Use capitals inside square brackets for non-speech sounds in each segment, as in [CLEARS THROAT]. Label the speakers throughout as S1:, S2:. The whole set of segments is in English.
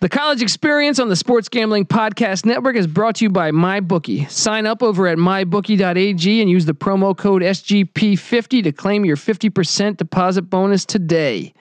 S1: The college experience on the Sports Gambling Podcast Network is brought to you by MyBookie. Sign up over at mybookie.ag and use the promo code SGP50 to claim your 50% deposit bonus today.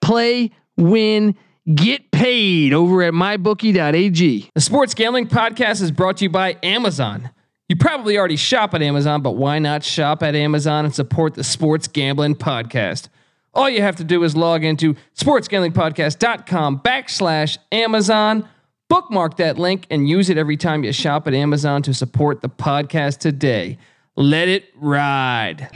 S1: Play, win, get paid over at mybookie.ag. The Sports Gambling Podcast is brought to you by Amazon. You probably already shop at Amazon, but why not shop at Amazon and support the Sports Gambling Podcast? All you have to do is log into sportsgamblingpodcast.com backslash Amazon, bookmark that link, and use it every time you shop at Amazon to support the podcast today. Let it ride.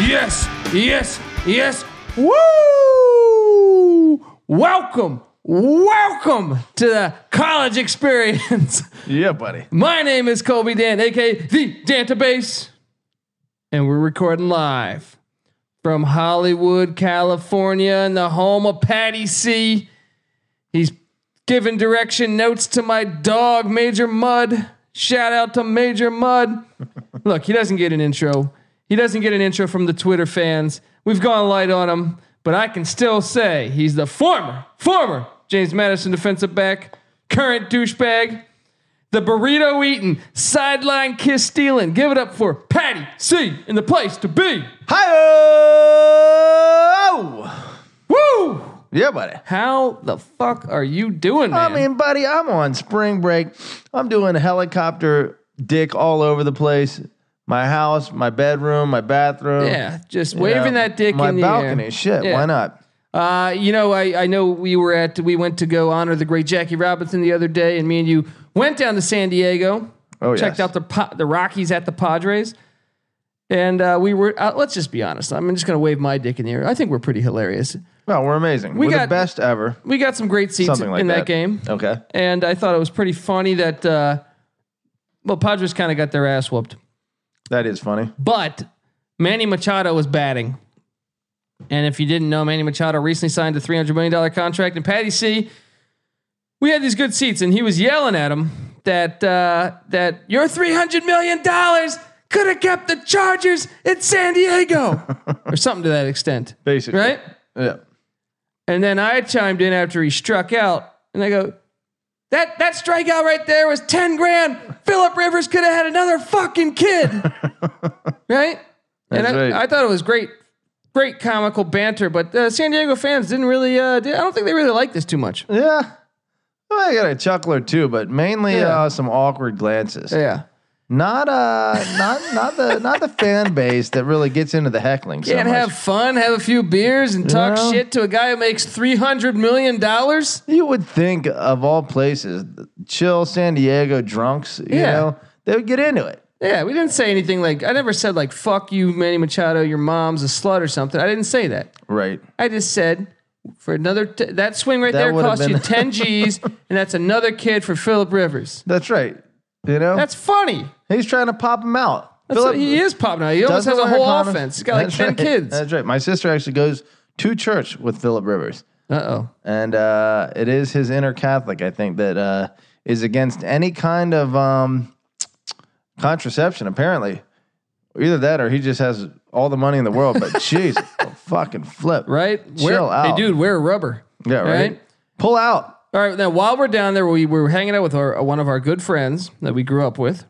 S2: Yes, yes, yes. Woo! Welcome, welcome to the college experience. [LAUGHS]
S3: Yeah, buddy.
S2: My name is Colby Dan, aka the Dantabase, and we're recording live from Hollywood, California, in the home of Patty C. He's giving direction notes to my dog, Major Mud. Shout out to Major Mud. Look, he doesn't get an intro. He doesn't get an intro from the Twitter fans. We've gone light on him, but I can still say he's the former, former James Madison defensive back, current douchebag, the burrito eating, sideline kiss stealing. Give it up for Patty C in the place to be.
S3: Hi.
S2: Woo!
S3: Yeah, buddy.
S2: How the fuck are you doing, man?
S3: I mean, buddy, I'm on spring break. I'm doing helicopter dick all over the place. My house, my bedroom, my bathroom.
S2: yeah, just waving that dick
S3: my
S2: in the
S3: balcony.
S2: air.
S3: Shit,
S2: Yeah.
S3: why not?
S2: Uh, you know, I, I know we were at we went to go honor the great Jackie Robinson the other day, and me and you went down to San Diego.
S3: Oh,
S2: checked
S3: yes.
S2: out the Pa- the Rockies at the Padres, and uh, we were. Uh, let's just be honest. I'm just gonna wave my dick in the air. I think we're pretty hilarious.
S3: Well, we're amazing. We are
S2: got-
S3: the best ever.
S2: We got some great seats
S3: Something like
S2: in that,
S3: that.
S2: game,
S3: Okay.
S2: and I thought it was pretty funny that uh, well, Padres kind of got their ass whooped,
S3: That is funny.
S2: but Manny Machado was batting. And if you didn't know, Manny Machado recently signed a $300 million contract. And Patty C, we had these good seats, and he was yelling at him that uh, that your $300 million could have kept the Chargers in San Diego, or something to that extent.
S3: Basically.
S2: Right?
S3: Yeah.
S2: And then I chimed in after he struck out, and I go, that that strikeout right there was ten grand. Philip Rivers could have had another fucking
S3: [LAUGHS]
S2: kid, right? and
S3: That's
S2: I,
S3: right.
S2: I thought it was great, great comical banter. But uh, San Diego fans didn't really. Uh, did, I don't think they really liked this too much.
S3: Yeah. Well, I got a chuckle or two, but mainly
S2: Yeah.
S3: uh, some awkward glances.
S2: Yeah,
S3: Not uh, not not the not the fan base that really gets into the heckling. so
S2: can't
S3: much.
S2: have fun, have a few beers, and talk
S3: Yeah.
S2: shit to a guy who makes three hundred million dollars.
S3: You would think of all places, chill San Diego drunks, you
S2: Yeah.
S3: know, they would get into it.
S2: Yeah, we didn't say anything like I never said like "fuck you, Manny Machado, your mom's a slut" or something. I didn't say that.
S3: Right.
S2: I just said for another t- that swing right
S3: That
S2: there
S3: would've
S2: cost you
S3: been- [LAUGHS]
S2: ten G's, and that's another kid for Philip Rivers.
S3: That's right. You know,
S2: That's funny.
S3: he's trying to pop them out.
S2: That's what- he is popping out. He almost
S3: doesn't
S2: has a
S3: wear
S2: whole
S3: condoms.
S2: offense. He's got like
S3: That's
S2: ten
S3: right.
S2: kids.
S3: That's right. My sister actually goes to church with Philip Rivers,
S2: Uh oh.
S3: and uh, it is his inner Catholic, I think, that uh, is against any kind of um, contraception, apparently. Either that or he just has all the money in the world,
S2: [LAUGHS]
S3: but jeez, a fucking flip.
S2: Right?
S3: Chill
S2: wear,
S3: out.
S2: Hey, dude, wear a rubber.
S3: Yeah, right?
S2: Right?
S3: Pull out.
S2: All right. Now, while we're down there, we were hanging out with our, one of our good friends that we grew up with,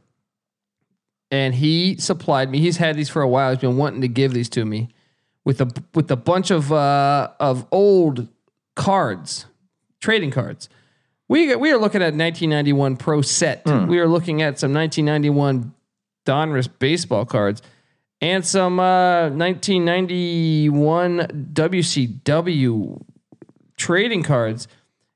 S2: and he supplied me. He's had these for a while. He's been wanting to give these to me with a with a bunch of uh, of old cards, trading cards. We we are looking at 1991 Pro Set. We are looking at some 1991 Donruss baseball cards and some uh, 1991 WCW trading cards.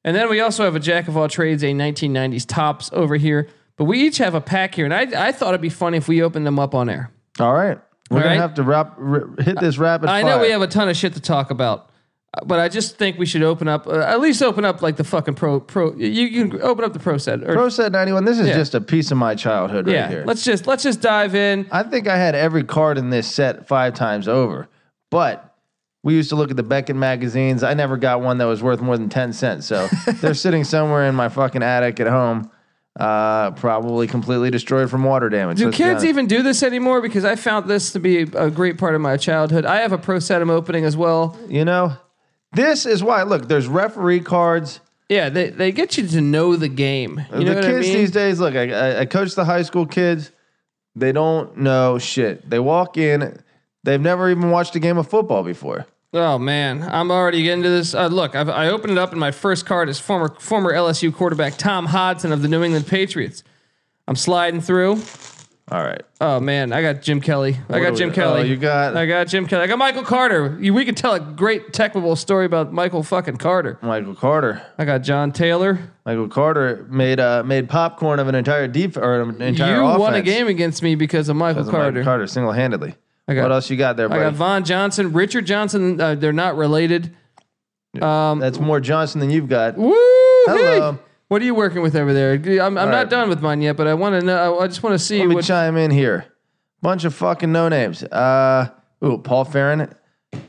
S2: And then we also have a jack of all trades, a 1990s tops over here. But we each have a pack here, and I, I thought it'd be funny if we opened them up on air.
S3: All right. We're
S2: All
S3: going
S2: right.
S3: to have to wrap, r- hit this rapid
S2: I
S3: fire.
S2: know we have a ton of shit to talk about. uh, But I just think we should open up, uh, at least open up like the fucking pro pro. You, you can open up the pro set. Or,
S3: Pro set 91. This is
S2: Yeah.
S3: just a piece of my childhood right
S2: yeah,
S3: here.
S2: let's just let's just dive in.
S3: I think I had every card in this set five times over, but we used to look at the Beckett magazines. I never got one that was worth more than 10 cents.
S2: [LAUGHS]
S3: So they're sitting somewhere in my fucking attic at home, uh, probably completely destroyed from water damage.
S2: Do
S3: let's be
S2: kids
S3: honest.
S2: even do this anymore? Because I found this to be a great part of my childhood. I have a pro set I'm opening as well.
S3: You know, this is why, look, there's referee cards.
S2: Yeah, they, they get you to know the game. You know
S3: the
S2: what
S3: kids
S2: I mean?
S3: these days, look, I, I, I coach the high school kids. They don't know shit. They walk in, they've never even watched a game of football before.
S2: Oh man, I'm already getting to this. Uh, look, I've, I opened it up, and my first card is former former LSU quarterback Tom Hodson of the New England Patriots. I'm sliding through.
S3: All right.
S2: Oh man, I got Jim Kelly. I
S3: What
S2: got
S3: do
S2: Jim
S3: we-
S2: Kelly.
S3: oh, you got-
S2: I got Jim Kelly. I got Michael Carter. You- We could tell a great technical story about Michael fucking Carter.
S3: Michael Carter.
S2: I got John Taylor.
S3: Michael Carter made uh, made popcorn of an entire deep or an entire
S2: you
S3: offense.
S2: won a game against me because of Michael
S3: That's Michael
S2: Carter.
S3: Carter, single handedly.
S2: I got-
S3: What else you got there,
S2: I
S3: buddy?
S2: got Von Johnson, Richard Johnson. Uh, they're not related. um,
S3: That's more Johnson than you've got.
S2: Woo!
S3: Hello.
S2: What are you working with over there? I'm, I'm not
S3: right.
S2: done with mine yet, but I want to know. I just want to see
S3: Let me
S2: what.
S3: chime in here. Bunch of fucking no names. Uh, ooh, Paul Farron.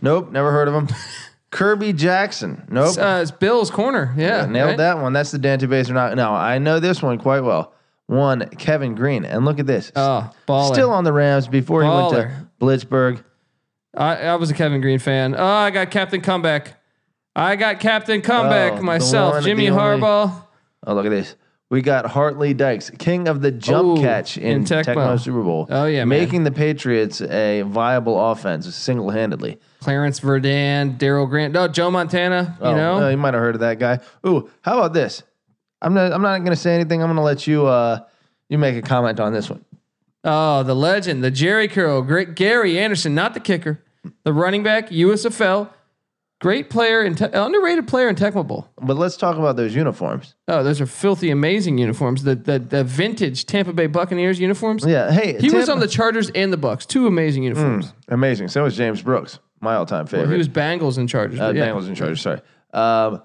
S3: Nope, never
S2: [LAUGHS]
S3: heard of him. Kirby Jackson. Nope.
S2: uh, it's Bill's corner. Yeah,
S3: I nailed
S2: right?
S3: that one. That's the Dante Baser. Not no, I know this one quite well. One Kevin Green, and look at this.
S2: Oh, baller.
S3: Still on the Rams before he went to Blitzburg.
S2: I, I was a Kevin Green fan. Oh, I got Captain Comeback. I got Captain Comeback
S3: Oh, the
S2: myself.
S3: one,
S2: Jimmy
S3: the only-
S2: Harbaugh.
S3: Oh, look at this. We got Hartley Dykes, king of the jump
S2: Ooh,
S3: catch in,
S2: in Tecmo.
S3: Tecmo. Super Bowl.
S2: Oh, yeah, man.
S3: making the Patriots a viable offense single handedly.
S2: Clarence Verdand, Daryl Grant, no Joe Montana, you
S3: Oh,
S2: know,
S3: oh, you might have heard of that guy. Ooh, how about this? I'm not. I'm not going to say anything. I'm going to let you. Uh, you make a comment on this one.
S2: oh the legend, the Jerry Curl, great Gary Anderson, not the kicker, the running back, USFL, great player and te- underrated player in Tecmo Bowl.
S3: But let's talk about those uniforms.
S2: Oh, those are filthy, amazing uniforms. The the, the vintage Tampa Bay Buccaneers uniforms.
S3: Yeah. Hey,
S2: He was
S3: Tampa-
S2: on the Chargers and the Bucks. Two amazing uniforms.
S3: amazing. So was James Brooks, my all-time favorite.
S2: He was Bengals and Chargers.
S3: Uh,
S2: but yeah.
S3: Bengals in charge. Sorry. Um,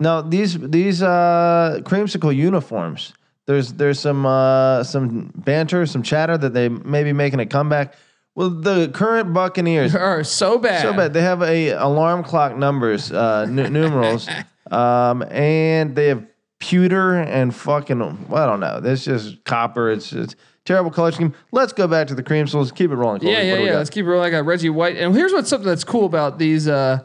S3: no, these these uh, creamsicle uniforms. There's there's some uh, some banter, some chatter that they may be making a comeback. Well, the
S2: [LAUGHS]
S3: current Buccaneers
S2: Are so bad.
S3: so bad. They have a alarm clock numbers, uh,
S2: [LAUGHS]
S3: nu- numerals, um, and they have pewter and fucking. I don't know. It's just copper. It's just terrible color scheme. Let's go back to the creamsicles. Keep it rolling. Colby.
S2: Yeah,
S3: What
S2: yeah,
S3: do we
S2: yeah.
S3: got?
S2: Let's keep it rolling. I got Reggie White, and here's what's something that's cool about these. Uh,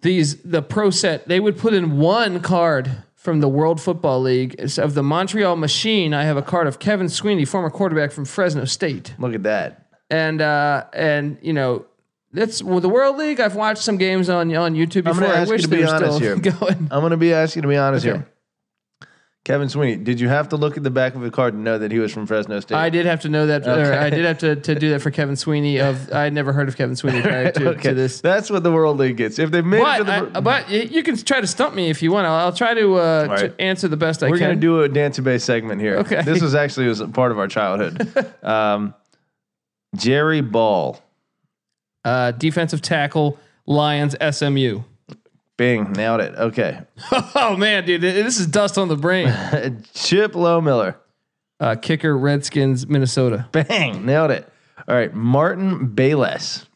S2: these the pro set. They would put in one card from the World Football League It's of the Montreal Machine. I have a card of Kevin Sweeney, former quarterback from Fresno State,
S3: Look at that.
S2: and uh, and you know. That's well, the World League. I've watched some games on on YouTube
S3: I'm gonna
S2: before. I
S3: ask you
S2: wish
S3: to
S2: they
S3: be
S2: were
S3: honest
S2: still [LAUGHS]
S3: here.
S2: going.
S3: I'm gonna be asking to be honest
S2: Okay.
S3: here. Kevin Sweeney, did you have to look at the back of the card to know that he was from Fresno State?
S2: I did have to know that. Or I did have to, to do that for Kevin Sweeney. Of I had never heard of Kevin Sweeney prior
S3: [LAUGHS]
S2: to, to this.
S3: That's what the World League gets. If they've made it to
S2: But,
S3: the,
S2: I, but y- you can try to stump me if you want. I'll, I'll try to, uh,
S3: All right.
S2: to answer the best I
S3: we're
S2: can.
S3: gonna do a dance base segment here.
S2: Okay.
S3: This was actually was a part of our childhood.
S2: [LAUGHS]
S3: um, Jerry Ball,
S2: uh, defensive tackle, Lions, SMU.
S3: Bing, nailed it. Okay. [LAUGHS]
S2: Oh man, dude, th- this is dust on the
S3: [SIGHS]
S2: brain.
S3: Chip Low Miller,
S2: Uh, kicker, Redskins, Minnesota.
S3: bang, nailed it. All right, Martin Bayless.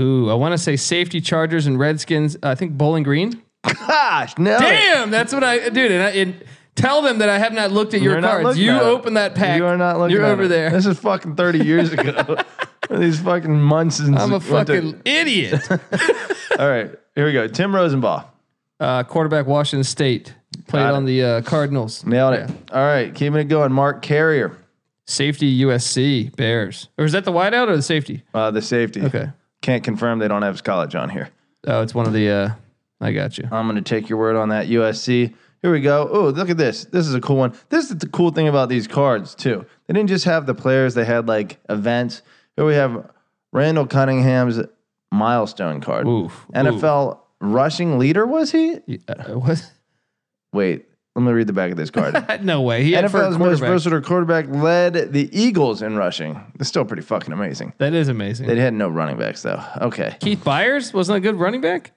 S2: Ooh, I want to say safety, Chargers, and Redskins. I think Bowling Green.
S3: Gosh, nailed it.
S2: Damn, that's what I dude. And, I, and tell them that I have not looked at your
S3: You're not
S2: cards.
S3: looking
S2: You
S3: at it.
S2: open that pack.
S3: You are not looking.
S2: You're
S3: at
S2: over
S3: it.
S2: there.
S3: This is fucking thirty
S2: [LAUGHS]
S3: years ago. These fucking Munsons.
S2: I'm a
S3: went to-
S2: fucking idiot.
S3: [LAUGHS] All right, here we go. Tim Rosenbaugh
S2: Uh, quarterback, Washington State. Played
S3: Got it.
S2: on the uh, Cardinals.
S3: nailed it. All right, keeping it going. Mark Carrier,
S2: Safety USC Bears. Or is that the wideout or the safety?
S3: uh, the safety.
S2: Okay.
S3: Can't confirm they don't have his college on here.
S2: Oh, it's one of the uh I got you.
S3: I'm going to take your word on that. USC. Here we go. Oh, look at this. This is a cool one. This is the cool thing about these cards too. They didn't just have the players; they had like events. Here we have Randall Cunningham's milestone card.
S2: Oof.
S3: NFL rushing leader was he?
S2: Ooh. Uh, what?
S3: Wait, Let me read the back of this [LAUGHS] card.
S2: [LAUGHS] no way. He had for a
S3: NFL's most
S2: quarterback.
S3: versatile quarterback led the Eagles in rushing. That's still pretty fucking amazing.
S2: that is amazing.
S3: They had no running backs though. Okay,
S2: Keith Byers wasn't a good running back.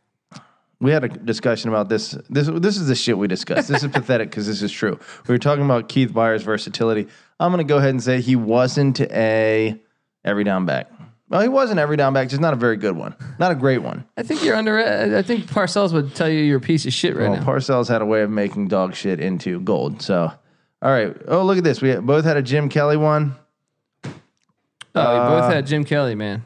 S3: we had a discussion about this. This this is the shit we discussed. This is pathetic because this is true. We were talking about Keith Byers' versatility. I'm gonna go ahead and say he wasn't a every down back. Well, he was an every down back, just not a very good one, not a great one.
S2: I think you're under. I I think Parcells would tell you you're a piece of shit right
S3: Well,
S2: now.
S3: Parcells had a way of making dog shit into gold. So, all right. Oh, look at this. We both had a Jim Kelly one.
S2: oh, we both had Jim Kelly, man.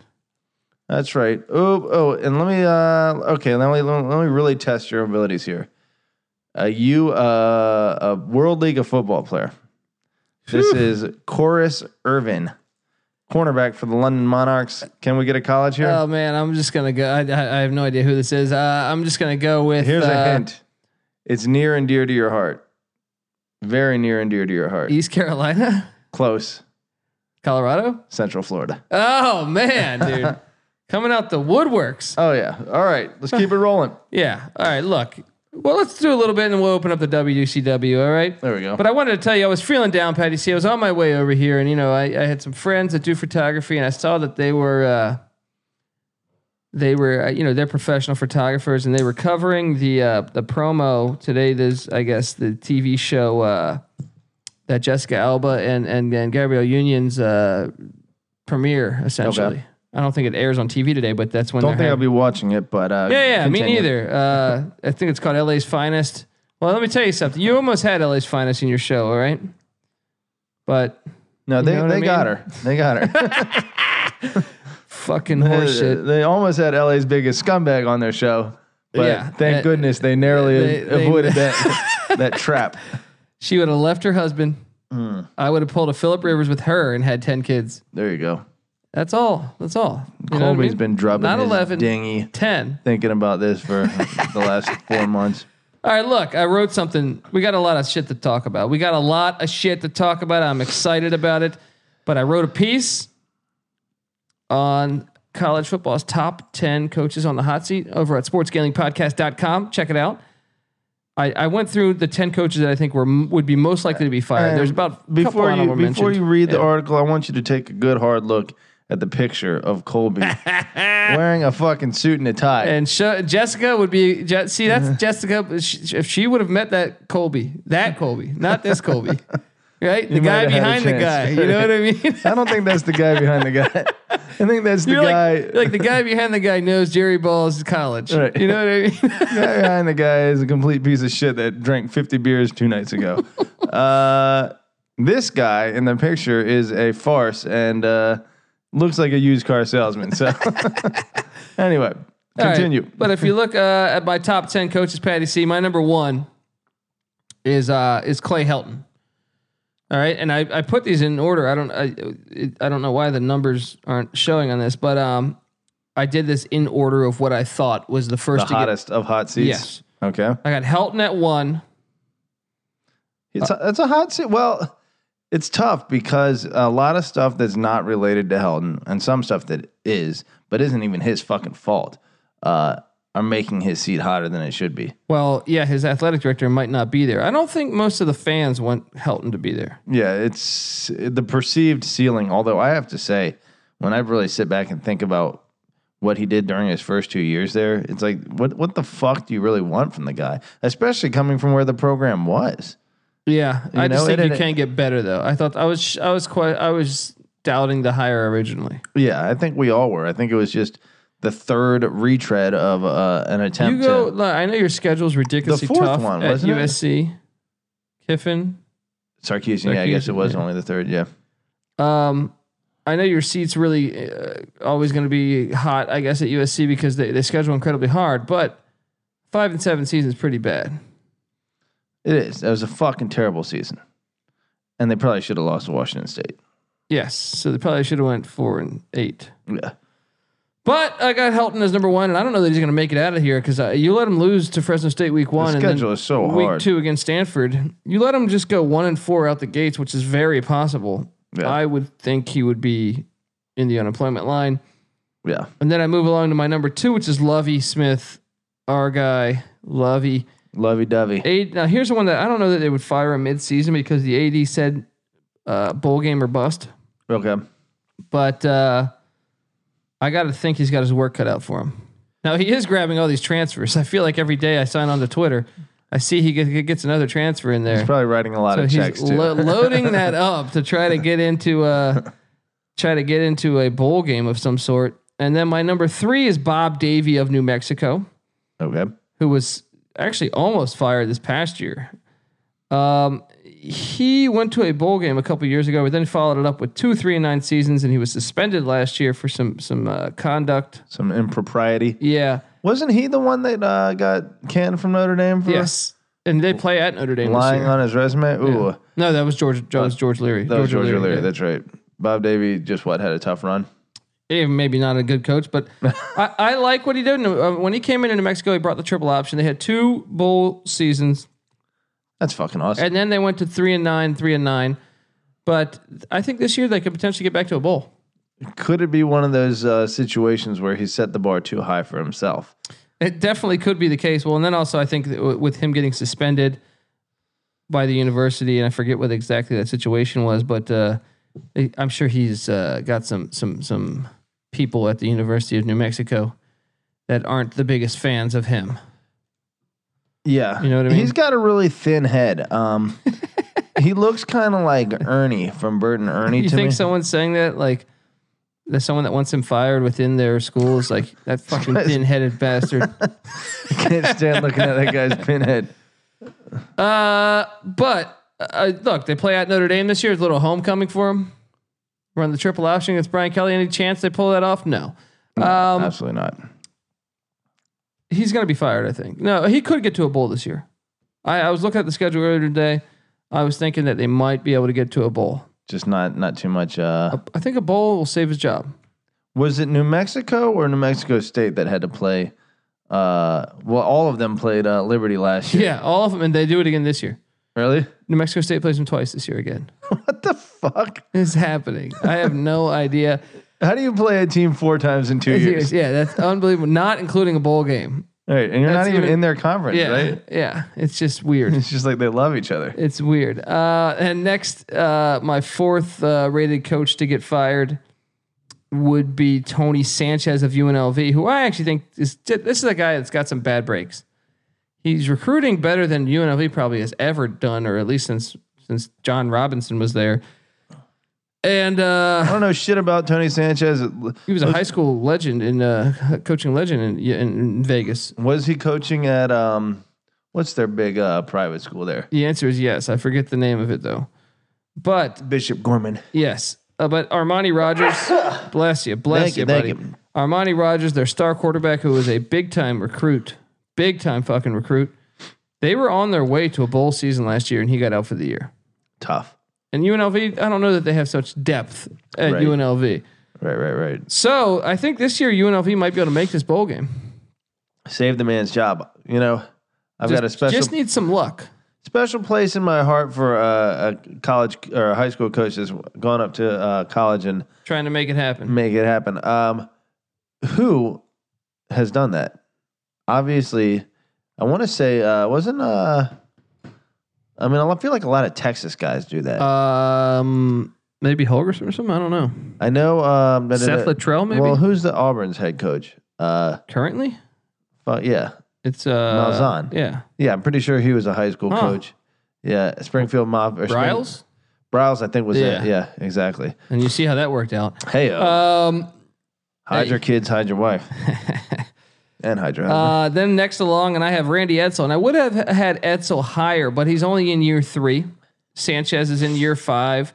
S3: That's right. Oh, oh, and let me. Uh, okay, let me let me really test your abilities here. Uh, you, uh, a World League of Football player. This is Chorus Irvin, cornerback for the London Monarchs. Can we get a college here?
S2: Oh man, I'm just gonna go. I, I, I have no idea who this is. Uh, I'm just gonna go with.
S3: Here's
S2: uh,
S3: a hint. It's near and dear to your heart. Very near and dear to your heart.
S2: East Carolina, [LAUGHS]
S3: Close.
S2: Colorado.
S3: Central Florida.
S2: Oh man, [LAUGHS] dude, coming out the woodworks.
S3: Oh yeah. All right. Let's keep it rolling.
S2: Yeah. All right. Look. Well, let's do a little bit, and then we'll open up the WCW. All right.
S3: [LAUGHS] There we go.
S2: But I wanted to tell you, I was feeling down, Patty. See, I was on my way over here, and you know, I, I had some friends that do photography, and I saw that they were, uh, they were, uh, you know, they're professional photographers, and they were covering the uh, the promo today. There's, I guess, the TV show uh, that Jessica Alba and and, and Gabrielle Union's uh, premiere, essentially.
S3: Okay.
S2: I don't think it airs on TV today, but that's when
S3: Don't
S2: they're
S3: think I'll
S2: having-
S3: be watching it, but uh,
S2: yeah, yeah, me
S3: continue.
S2: neither. Uh, I think it's called LA's Finest. Well, let me tell you something. You almost had LA's Finest in your show, all right? But
S3: No, they,
S2: know what
S3: they
S2: I mean?
S3: got her. They got
S2: [LAUGHS]
S3: her. [LAUGHS]
S2: fucking
S3: They-
S2: horseshit.
S3: They almost had LA's biggest scumbag on their show, but
S2: Yeah.
S3: thank
S2: Uh,
S3: goodness they narrowly
S2: they- they- [LAUGHS]
S3: avoided that that trap.
S2: She would have left her husband.
S3: Hmm.
S2: I would have pulled a Philip Rivers with her and had ten kids.
S3: There you go.
S2: That's all. That's all. You know what I
S3: Colby's
S2: mean?
S3: been drubbing
S2: Not
S3: his
S2: 11,
S3: dinghy,
S2: ten.
S3: thinking about this for the
S2: [LAUGHS]
S3: last four months.
S2: All right, look, I wrote something. We got a lot of shit to talk about. We got a lot of shit to talk about. I'm excited about it. But I wrote a piece on college football's top 10 coaches on the hot seat over at sportsgamblingpodcast.com. Check it out. I, I went through the 10 coaches that I think were would be most likely to be fired.
S3: And
S2: There's about a couple
S3: Um, Before
S2: honorable
S3: you before
S2: mentions.
S3: you read the article, I want you to take a good hard look at the picture
S2: [LAUGHS]
S3: of Colby wearing a fucking suit and a tie.
S2: And Sha Jessica would be Je- see
S3: Uh-huh.
S2: that's Jessica. but she- If she would have met that Colby, that Colby, not this
S3: [LAUGHS]
S2: Colby, right? The
S3: might
S2: guy
S3: have had a
S2: behind the guy.
S3: chance.
S2: You know what
S3: [LAUGHS]
S2: I mean?
S3: I don't think that's the guy behind the guy. I think that's
S2: [LAUGHS]
S3: the
S2: You're like,
S3: guy.
S2: you're like the guy behind the guy knows Jerry Ball's college.
S3: Right.
S2: You know what I mean?
S3: guy behind the guy is a complete piece of shit that drank 50 beers two nights
S2: [LAUGHS]
S3: ago. uh, this guy in the picture is a farce and uh, looks like a used car
S2: [LAUGHS]
S3: salesman. So,
S2: All
S3: anyway,
S2: right.
S3: continue.
S2: But if you look uh, at my top ten coaches, Patty C, my number one is uh, is Clay Helton. All right, and I, I put these in order. I don't I, it, I don't know why the numbers aren't showing on this, but um, I did this in order of what I thought was the
S3: The
S2: first to
S3: hottest of hot seats.
S2: Yes.
S3: Okay.
S2: get. I got Helton at one.
S3: It's
S2: Uh,
S3: a, it's a hot seat. Well, it's tough because a lot of stuff that's not related to Helton and some stuff that is, but isn't even his fucking fault, uh, are making his seat hotter than it should be.
S2: Well, yeah, his athletic director might not be there. I don't think most of the fans want Helton to be there.
S3: Yeah, it's the perceived ceiling. Although I have to say, when I really sit back and think about what he did during his first two years there, it's like, what what the fuck do you really want from the guy? Especially coming from where the program was.
S2: Yeah, I
S3: know,
S2: just think
S3: it-
S2: you
S3: it-
S2: can get better though. I thought I was I was quite I was doubting the hire originally.
S3: Yeah, I think we all were. I think it was just the third retread of uh, an
S2: You
S3: attempt.
S2: go.
S3: to,
S2: look, I know your schedule's ridiculously
S3: fourth
S2: tough
S3: one,
S2: at
S3: wasn't it?
S2: USC. Kiffin.
S3: Sarkeesian, Yeah, I guess it
S2: Sarkeesian,
S3: was
S2: yeah.
S3: only the third. Yeah,
S2: Um, I know your seat's really uh, always going to be hot. I guess at USC because they they schedule incredibly hard, but five and seven season's pretty bad.
S3: it is. It was a fucking terrible season, and they probably should have lost to Washington State.
S2: Yes, so they probably should have went four and eight.
S3: Yeah,
S2: But I got Helton as number one, and I don't know that he's going to make it out of here because uh, you let him lose to Fresno State week one,
S3: the
S2: and then
S3: schedule is so
S2: week
S3: hard.
S2: two against Stanford. You let him just go one and four out the gates, which is very possible.
S3: Yeah.
S2: I would think he would be in the unemployment line.
S3: Yeah,
S2: And then I move along to my number two, which is Lovey Smith, our guy, Lovey.
S3: Lovey dovey.
S2: AD, now here's the one that I don't know that they would fire him mid-season because the AD said uh, bowl game or bust.
S3: Okay.
S2: But uh, I got to think he's got his work cut out for him. Now he is grabbing all these transfers. I feel like every day I sign on to Twitter, I see he get- he gets another transfer in there.
S3: Probably writing a lot
S2: So
S3: of checks
S2: he's
S3: too.
S2: lo-
S3: [LAUGHS]
S2: loading that up to try to get into a try to get into a bowl game of some sort. And then my number three is Bob Davy of New Mexico
S3: okay.
S2: who was actually almost fired this past year. Um, he went to a bowl game a couple years ago, but then followed it up with two three and nine seasons, and he was suspended last year for some some uh, conduct.
S3: Some impropriety.
S2: Yeah.
S3: Wasn't he the one that uh, got canned from Notre Dame for
S2: Yes. And they play at Notre Dame.
S3: lying
S2: this year.
S3: on his resume? Ooh,
S2: No, that was George. That was George Leary.
S3: Uh, that was George O'Leary.
S2: yeah.
S3: That's right. Bob Davy just what had a tough run.
S2: Eh, maybe not a good coach, but I, I like what he did. Uh, When he came into New Mexico, he brought the triple option. They had two bowl seasons.
S3: That's fucking awesome.
S2: and then they went to three and nine, three and nine. But I think this year they could potentially get back to a bowl.
S3: Could it be one of those uh, situations where he set the bar too high for himself?
S2: It definitely could be the case. Well, and then also I think that w- with him getting suspended by the university, and I forget what exactly that situation was, but uh, I- I'm sure he's uh, got some some some people at the University of New Mexico that aren't the biggest fans of him.
S3: Yeah.
S2: You know what I mean?
S3: He's got a really thin head. Um, he looks kind of
S2: [LAUGHS]
S3: like Ernie from Bert and Ernie
S2: You
S3: to
S2: think
S3: me.
S2: someone's saying that like? There's someone that wants him fired within their school is like that fucking thin-headed bastard.
S3: I [LAUGHS] can't stand looking at that guy's pinhead.
S2: Uh, but uh, look, they play at Notre Dame this year. It's a little homecoming for them. Run the triple option against Brian Kelly. Any chance they pull that off? No. [LAUGHS] Um,
S3: Absolutely not.
S2: he's going to be fired, I think. No, he could get to a bowl this year. I, I was looking at the schedule earlier today. I was thinking that they might be able to get to a bowl.
S3: Just not not too much. Uh,
S2: I think a bowl will save his job.
S3: was it New Mexico or New Mexico State that had to play? Uh, well, all of them played uh, Liberty last year.
S2: Yeah, all of them, and they do it again this year.
S3: Really?
S2: New Mexico State plays them twice this year again.
S3: What the fuck?
S2: It's happening. I have no idea.
S3: How do you play a team four times
S2: [LAUGHS]
S3: in two years?
S2: Yeah, that's unbelievable. Not including a bowl game.
S3: All right, and you're
S2: That's
S3: not even
S2: even-
S3: in their conference,
S2: Yeah,
S3: right?
S2: yeah. It's just weird.
S3: It's just like they love each other.
S2: It's weird. Uh, and next, uh, my fourth uh, rated coach to get fired would be Tony Sanchez of UNLV, who I actually think is this is a guy that's got some bad breaks. He's recruiting better than UNLV probably has ever done, or at least since since John Robinson was there. And
S3: I
S2: uh,
S3: don't know shit about Tony Sanchez.
S2: he was a high school legend in uh, [LAUGHS] coaching legend in, in Vegas.
S3: Was he coaching at um, what's their big uh, private school there?
S2: The answer is yes. I forget the name of it though, but
S3: Bishop Gorman.
S2: Yes. Uh, but Armani
S3: [LAUGHS]
S2: Rogers, bless you, bless
S3: Thank
S2: you,
S3: you, thank
S2: buddy.
S3: you.
S2: Armani Rogers, their star quarterback, who was a big time recruit, big time fucking recruit. They were on their way to a bowl season last year, and he got out for the year.
S3: Tough.
S2: And UNLV, I don't know that they have such depth at
S3: Right.
S2: UNLV.
S3: Right, right, right.
S2: So I think this year UNLV might be able to make this bowl game.
S3: Save the man's job. You know, I've got a special
S2: Just need some luck.
S3: special place in my heart for uh, a college or a high school coach that's gone up to uh, college and
S2: Trying to make it happen.
S3: make it happen. Um, who has done that? Obviously, I want to say uh, wasn't. Uh, I mean, I feel like a lot of Texas guys do that.
S2: Uh, Um, maybe Holgerson or something. I don't know.
S3: I know. Um, that-
S2: Seth Luttrell, maybe
S3: Well, who's the Auburn's head coach? Uh,
S2: currently.
S3: fuck, yeah,
S2: It's uh,
S3: Malzahn.
S2: Yeah,
S3: yeah. I'm pretty sure he was a high school
S2: Huh.
S3: coach. Yeah, Springfield Mob or Spring-
S2: Bryles.
S3: Bryles, I think was
S2: Yeah.
S3: it. Yeah, exactly.
S2: And you see how that worked out.
S3: Hey, uh,
S2: Um,
S3: hide
S2: hey.
S3: your kids, hide
S2: [LAUGHS]
S3: your wife, and hide your husband.
S2: uh, then next along, and I have Randy Edsel, and I would have had Edsel higher, but he's only in year three. Sanchez is in year five.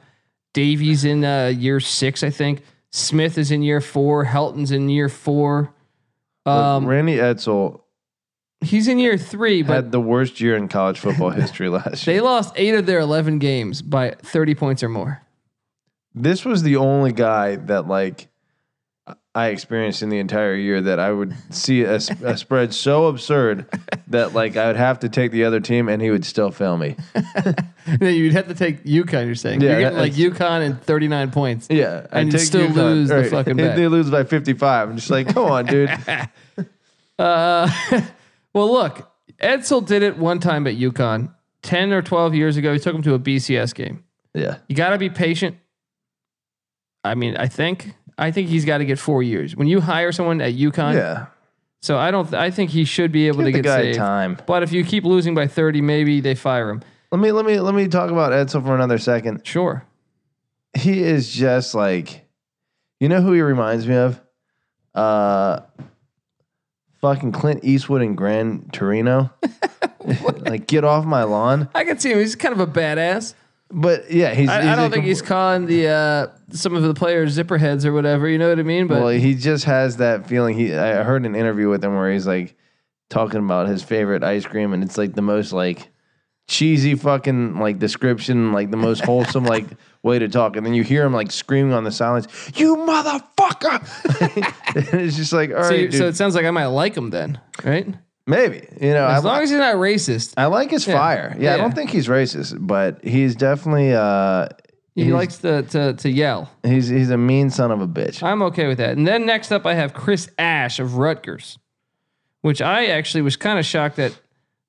S2: Davies in uh, year six, I think. Smith is in year four. Helton's in year four.
S3: Look,
S2: Um,
S3: Randy Edsel
S2: he's in year three, but
S3: had the worst year in college
S2: [LAUGHS]
S3: football history last year.
S2: they lost eight of their eleven games by thirty points or more.
S3: This was the only guy that like I experienced in the entire year that I would see a, s- a spread so absurd that like I would have to take the other team and he would still fail
S2: [LAUGHS]
S3: me.
S2: Then [LAUGHS] you'd have to take UConn. You're saying
S3: Yeah,
S2: you're getting like
S3: that's-
S2: UConn and thirty nine points.
S3: Yeah, I
S2: And
S3: take
S2: still
S3: UConn.
S2: lose the fucking
S3: If
S2: bet.
S3: they lose
S2: [LAUGHS]
S3: by fifty five, I'm just like, come on, dude.
S2: Uh, [LAUGHS] well, look, Edsel did it one time at UConn, ten or twelve years ago. He took him to a BCS game.
S3: Yeah.
S2: You got to be patient. I mean, I think I think he's got to get four years when you hire someone at UConn.
S3: Yeah.
S2: So I don't. I think he should be able
S3: Give
S2: to
S3: the
S2: get
S3: guy
S2: saved.
S3: time.
S2: But if you keep losing by thirty, maybe they fire him.
S3: Let me let me let me talk about Edsel for another second.
S2: Sure.
S3: He is just like, you know who he reminds me of? Uh, fucking Clint Eastwood and Gran Torino. [LAUGHS] like, get off my lawn.
S2: I can see him. He's kind of a badass.
S3: But yeah, he's.
S2: I,
S3: he's
S2: I
S3: a
S2: don't think
S3: compl-
S2: he's calling the uh, some of the players zipper heads or whatever. You know what I mean? But
S3: Well, he just has that feeling. He I heard an interview with him where he's like talking about his favorite ice cream, and it's like the most like cheesy fucking like description, like the most
S2: [LAUGHS]
S3: wholesome like way to talk. And then you hear him like screaming on the silence, "You motherfucker!" [LAUGHS] and it's just like, all right,
S2: so, you-
S3: dude,
S2: so it sounds like I might like him then, right?
S3: maybe you know. I,
S2: As long as he's not racist,
S3: I like his fire. Yeah, I
S2: Yeah.
S3: don't think he's racist, but he's definitely uh
S2: he
S3: he's-
S2: likes to, to to yell.
S3: he's he's a mean son of a bitch.
S2: I'm okay with that. And then next up, I have Chris Ash of Rutgers, which I actually was kind of shocked that.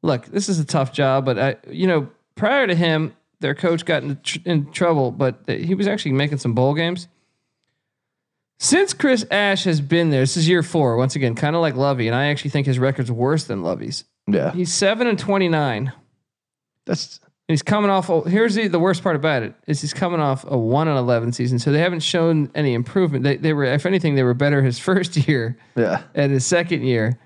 S2: Look, this is a tough job, but I, you know, prior to him, their coach got in, tr- in trouble, but th- he was actually making some bowl games. Since Chris Ash has been there, this is year four. Once again, kind of like Lovey, and I actually think his record's worse than Lovey's.
S3: yeah,
S2: He's seven and twenty nine.
S3: that's
S2: And he's coming off. oh, Here's the, the worst part about it is he's coming off a one and eleven season, so they haven't shown any improvement. They, they were, if anything, they were better his [LAUGHS] first year
S3: yeah.
S2: and his second year,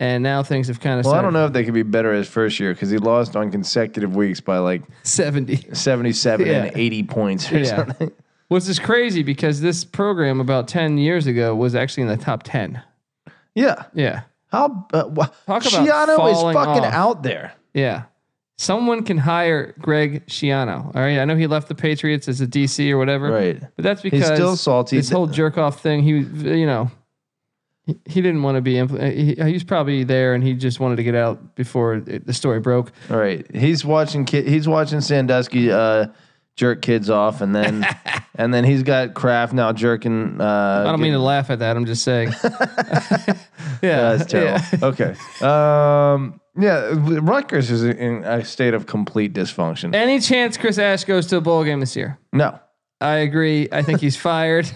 S2: and now things have kind of.
S3: Well, I don't know if they could be better his first year because he lost on consecutive weeks by like [LAUGHS]
S2: Seventy,
S3: 77
S2: Yeah.
S3: and 80 points or
S2: Yeah.
S3: something.
S2: [LAUGHS] which is crazy because this program about ten years ago was actually in the top ten.
S3: Yeah.
S2: Yeah,
S3: How uh, wha-
S2: about
S3: Shiano is
S2: falling
S3: fucking
S2: off.
S3: out there.
S2: yeah. Someone can hire Greg Schiano. All right, I know he left the Patriots as a DC or whatever,
S3: Right.
S2: but that's because
S3: He's still salty.
S2: this whole jerk off thing. He, you know, he, he didn't want to be. Impl- he, he was probably there, and he just wanted to get out before it, the story broke.
S3: All right. He's watching kid he's watching Sandusky uh jerk kids off and
S2: [LAUGHS]
S3: then and then he's got Kraft now jerking uh
S2: I don't mean to laugh at that. I'm just
S3: [LAUGHS]
S2: saying. yeah,
S3: that's terrible.
S2: [LAUGHS] yeah.
S3: Okay. Um yeah, Rutgers is in a state of complete dysfunction.
S2: Any chance Chris Ash goes to a bowl game this year?
S3: No.
S2: I agree. I think he's
S3: [LAUGHS]
S2: fired.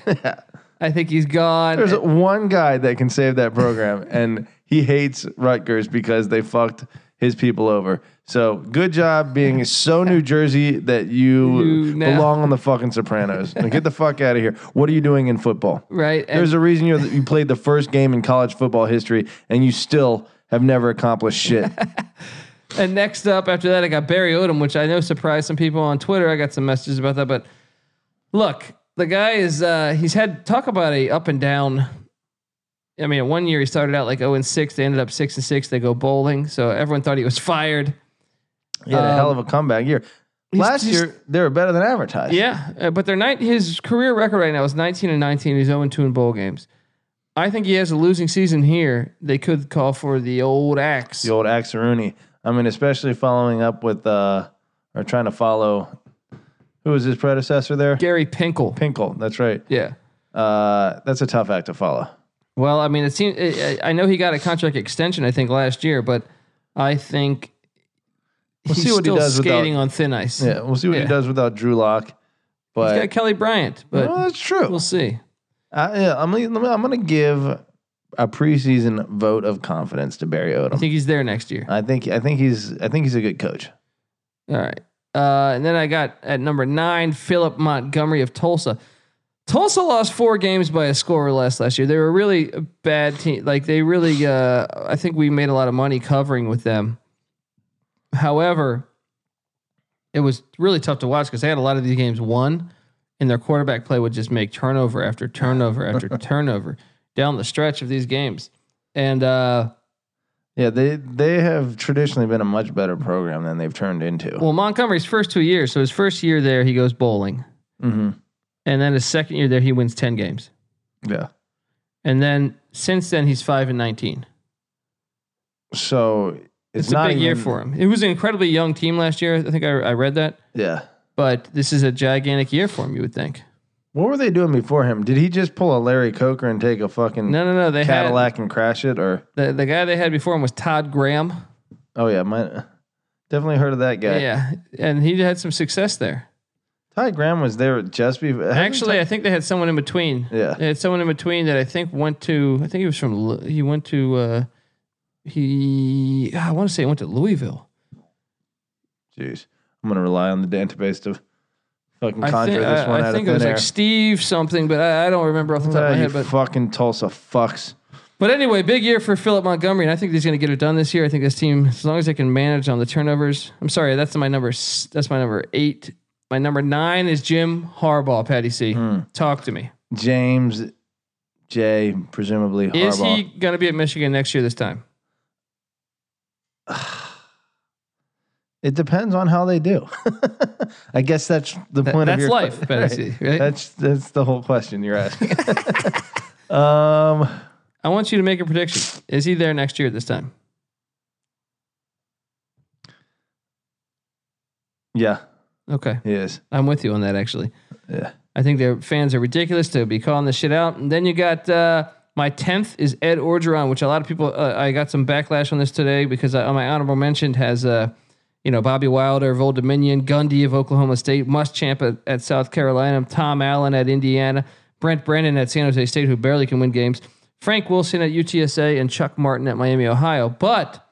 S2: I think he's gone.
S3: There's one guy that can save
S2: [LAUGHS]
S3: that program, and he hates Rutgers because they fucked his people over. So good job being so New Jersey that you,
S2: You now-
S3: belong on the fucking Sopranos. Now get the fuck out of here. What are you doing in football?
S2: right. And
S3: There's a reason you're, you played the first game in college football history, and you still have never accomplished
S2: [LAUGHS]
S3: shit.
S2: And next up, after that, I got Barry Odom, which I know surprised some people on Twitter. I got some messages about that, but look, the guy is uh, he's had talk about a up and down. I mean, one year he started out like zero and six. They ended up six and six. They go bowling, so everyone thought he was [LAUGHS] fired.
S3: He had a hell of a comeback year. Last
S2: Um, just-
S3: year they were better than advertised.
S2: Yeah, uh, but their night his career record right now is nineteen and nineteen. He's zero and two in bowl games. I think he has a losing season here. They could call for the old axe.
S3: the old Axaruni. I mean, especially following up with uh, or trying to follow who was his predecessor there?
S2: Gary Pinkel.
S3: Pinkel. That's right.
S2: yeah.
S3: Uh, that's a tough act to follow.
S2: Well, I mean, it seems. I I know he got a contract extension, I think, last year, but I think he's
S3: see what he
S2: still
S3: does without-
S2: skating on thin ice.
S3: Yeah, we'll see what
S2: Yeah.
S3: he does without Drew Lock.
S2: he's
S3: But
S2: got Kelly Bryant, but
S3: well, that's true.
S2: we'll see.
S3: I, yeah, I'm, gonna- I'm going to give a preseason vote of confidence to Barry
S2: I
S3: Odom.
S2: think he's there next year.
S3: I think I think he's I think he's a good coach.
S2: All right, uh, and then I got at number nine Philip Montgomery of Tulsa. Tulsa lost four games by a score or less last year. They were really a bad team. Like they really, uh, I think we made a lot of money covering with them. However, it was really tough to watch because they had a lot of these games won, and their quarterback play would just make turnover after turnover after turnover down the stretch of these games. And uh,
S3: Yeah, they they have traditionally been a much better program than they've turned into.
S2: well, Montgomery's first two years. So his first year there, he goes bowling,
S3: hmm
S2: and then his second year there, he wins ten games,
S3: Yeah.
S2: and then since then, he's five and nineteen.
S3: So it's,
S2: It's, a
S3: not
S2: big year
S3: even-
S2: for him. It was an incredibly young team last year. I think I, I read that,
S3: Yeah.
S2: but this is a gigantic year for him. You would think.
S3: What were they doing before him? Did he just pull a Larry Coker and take a fucking
S2: No, no, no. They
S3: Cadillac and crash it, or
S2: had the, the guy they had before him was Todd Graham.
S3: Oh yeah, my, definitely heard of that guy.
S2: Yeah, and he had some success there.
S3: Ty Graham was there just before.
S2: Actually, I think they had someone in between.
S3: Yeah.
S2: They had someone in between that I think went to. I think he was from. Lu- He went to. uh He. I want to say he went to Louisville.
S3: Jeez, I'm gonna rely on the database to fucking
S2: I
S3: conjure
S2: think,
S3: this
S2: I-
S3: one
S2: I
S3: out
S2: think
S3: of
S2: it was
S3: thin air.
S2: like Steve something, but I, I don't remember off the top
S3: Ah,
S2: of my
S3: you
S2: head. But
S3: fucking Tulsa fucks.
S2: But anyway, big year for Philip Montgomery, and I think he's going to get it done this year. I think this team, as long as they can manage on the turnovers. I'm sorry, that's my number. s- That's my number eight. My number nine is Jim Harbaugh. Patty C,
S3: Hmm.
S2: talk to me.
S3: James J. Presumably Harbaugh.
S2: Is he going to be at Michigan next year this time?
S3: It depends on how they do. [LAUGHS] I guess that's the
S2: That-
S3: point of
S2: that's
S3: your [LAUGHS]
S2: life, Patty C. [LAUGHS] Right?
S3: That's that's the whole question you're asking. [LAUGHS] um,
S2: I want you to make a prediction. Is he there next year this time?
S3: yeah,
S2: Okay,
S3: he is.
S2: I'm with you on that. Actually,
S3: Yeah.
S2: I think their fans are ridiculous to be calling this shit out. And then you got uh, my tenth is Ed Orgeron, which a lot of people uh, I got some backlash on this today because I, my honorable mention has uh, you know Bobby Wilder of Old Dominion, Gundy of Oklahoma State, Muschamp at, at South Carolina, Tom Allen at Indiana, Brent Brennan at San Jose State, who barely can win games, Frank Wilson at UTSA, and Chuck Martin at Miami, Ohio. But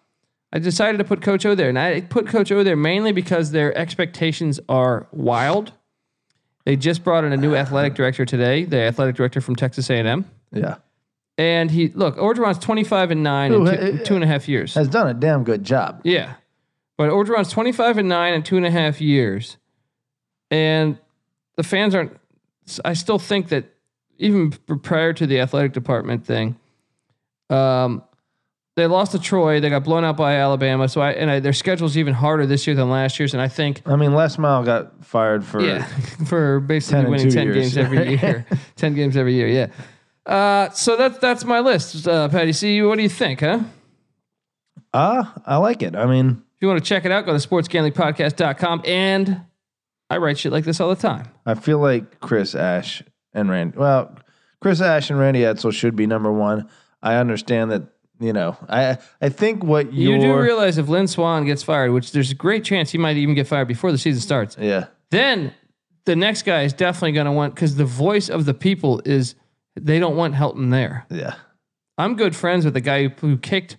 S2: I decided to put Coach O there, and I put Coach O there mainly because their expectations are wild. They just brought in a new athletic director today, the athletic director from Texas A&M,
S3: Yeah,
S2: and he look Orgeron's twenty five and nine in two,
S3: Ooh, hey, hey,
S2: two and a half years.
S3: has done a damn good job.
S2: Yeah, but Orgeron's twenty five and nine in two and a half years, and the fans aren't. I still think that even p- prior to the athletic department thing, um, they lost to Troy. They got blown out by Alabama. So I and I, their schedule's even harder this year than last year's, and I think
S3: I mean, Les Mile got fired for
S2: yeah, [LAUGHS] for basically
S3: 10 and
S2: winning
S3: two
S2: ten
S3: years.
S2: games
S3: [LAUGHS]
S2: every year. ten games every year, yeah. Uh, so that's that's my list, uh, Patty. See, what do you think, huh? If
S3: Ah, I like it. I mean,
S2: you want to check it out, go to sportsgamblingpodcast.com. And I write shit like this all the time.
S3: I feel like Chris Ash and Randy. Well, Chris Ash and Randy Etzel should be number one. I understand that. You know, I I think what
S2: You
S3: your
S2: do realize if Lynn Swan gets fired, which there's a great chance he might even get fired before the season starts,
S3: yeah
S2: then the next guy is definitely going to want because the voice of the people is they don't want Helton there.
S3: yeah
S2: I'm good friends with the guy who, who kicked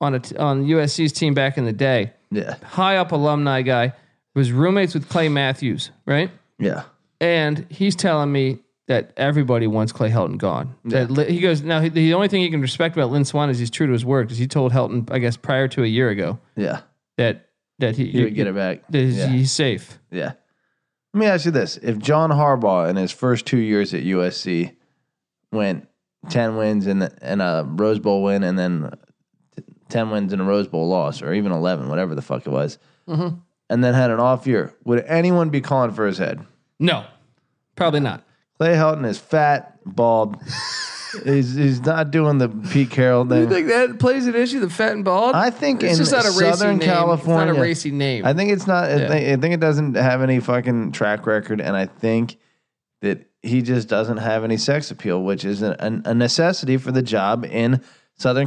S2: on a t- on USC's team back in the day.
S3: yeah
S2: high up alumni guy, was roommates with Clay Matthews, right?
S3: yeah
S2: And he's telling me that everybody wants Clay Helton gone. That Li- he goes now. he- The only thing he can respect about Lynn Swan is he's true to his word because he told Helton, I guess, prior to a year ago
S3: yeah.
S2: that that he,
S3: You would get it back.
S2: that he's,
S3: Yeah.
S2: he's safe.
S3: Yeah. Let me ask you this: If John Harbaugh in his first two years at USC went ten wins and and a Rose Bowl win, and then ten wins and a Rose Bowl loss, or even eleven, whatever the fuck it was,
S2: Mm-hmm.
S3: and then had an off year, would anyone be calling for his head?
S2: No, probably not.
S3: Clay Helton is fat,
S2: [LAUGHS]
S3: bald. he's he's not doing the Pete Carroll thing.
S2: think that plays an issue? The fat and bald.
S3: I think
S2: it's
S3: in
S2: just not a
S3: Southern
S2: racy name.
S3: California,
S2: It's not a racy name.
S3: I think it's not. I, think, I think it doesn't have any fucking track record, and I think that he just doesn't have any sex appeal, which is a, a, a necessity for the job in Southern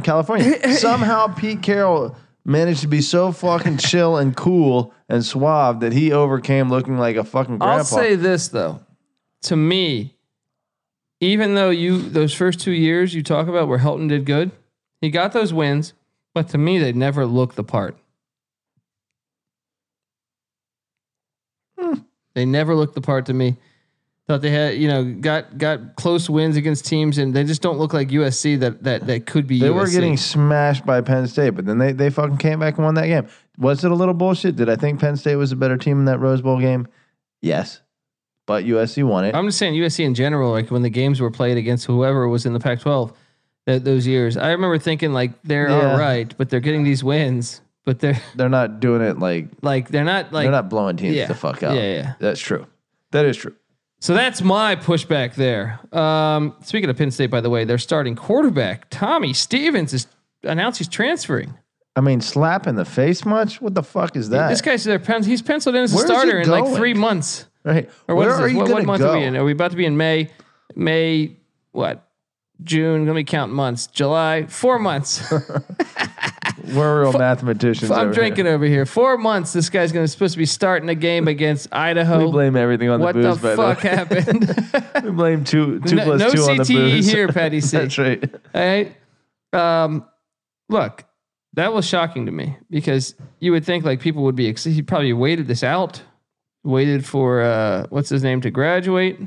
S2: [LAUGHS]
S3: California. Somehow, Pete Carroll managed to be so fucking chill and cool and suave that he overcame looking like a fucking grandpa.
S2: I'll say this though, to me, even though you those first two years you talk about where Helton did good, he got those wins, but to me they never looked the part.
S3: Hmm.
S2: They never looked the part to me. Thought they had, you know, got got close wins against teams, and they just don't look like USC that that that could be.
S3: they
S2: USC.
S3: were getting smashed by Penn State, but then they, they fucking came back and won that game. Was it a little bullshit? Did I think Penn State was a better team in that Rose Bowl game? Yes. But USC won it.
S2: I'm just saying USC in general, like when the games were played against whoever was in the Pac-12 th- those years, I remember thinking like they're
S3: Yeah.
S2: all right, but they're getting these wins, but they're [LAUGHS]
S3: They're not doing it like
S2: like they're not like
S3: they're not blowing teams
S2: yeah,
S3: the fuck out.
S2: yeah, yeah.
S3: That's true. That is true.
S2: So that's my pushback there. Um, speaking of Penn State, by the way, their starting quarterback Tommy Stevens is announced he's transferring.
S3: I mean, slap in the face much? What the fuck is that?
S2: This guy's their pen, he's penciled in as a
S3: Where is he
S2: starter in like
S3: going?
S2: three months.
S3: right.
S2: Or what
S3: Where
S2: is this?
S3: are you
S2: what, what
S3: going to
S2: month
S3: go?
S2: are we in? Are we about to be in May? May what? June. Let me count months. July. Four months.
S3: We're real mathematicians.
S2: I'm
S3: over
S2: drinking over here. Four months. This guy's gonna supposed to be starting a game against
S3: Here.
S2: Idaho.
S3: [LAUGHS] We blame everything on
S2: what
S3: the
S2: the
S3: booze. uh, by the way. [LAUGHS]
S2: fuck happened? [LAUGHS]
S3: we blame two two
S2: no
S3: plus
S2: no
S3: two on the
S2: CTE
S3: booze.
S2: here,
S3: [LAUGHS]
S2: Patty C.
S3: That's right.
S2: All right. Um, look, that was shocking to me because you would think like people would be. Ex- he probably waited this out, waited for uh, what's his name to graduate.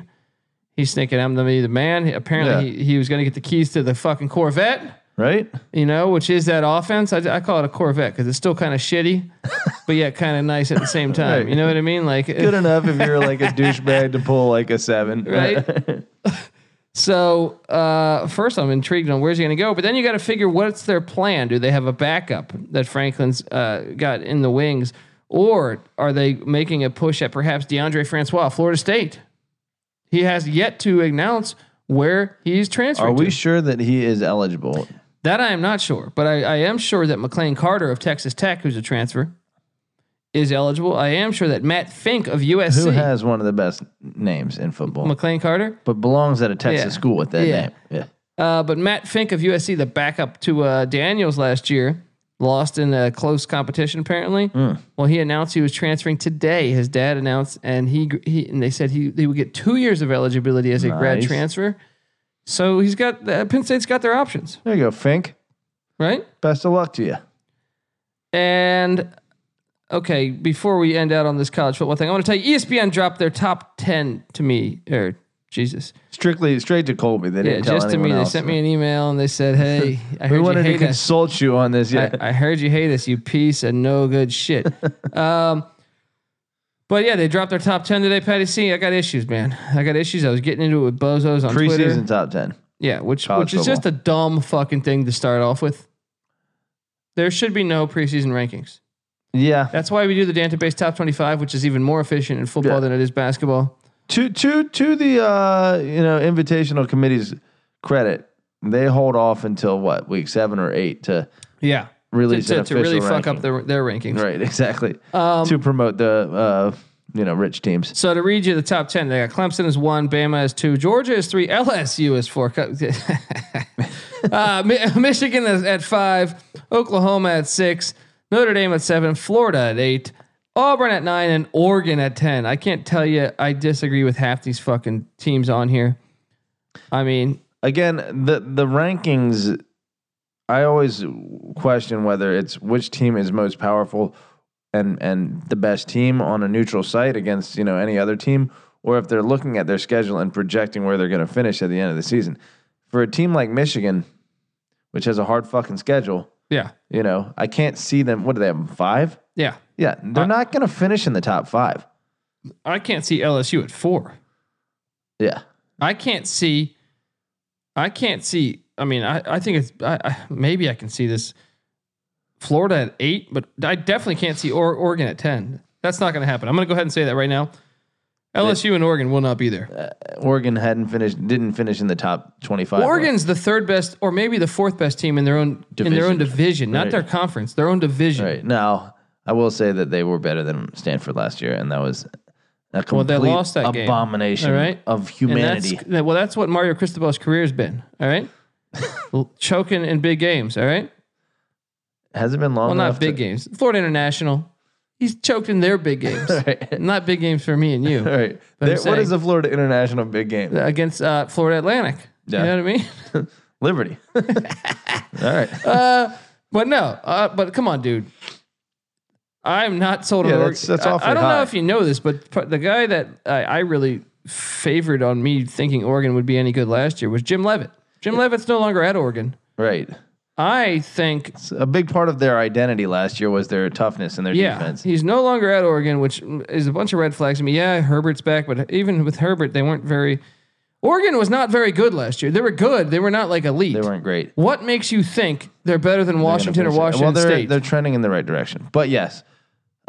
S2: He's thinking I'm gonna be the man. He- Apparently, he, he was gonna get the keys to the fucking Corvette.
S3: Right?
S2: You know, which is that offense? I, I call it a Corvette because it's still kind of shitty,
S3: [LAUGHS]
S2: but yet kind of nice at the same time.
S3: Right.
S2: You know what I mean? Like,
S3: Good enough if
S2: [LAUGHS]
S3: you're like a douchebag to pull like a seven.
S2: Right?
S3: [LAUGHS]
S2: So uh, first, I'm intrigued on where's he going to go, but then you got to figure what's their plan. Do they have a backup that Franklin's uh, got in the wings, or are they making a push at perhaps DeAndre Francois, Florida State? He has yet to announce where he's transferred.
S3: Are we
S2: to.
S3: sure that he is eligible?
S2: that I am not sure, but I, I am sure that McLean Carter of Texas Tech, who's a transfer, is eligible. I am sure that Matt Fink of USC,
S3: Who has one of the best names in football,
S2: McLean Carter,
S3: but belongs at a Texas
S2: Yeah.
S3: school with that
S2: Yeah.
S3: name? Yeah.
S2: Uh, but Matt Fink of USC, the backup to uh, Daniels last year, lost in a close competition. Apparently,
S3: Hmm.
S2: well, he announced he was transferring today. His dad announced, and he, he and they said he they would get two years of eligibility as a grad
S3: Nice.
S2: transfer. So he's got uh, Penn State's got their options,
S3: There you go, Fink.
S2: right?
S3: Best of luck to you.
S2: And okay, before we end out on this college football thing, I want to tell you, E ESPN dropped their top ten to me. Or Jesus,
S3: Strictly straight to Colby. They didn't
S2: yeah,
S3: tell
S2: just to
S3: anyone
S2: me. They
S3: else.
S2: sent me an email and they said, "Hey,
S3: [LAUGHS]
S2: I heard
S3: we
S2: you
S3: wanted to
S2: hate us."
S3: consult you on this. Yeah.
S2: I, I heard you hate us, you piece of no good
S3: [LAUGHS]
S2: shit. um, but yeah, they dropped their top ten today, Patty C. I got issues, man. I got issues. I was getting into it with bozos on
S3: Preseason
S2: Twitter.
S3: top ten.
S2: Yeah, which
S3: College
S2: which is just a dumb fucking thing to start off with. There should be no preseason rankings.
S3: Yeah.
S2: That's why we do the database top twenty-five, which is even more efficient in football
S3: Yeah.
S2: than it is basketball.
S3: To to to the uh, you know invitational committee's credit, they hold off until what week seven or eight to
S2: Yeah, to,
S3: release
S2: to-
S3: an
S2: to really
S3: official
S2: fuck up Um,
S3: ranking.
S2: their their rankings.
S3: right [LAUGHS] exactly to promote the uh, you know rich teams.
S2: So to read you the top ten, they got Clemson is one, Bama is two, Georgia is three, LSU is four, [LAUGHS] Co- uh, Mi- [LAUGHS] Michigan is at five, Oklahoma at six, Notre Dame at seven, Florida at eight, Auburn at nine, and Oregon at ten. I can't tell you I disagree with half these fucking teams on here. I mean,
S3: again the the rankings i always question whether it's which team is most powerful and and the best team on a neutral site against you know any other team or if they're looking at their schedule and projecting where they're going to finish at the end of the season for a team like michigan which has a hard fucking schedule
S2: yeah,
S3: you know i can't see them what do they have five
S2: yeah,
S3: yeah they're not going to finish in the top five
S2: I can't see LSU at four.
S3: yeah
S2: I can't see. I can't see. I mean, I, I think it's I, I, maybe I can see this. Florida at eight, but I definitely can't see or, Oregon at ten. That's not going to happen. I'm going to go ahead and say that right now. LSU and Oregon will not be there.
S3: oregon hadn't finished didn't finish in the top 25
S2: Oregon's the third best, or maybe the fourth best team in their own in their own
S3: Division.
S2: division, not
S3: Right.
S2: their conference, their own division.
S3: Right. Now, I will say that they were better than Stanford last year, and that was a complete
S2: they lost that game.
S3: abomination
S2: All right.
S3: of
S2: And
S3: humanity.
S2: that's that- well, that's what Mario Cristobal's career has been. All
S3: [LAUGHS]
S2: right, L- choking in big games. All right,
S3: Has it been long
S2: well,
S3: enough?
S2: not big games. Florida International, he's choked in their
S3: [LAUGHS]
S2: big games.
S3: to, right.
S2: Not big games for me and you
S3: All [LAUGHS] right.
S2: I'm
S3: There- what
S2: saying-
S3: is the Florida International big game?
S2: against uh, Florida Atlantic.
S3: Yeah.
S2: You know what I mean? [LAUGHS]
S3: Liberty. [LAUGHS] All right.
S2: But no, uh, but come on, dude. I'm not sold
S3: Yeah,
S2: on. Oregon.
S3: that's- that's
S2: I-
S3: awfully
S2: I, don't know
S3: high.
S2: if you know this, but pr- the guy that I, I really favored on me thinking Oregon would be any good last year was Jim Levitt. Jim Levitt's no longer at Oregon.
S3: right.
S2: I think,
S3: So a big part of their identity last year was their toughness and their
S2: yeah,
S3: defense.
S2: he's no longer at Oregon, which is a bunch of red flags to me. Yeah, Herbert's back, but even with Herbert, they weren't very. Oregon was not very good last year. They were good. They were not like elite.
S3: They weren't great.
S2: What makes you think they're better than Washington or
S3: Well,
S2: Washington
S3: they're,
S2: State?
S3: They're trending in the right direction. But yes,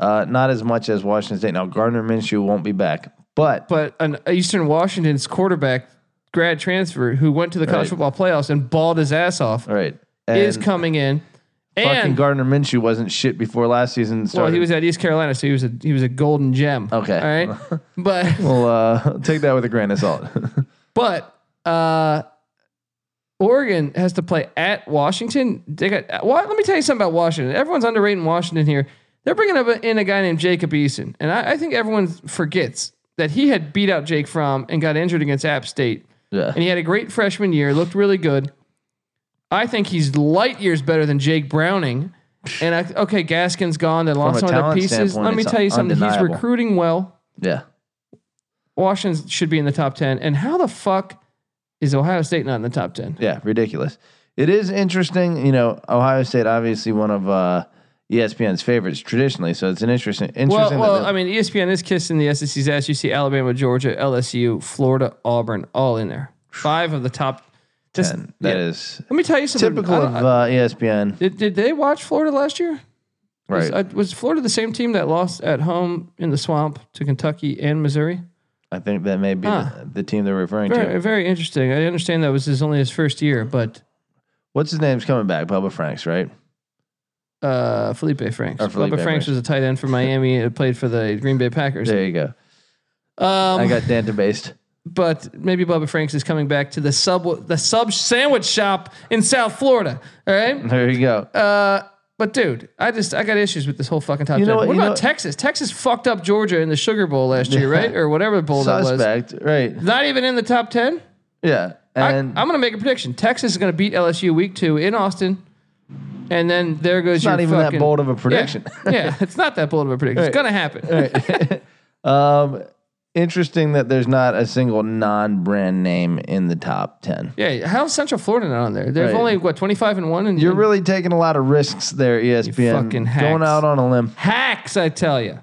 S3: uh, not as much as Washington State. Now, Gardner Minshew won't be back, but
S2: but an Eastern Washington's quarterback grad transfer who went to the college
S3: Right.
S2: football playoffs and balled his ass off
S3: all right. And
S2: is coming in.
S3: fucking
S2: And
S3: Gardner Minshew wasn't shit before last season started.
S2: well, he was at East Carolina, so he was a he was a golden gem.
S3: Okay.
S2: all
S3: [LAUGHS]
S2: right, but [LAUGHS]
S3: Well, uh, take that with a grain of salt.
S2: but uh, Oregon has to play at Washington. They got, well, let me tell you something about Washington. Everyone's underrating Washington here. They're bringing up a, in a guy named Jacob Eason, and I, I think everyone forgets that he had beat out Jake Fromm and got injured against App State,
S3: Yeah.
S2: and he had a great freshman year, looked really good. I think he's light years better than Jake Browning. And I, okay, Gaskin's gone. They lost
S3: a
S2: some of
S3: talent
S2: their pieces.
S3: standpoint,
S2: Let me
S3: it's
S2: tell you something.
S3: undeniable.
S2: He's recruiting well.
S3: Yeah.
S2: Washington should be in the top 10. And how the fuck is Ohio State not in the top 10?
S3: Yeah. Ridiculous. It is interesting. You know, Ohio State, obviously one of uh, ESPN's favorites traditionally. So it's an interesting,
S2: Well,
S3: interesting.
S2: well, I mean, E ESPN is kissing the SEC's ass. You see Alabama, Georgia, LSU, Florida, Auburn, all in there. Five of the top. Just,
S3: mean, that
S2: yeah.
S3: is
S2: Let me tell you something. I
S3: typical of
S2: don't- I-
S3: uh, ESPN.
S2: did, did they watch Florida last year? Was,
S3: Right.
S2: uh, was Florida the same team that lost at home in the swamp to Kentucky and Missouri?
S3: I think that may be
S2: Huh.
S3: the, the team they're referring
S2: Very,
S3: to.
S2: very interesting. I understand that was his only his first year, but
S3: What's his name's coming back? Bubba Franks, right?
S2: uh, Felipe Franks.
S3: Or Oh, Felipe
S2: Bubba Franks
S3: Franks.
S2: was a tight end for Miami and played for the Green Bay Packers.
S3: There you go.
S2: Um,
S3: I got Danta based.
S2: but maybe Bubba Franks is coming back to the sub the sub sandwich shop in South Florida. All right.
S3: There you go.
S2: Uh, but dude, I just I got issues with this whole fucking top
S3: You know
S2: ten.
S3: what-
S2: What
S3: you
S2: about
S3: know-
S2: Texas? Texas fucked up Georgia in the Sugar Bowl last year, right? Or whatever the bowl that
S3: Suspect, right?
S2: was. Not even in the top ten.
S3: Yeah.
S2: I,
S3: And
S2: I'm gonna make a prediction. Texas is gonna beat LSU week two in Austin, and then there goes
S3: it's
S2: your
S3: not even
S2: fucking-
S3: that bold of a
S2: Yeah.
S3: prediction.
S2: [LAUGHS] Yeah, it's not that bold of a prediction. It's
S3: Right.
S2: gonna happen. [LAUGHS]
S3: [LAUGHS] Um, interesting that there's not a single non-brand name in the top ten.
S2: Yeah, how's Central Florida not on there? They've
S3: Right.
S2: only what 25 and one, and
S3: You're really taking a lot of risks there, E ESPN.
S2: fucking
S3: Going
S2: hacks.
S3: out on a limb.
S2: Hacks, I tell you.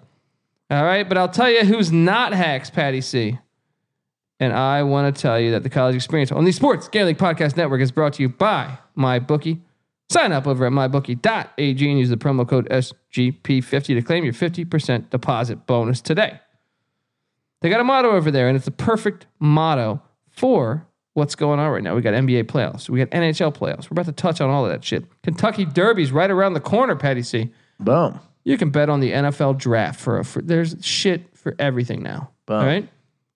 S2: All right, but I'll tell you who's not hacks, Patty C. And I want to tell you that the college experience on the Sports Gambling Podcast Network is brought to you by MyBookie. Sign up over at mybookie.ag and use the promo code SGP50 to claim your 50% deposit bonus today. They got a motto over there, and it's the perfect motto for what's going on right now. We got NBA playoffs, we got NHL playoffs. We're about to touch on all of that shit. Kentucky Derby's right around the corner, Patty C.
S3: Boom.
S2: You can bet on the NFL draft for a for, there's shit for everything now.
S3: Boom.
S2: All right,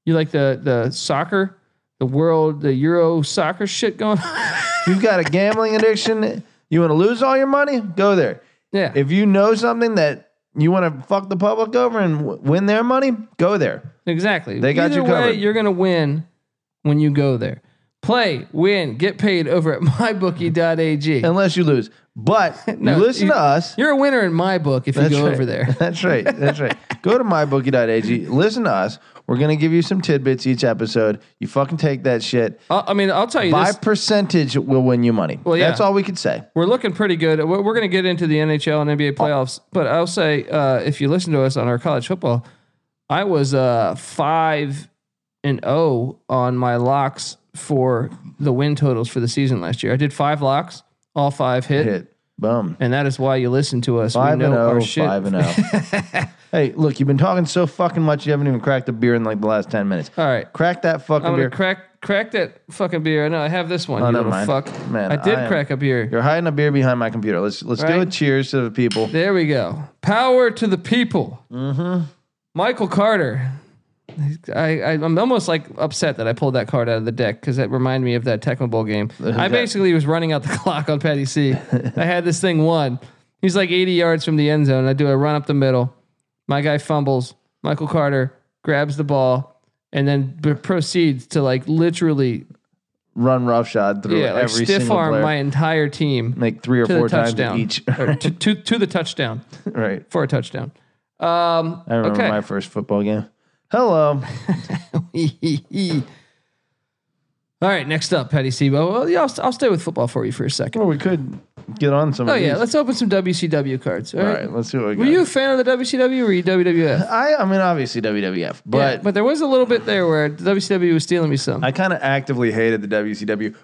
S2: you like the the soccer, the world, the Euro soccer shit going. on? [LAUGHS]
S3: You've got a gambling addiction. You want to lose all your money? Go there.
S2: yeah,
S3: If you know something that you want to fuck the public over and w- win their money, go there.
S2: exactly.
S3: They got
S2: Either
S3: you
S2: way,
S3: covered.
S2: you're gonna win when you go there. Play, win, get paid over at [LAUGHS] mybookie.ag.
S3: Unless you lose, but
S2: [LAUGHS] No,
S3: you listen
S2: you-
S3: to us.
S2: You're a winner in my book if you
S3: That's
S2: go
S3: right.
S2: over there.
S3: [LAUGHS] That's right.
S2: [LAUGHS]
S3: That's right. Go to mybookie.ag. Listen to us. We're gonna give you some tidbits each episode. You fucking take that shit.
S2: I I mean, I'll tell you
S3: By
S2: this:
S3: percentage will win you money.
S2: yeah.
S3: That's all we could say.
S2: we're looking pretty good. We're, we're going to get into the NHL and NBA playoffs, but I'll say uh, if you listen to us on our college football, I was uh, five and zero on my locks for the win totals for the season last year. I did five locks, all five hit,
S3: Hit. Boom.
S2: and that is why you listen to us.
S3: Five
S2: we know
S3: and
S2: our
S3: oh,
S2: shit.
S3: five and oh.
S2: [LAUGHS]
S3: hey, look, you've been talking so fucking much you haven't even cracked a beer in like the last ten minutes.
S2: all right,
S3: Crack that fucking
S2: I'm gonna
S3: beer.
S2: crack crack that fucking beer. I know I have this one. you
S3: never
S2: little
S3: mind.
S2: fuck.
S3: Man,
S2: I did
S3: I am-
S2: crack a beer.
S3: You're hiding a beer behind my computer. Let's let's do a
S2: Right.
S3: cheers to the people.
S2: There we go. Power to the people. Mm-hmm. Michael Carter. I, I I'm almost like upset that I pulled that card out of the deck because that reminded me of that Tecmo Bowl game.
S3: Uh,
S2: I basically was running out the [LAUGHS] clock on Patty C. I had this thing won. He's like 80 yards from the end zone. I do a run up the middle. My guy fumbles. Michael Carter grabs the ball and then b- proceeds to like literally
S3: Run roughshod through
S2: yeah, like
S3: every
S2: stiff
S3: single
S2: arm
S3: player.
S2: my entire team
S3: like three or
S2: to
S3: four
S2: the
S3: times
S2: touchdown
S3: each. [LAUGHS]
S2: or to, to to the touchdown
S3: right.
S2: for a touchdown. Um,
S3: I remember
S2: okay.
S3: my first football game. Hello.
S2: All right, next up, Patty Sebo. Well, yeah, I'll, st- I'll stay with football for you for a second.
S3: Well, we could get on some.
S2: Oh
S3: of
S2: yeah,
S3: these.
S2: let's open some WCW cards. All
S3: All
S2: right.
S3: right, let's see what we
S2: Were
S3: got.
S2: you a fan of the WCW or were you WWF?
S3: I, I mean, obviously WWF,
S2: Yeah,
S3: but
S2: but there was a little bit there where the WCW was stealing me some. I
S3: I kind of actively hated the WCW,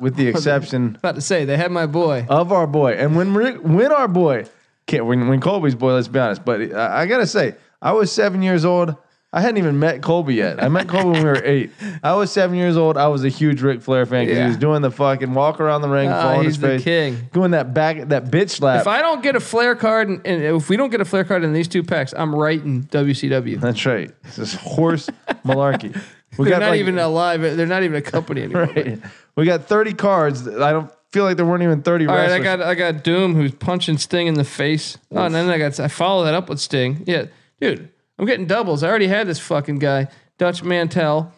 S2: [LAUGHS]
S3: with the exception
S2: was about to say they had my boy.
S3: of our boy, and when re- when our boy, can't, when when Colby's boy, let's be honest. But uh, I gotta say, I was seven years old. I hadn't even met Colby yet. I met Colby when we were eight. I was seven years old. I was a huge Ric Flair fan because
S2: Yeah.
S3: he was doing the fucking walk around the ring,
S2: Ah,
S3: falling
S2: he's
S3: his
S2: the
S3: face,
S2: king.
S3: doing that back that bitch slap.
S2: If I don't get a flare card and, and if we don't get a flare card in these two packs, I'm writing WCW. [LAUGHS]
S3: That's right. This is horse malarkey. We
S2: They're
S3: got
S2: not
S3: like-
S2: even alive. They're not even a company [LAUGHS] anymore.
S3: Right. We got 30 cards. I don't feel like there weren't even 30
S2: All right, I
S3: wrestlers.
S2: got I got Doom who's punching Sting in the face. Oh, and then I got I follow that up with Sting. Yeah, dude, I'm getting doubles. I already had this fucking guy Dutch Mantel.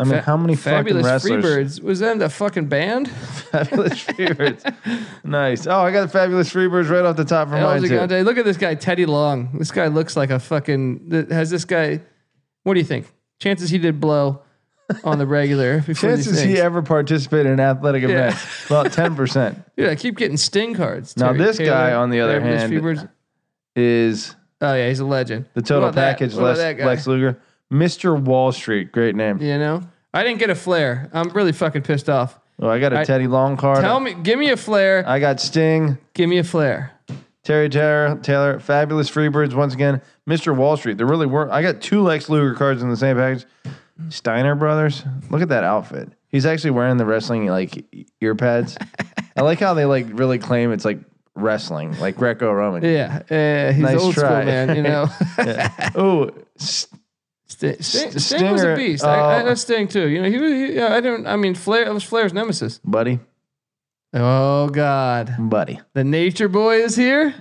S3: I mean, how many fucking
S2: Fabulous
S3: wrestlers?
S2: Freebirds was that the fucking band?
S3: [LAUGHS] Fabulous [LAUGHS] Freebirds. nice. Oh, I got the Fabulous Freebirds right off the top of
S2: That
S3: mine,
S2: was a
S3: too.
S2: good day. Look at this guy Teddy Long. This guy looks like a fucking. th- Has this guy? What do you think? Chances he did blow on the regular. [LAUGHS] Before these
S3: Chances he
S2: things.
S3: ever participated in an athletic
S2: Yeah.
S3: event, about 10%.
S2: Dude, I keep getting Sting cards.
S3: Now, this guy, on the other
S2: Fabulous
S3: hand,
S2: Freebirds.
S3: Is
S2: Oh yeah, he's a legend.
S3: the total
S2: What about that?
S3: package
S2: What about
S3: Lex,
S2: that guy?
S3: Lex Luger? Mr. Wall Street. Great name.
S2: You know, I didn't get a flare. I'm really fucking pissed off.
S3: Oh, I got a
S2: I-
S3: Teddy Long card.
S2: Tell me, give me a flare.
S3: uh, I got Sting,
S2: Give me a flare.
S3: Terry Taylor, Taylor, Fabulous Freebirds once again, Mr. Wall Street. There really were. I got two Lex Luger cards in the same package. Steiner Brothers. Look at that outfit. He's actually wearing the wrestling like ear pads. I like how they like really claim it's like wrestling, like Greco-Roman.
S2: Yeah, uh, he's
S3: Nice
S2: old
S3: try.
S2: school man. You
S3: [LAUGHS]
S2: know,
S3: Oh, s-
S2: Sting, Sting, Sting was
S3: Stinger,
S2: a beast. I, I
S3: uh,
S2: know Sting too. You know, he was. He, yeah, I don't. I mean, Flair it was Flair's nemesis.
S3: buddy,
S2: Oh God,
S3: buddy.
S2: the Nature Boy is here,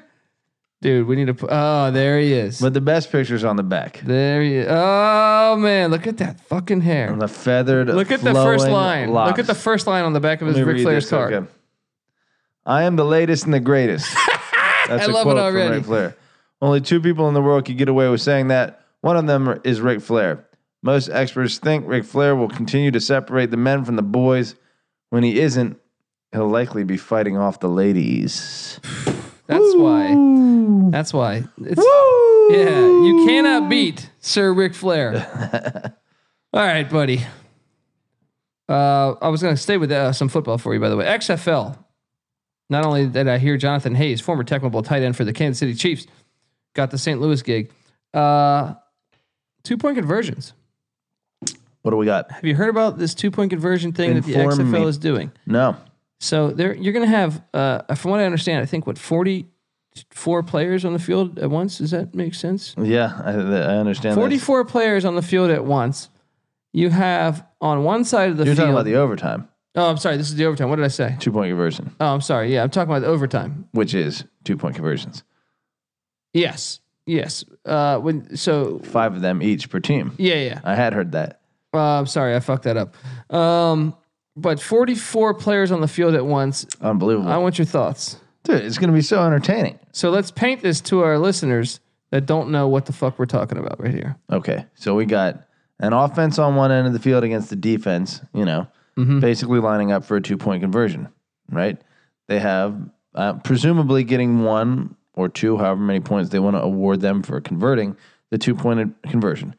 S2: dude. We need to. pu- Oh, there he is.
S3: But the best picture's on the back.
S2: there he. Is. Oh man, look at that fucking hair.
S3: The feathered.
S2: Look at the first line.
S3: flowing
S2: Look
S3: locks.
S2: at the first line on the back of his
S3: Let me
S2: Ric
S3: read
S2: Flair's
S3: this,
S2: card.
S3: okay. I am the latest and
S2: [LAUGHS]
S3: the greatest. That's
S2: I
S3: a
S2: love it
S3: quote
S2: already.
S3: From Ric Flair. Only two people in the world could get away with saying that. One of them is Ric Flair. Most experts think Ric Flair will continue to separate the men from the boys. When he isn't, he'll likely be fighting off the ladies.
S2: That's why. That's why. It's, Yeah, you cannot beat Sir Ric Flair. All right, buddy. Uh, I was going to stay with uh, some football for you, by the way. XFL. Not only did I hear Jonathan Hayes, former Tecmo Bowl tight end for the Kansas City Chiefs, got the St. Louis gig. Uh, two point conversions.
S3: What do we got?
S2: Have you heard about this two point conversion thing that the
S3: Inform
S2: XFL
S3: me.
S2: is doing?
S3: No.
S2: So there, you're going to have, uh, from what I understand, I think what forty-four players on the field at once. Does that make sense?
S3: Yeah, I, I understand. this.
S2: 44 players on the field at once. You have on one side of the
S3: You're
S2: field.
S3: talking about the overtime
S2: oh, I'm sorry. This is the overtime. What did I say?
S3: two point conversion,
S2: Oh, I'm sorry. Yeah, I'm talking about the overtime.
S3: which is two point conversions.
S2: Yes. Yes. Uh, when so
S3: Five of them each per team.
S2: yeah yeah.
S3: I had heard that.
S2: Uh, I'm sorry. I fucked that up. Um, but 44 players on the field at once.
S3: Unbelievable.
S2: I want your thoughts.
S3: Dude, it's going to be so entertaining.
S2: So let's paint this to our listeners that don't know what the fuck we're talking about right here.
S3: Okay. So we got an offense on one end of the field against the defense, you know, basically lining up for a two point conversion, right? They have uh, presumably getting one or two, however many points they want to award them for converting the two pointed conversion.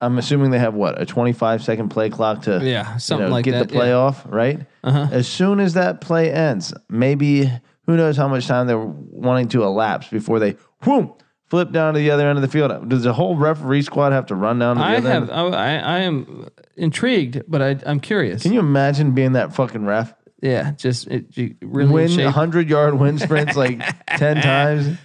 S3: I'm assuming they have what, a 25 second play clock to
S2: Yeah,
S3: you
S2: something
S3: know,
S2: like
S3: get
S2: that.
S3: the play
S2: yeah.
S3: off, right?
S2: Uh-huh.
S3: As soon as that play ends, maybe who knows how much time they're wanting to elapse before they whoom flip down to the other end of the field. Does the whole referee squad have to run down to the
S2: I
S3: other
S2: have.
S3: end?
S2: I, I I am intrigued, but I, I'm curious.
S3: Can you imagine being that fucking ref?
S2: Yeah, just it, you really in
S3: Win
S2: shape.
S3: 100 yard wind
S2: [LAUGHS]
S3: sprints like 10 times?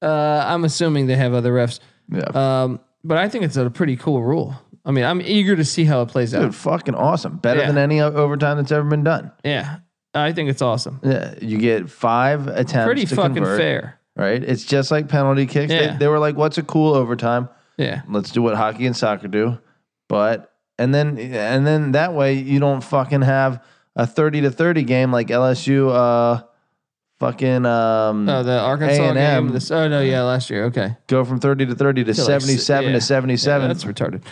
S2: Uh, I'm assuming they have other refs,
S3: Yeah.
S2: um, but I think it's a pretty cool rule. I mean, I'm eager to see how it plays
S3: Dude,
S2: out.
S3: fucking awesome. Better
S2: Yeah.
S3: than any o- overtime that's ever been done.
S2: Yeah, I think it's awesome.
S3: Yeah. You get five attempts.
S2: Pretty
S3: to
S2: fucking
S3: convert,
S2: fair.
S3: Right? It's just like penalty kicks. They-
S2: Yeah.
S3: they were like, what's a cool overtime?
S2: Yeah,
S3: let's do what hockey and soccer do but and then and then that way you don't fucking have a 30 to 30 game like lsu uh fucking um
S2: oh, the Arkansas
S3: A&M.
S2: game. This, oh no, yeah, last year. Okay,
S3: go from 30 to 30 to
S2: like,
S3: 77
S2: yeah.
S3: to 77
S2: that's retarded.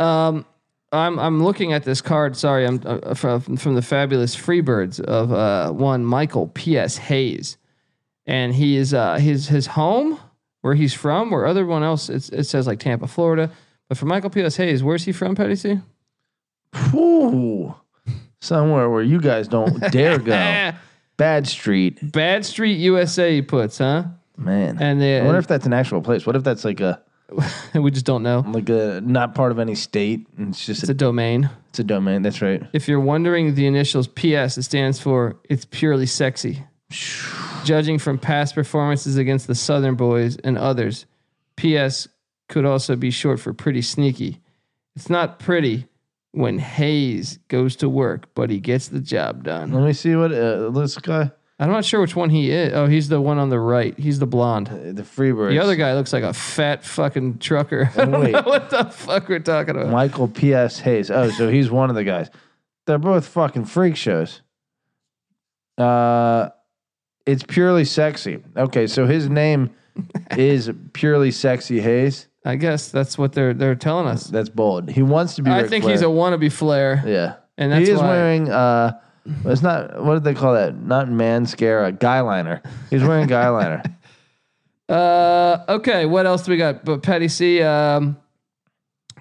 S2: Um, I'm I'm looking at this card. Sorry, I'm uh, from from the fabulous Freebirds of uh, one Michael P.S. Hayes, and he is uh, his his home where he's from. Where everyone else it's, it says like Tampa, Florida, but for Michael P.S. Hayes, where's he from, Petty C?
S3: Ooh. somewhere where you
S2: [LAUGHS]
S3: guys don't dare go
S2: Ah,
S3: bad street
S2: Bad Street, USA. He puts, huh?
S3: man
S2: And
S3: i wonder
S2: then
S3: if that's an actual place what if that's like a
S2: [LAUGHS] we just don't know.
S3: like a not part of any state and it's just
S2: It's
S3: a,
S2: a domain.
S3: it's a domain that's right
S2: If you're wondering, the initials PS it stands for it's purely sexy. Judging from past performances against the Southern Boys and others, PS could also be short for pretty sneaky. It's not pretty, when Hayes goes to work, but he gets the job done.
S3: Let me see what uh, this guy,
S2: I'm not sure which one he is. Oh, he's the one on the right. He's the blonde.
S3: uh, the Freebirds.
S2: The other guy looks like a fat fucking trucker. [LAUGHS] I
S3: Oh,
S2: don't
S3: wait.
S2: know what the fuck we're talking about.
S3: Michael P.S. Hayes. Oh, so he's one of the guys. They're both fucking freak shows. Uh, it's purely sexy. Okay, so his name is purely sexy Hayes.
S2: I guess that's what they're they're telling us.
S3: That's bold. He wants to be.
S2: I
S3: Ric
S2: think
S3: Flair.
S2: he's a wannabe Flair,
S3: Yeah,
S2: and that's
S3: he is
S2: why.
S3: wearing. Uh, it's not. What did they call that? Not manscara. Guy liner. He's wearing guy liner.
S2: Uh, okay, what else do we got? But Patty C, um,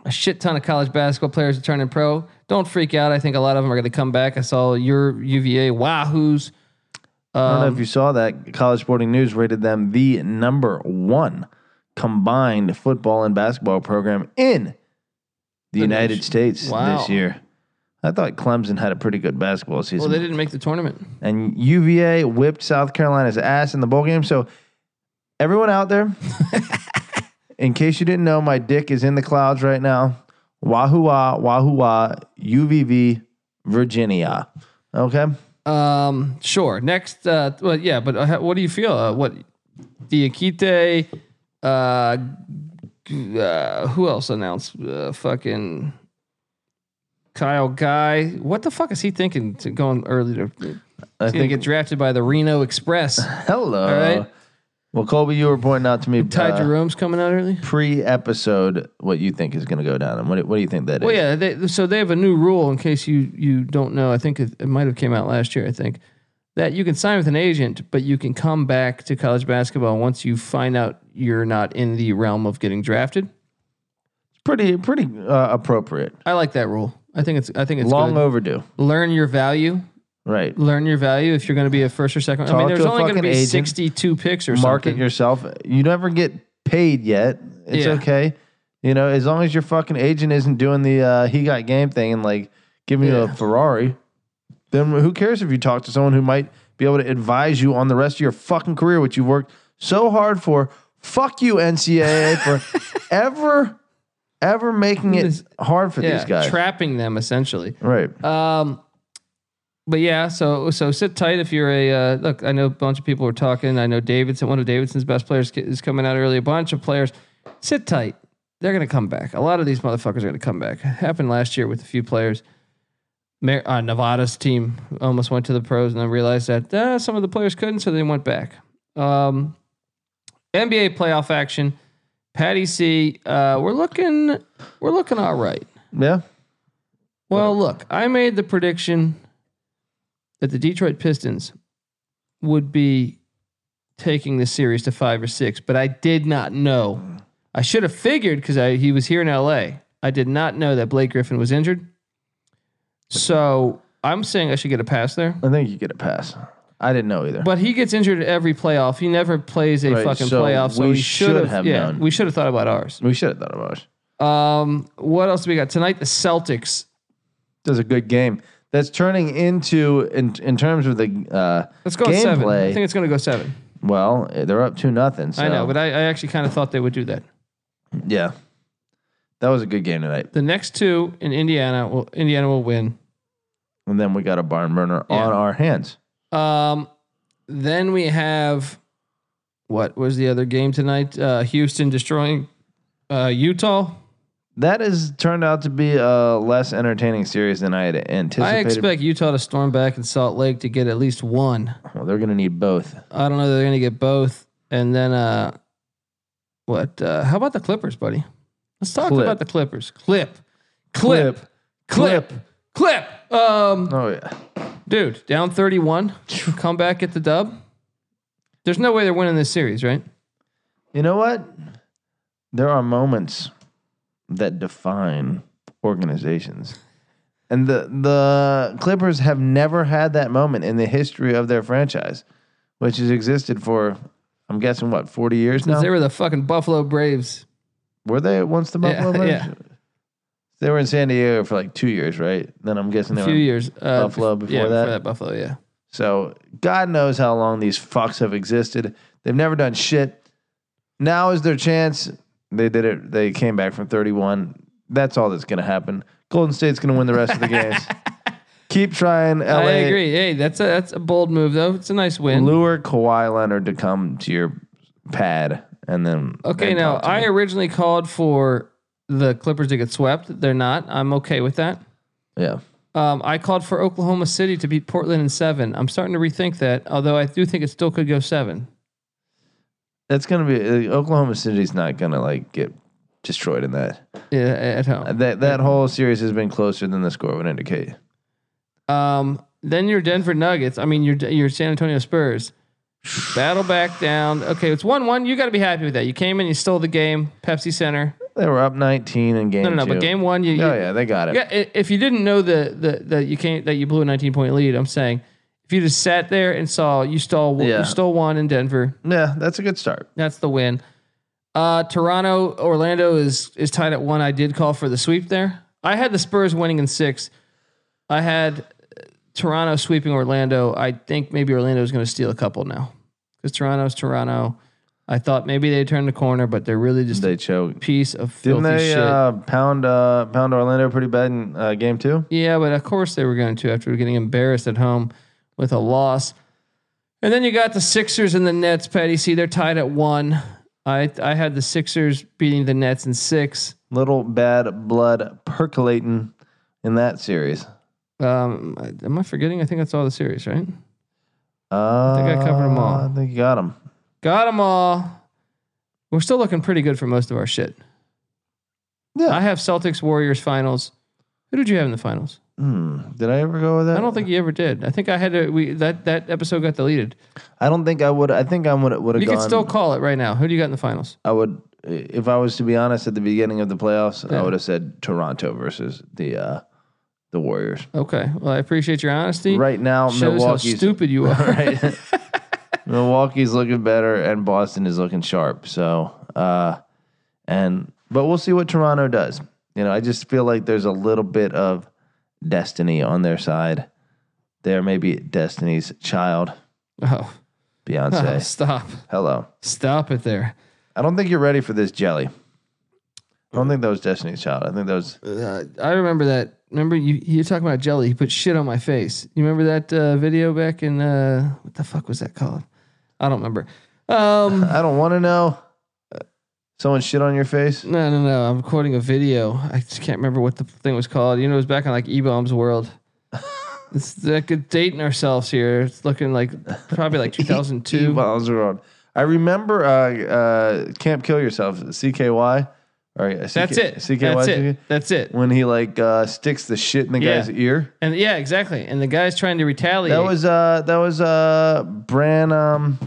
S2: a shit ton of college basketball players are turning pro. Don't freak out. I think a lot of them are going to come back. I saw your UVA Wahoos.
S3: I don't know
S2: Um,
S3: if you saw that. College Sporting News rated them the number one combined football and basketball program in the,
S2: The
S3: United
S2: nation.
S3: States
S2: Wow.
S3: this year. I thought Clemson had a pretty good basketball
S2: Well,
S3: season.
S2: they didn't make the tournament.
S3: and UVA whipped South Carolina's ass in the bowl game. So, everyone
S2: [LAUGHS]
S3: out there, in case you didn't know, my dick is in the clouds right now. Wahoo wah, wahoo wah, UVV, Virginia. Okay.
S2: Um, sure. Next, uh, well, yeah, but uh, what do you feel? Uh, what Diakite, uh, g- uh, who else announced? Uh, fucking Kyle Guy. What the fuck is he thinking to going early to?
S3: I
S2: He's gonna
S3: think
S2: get drafted by the Reno Express.
S3: Hello.
S2: All right.
S3: Well, Colby, you were pointing out to me
S2: Ty
S3: uh,
S2: Jerome's coming out early.
S3: pre-episode what you think is going to go down, and what, do- what do you think that is?
S2: Well, yeah. They, so they have a new rule in case you you don't know. I think it, it might have came out last year. I think that you can sign with an agent, but you can come back to college basketball once you find out you're not in the realm of getting drafted.
S3: It's pretty pretty uh, appropriate.
S2: I like that rule. I think it's I think it's
S3: Long
S2: good.
S3: overdue,
S2: learn your value.
S3: right?
S2: Learn your value if you're going to be a first or second. I
S3: Talk
S2: mean,
S3: to
S2: there's
S3: a
S2: only going to
S3: fucking
S2: be
S3: agent.
S2: 62 picks or
S3: Market
S2: something.
S3: yourself. You never get paid yet. It's
S2: Yeah.
S3: okay. You know, as long as your fucking agent isn't doing the uh, he got game thing and like giving you
S2: Yeah.
S3: a Ferrari, then who cares if you talk to someone who might be able to advise you on the rest of your fucking career, which you've worked so hard for. Fuck you, NCAA,
S2: [LAUGHS]
S3: for ever, ever making it hard for
S2: yeah,
S3: these guys.
S2: trapping them essentially.
S3: right.
S2: Um, but yeah, so so sit tight if you're a uh, look. I know a bunch of people were talking. I know Davidson, one of Davidson's best players, ki- is coming out early. A bunch of players, sit tight. They're gonna come back. A lot of these motherfuckers are gonna come back. Happened last year with a few players. Mar- uh, Nevada's team almost went to the pros and then realized that uh, some of the players couldn't, so they went back. Um, NBA playoff action. Patty C, uh, we're looking, we're looking all right.
S3: yeah.
S2: Well, look, I made the prediction that the Detroit Pistons would be taking this series to five or six, but I did not know. I should have figured because he was here in LA. I did not know that Blake Griffin was injured. So I'm saying I should get a pass there.
S3: I think you get a pass. I didn't know either.
S2: But he gets injured at every playoff. He never plays a
S3: Right,
S2: fucking
S3: so
S2: playoff. So
S3: we
S2: we should have.
S3: have
S2: Yeah,
S3: known.
S2: we should have thought about ours.
S3: we should have thought about it.
S2: Um, what else do we got tonight? The Celtics.
S3: That's a good game. That's turning into in in terms of the uh,
S2: Let's go
S3: gameplay.
S2: seven. I think it's going to go seven.
S3: well, they're up two nothing. So
S2: I know, but I, I actually kind of thought they would do that.
S3: yeah, that was a good game tonight.
S2: The next two in Indiana will Indiana will win.
S3: And then we got a barn burner
S2: Yeah.
S3: on our hands.
S2: Um, then we have what was the other game tonight? Uh, Houston destroying uh, Utah.
S3: That has turned out to be a less entertaining series than I had anticipated.
S2: I expect Utah to storm back in Salt Lake to get at least one.
S3: well, they're going to need both.
S2: I don't know they're going to get both. And then uh, what? Uh, how about the Clippers, buddy? Let's talk
S3: Clip.
S2: about the Clippers. Clip, clip, clip, clip. Um,
S3: Oh yeah,
S2: Dude, down
S3: [LAUGHS]
S2: 31. Come back at the dub. There's no way they're winning this series, right?
S3: you know what? There are moments that define organizations. And the the Clippers have never had that moment in the history of their franchise, which has existed for I'm guessing what, 40 years
S2: Because
S3: now?
S2: they were the fucking Buffalo Braves.
S3: were they once the Buffalo
S2: Yeah,
S3: Braves?
S2: yeah.
S3: They were in San Diego for like 2 years, right? Then I'm guessing
S2: A
S3: they
S2: few
S3: were
S2: years. Uh,
S3: Buffalo before
S2: yeah,
S3: that?
S2: Buffalo, yeah.
S3: So God knows how long these fucks have existed. They've never done shit. Now is their chance. They did it. They came back from 31. That's all that's going to happen. Golden State's going to win the rest of the games.
S2: [LAUGHS]
S3: Keep trying, LA.
S2: I agree. Hey, that's a that's a bold move though. It's a nice win.
S3: Lure Kawhi Leonard to come to your pad, and then
S2: Okay,
S3: then
S2: now
S3: talk to
S2: I
S3: me.
S2: originally called for the Clippers to get swept. They're not. I'm okay with that.
S3: yeah.
S2: Um, I called for Oklahoma City to beat Portland in seven. I'm starting to rethink that, although I do think it still could go seven.
S3: That's gonna be uh, Oklahoma City's not gonna like get destroyed in that.
S2: Yeah, at home.
S3: That that whole series has been closer than the score would indicate.
S2: Um, then your Denver Nuggets. I mean, your your San Antonio Spurs. Battle back down. Okay, it's one one. You got to be happy with that. You came in, you stole the game. Pepsi Center.
S3: They were up 19 in game.
S2: No, no, no.
S3: two.
S2: But game one, you, you
S3: Oh yeah, they got it.
S2: Yeah, i- if you didn't know the the that you can't that you blew a 19 point lead, I'm saying if you just sat there and saw you stole
S3: Yeah.
S2: you stole one in Denver,
S3: Yeah, that's a good start.
S2: that's the win. Uh, Toronto, Orlando is is tied at one. I did call for the sweep there. I had the Spurs winning in six. I had uh, Toronto sweeping Orlando. I think maybe Orlando's going to steal a couple now because Toronto's Toronto. I thought maybe they turned the corner, but they're really just
S3: They
S2: a
S3: choked.
S2: piece of filthy
S3: Didn't they
S2: shit.
S3: uh, pound uh, pound Orlando pretty bad in uh, game two?
S2: Yeah, but of course they were going to after getting embarrassed at home with a loss. And then you got the Sixers and the Nets, Patty. See, they're tied at one. I I had the Sixers beating the Nets in six.
S3: Little bad blood percolating in that series.
S2: Um, am I forgetting? I think that's all the series, right?
S3: Uh,
S2: think I covered 'em all.
S3: I think you got them.
S2: Got them all. We're still looking pretty good for most of our shit.
S3: Yeah.
S2: I have Celtics Warriors finals. Who did you have in the finals?
S3: Hmm. Did I ever go with that?
S2: I don't think you ever did. I think I had to. We that that episode got deleted.
S3: I don't think I would. I think I would would have
S2: You
S3: gone.
S2: can still call it right now. Who do you got in the finals?
S3: I would, if I was to be honest, at the beginning of the playoffs,
S2: Yeah.
S3: I would have said Toronto versus the uh, the Warriors.
S2: Okay. Well, I appreciate your honesty.
S3: Right now,
S2: shows how
S3: Milwaukee's
S2: stupid
S3: [LAUGHS]
S2: you are.
S3: right. Milwaukee's looking better, and Boston is looking sharp. So, uh, and but we'll see what Toronto does. You know, I just feel like there's a little bit of destiny on their side. They're maybe destiny's child,
S2: Oh, oh, [LAUGHS]
S3: Beyonce.
S2: stop.
S3: Hello.
S2: Stop it there.
S3: I don't think you're ready for this jelly. I don't think that was Destiny's Child. I think that was
S2: Uh, I remember that. Remember you you're talking about jelly. He put shit on my face. You remember that uh, video back in uh, what the fuck was that called? I don't remember.
S3: [LAUGHS]
S2: Um,
S3: I don't want to know. Someone shit on your face.
S2: no, no, no. I'm quoting a video. I just can't remember what the thing was called. You know, it was back on like E-Bomb's
S3: [LAUGHS]
S2: world. It's like uh, dating ourselves here. It's looking like probably
S3: [LAUGHS]
S2: like 2002.
S3: miles around. I remember uh, uh, Camp Kill Yourself, CKY. Or, uh, CK,
S2: That's it.
S3: CKY.
S2: That's it. That's it.
S3: When he like uh, sticks the shit in the
S2: Yeah.
S3: guy's ear.
S2: And yeah, exactly. And the guy's trying to retaliate.
S3: That was uh that was uh Bran um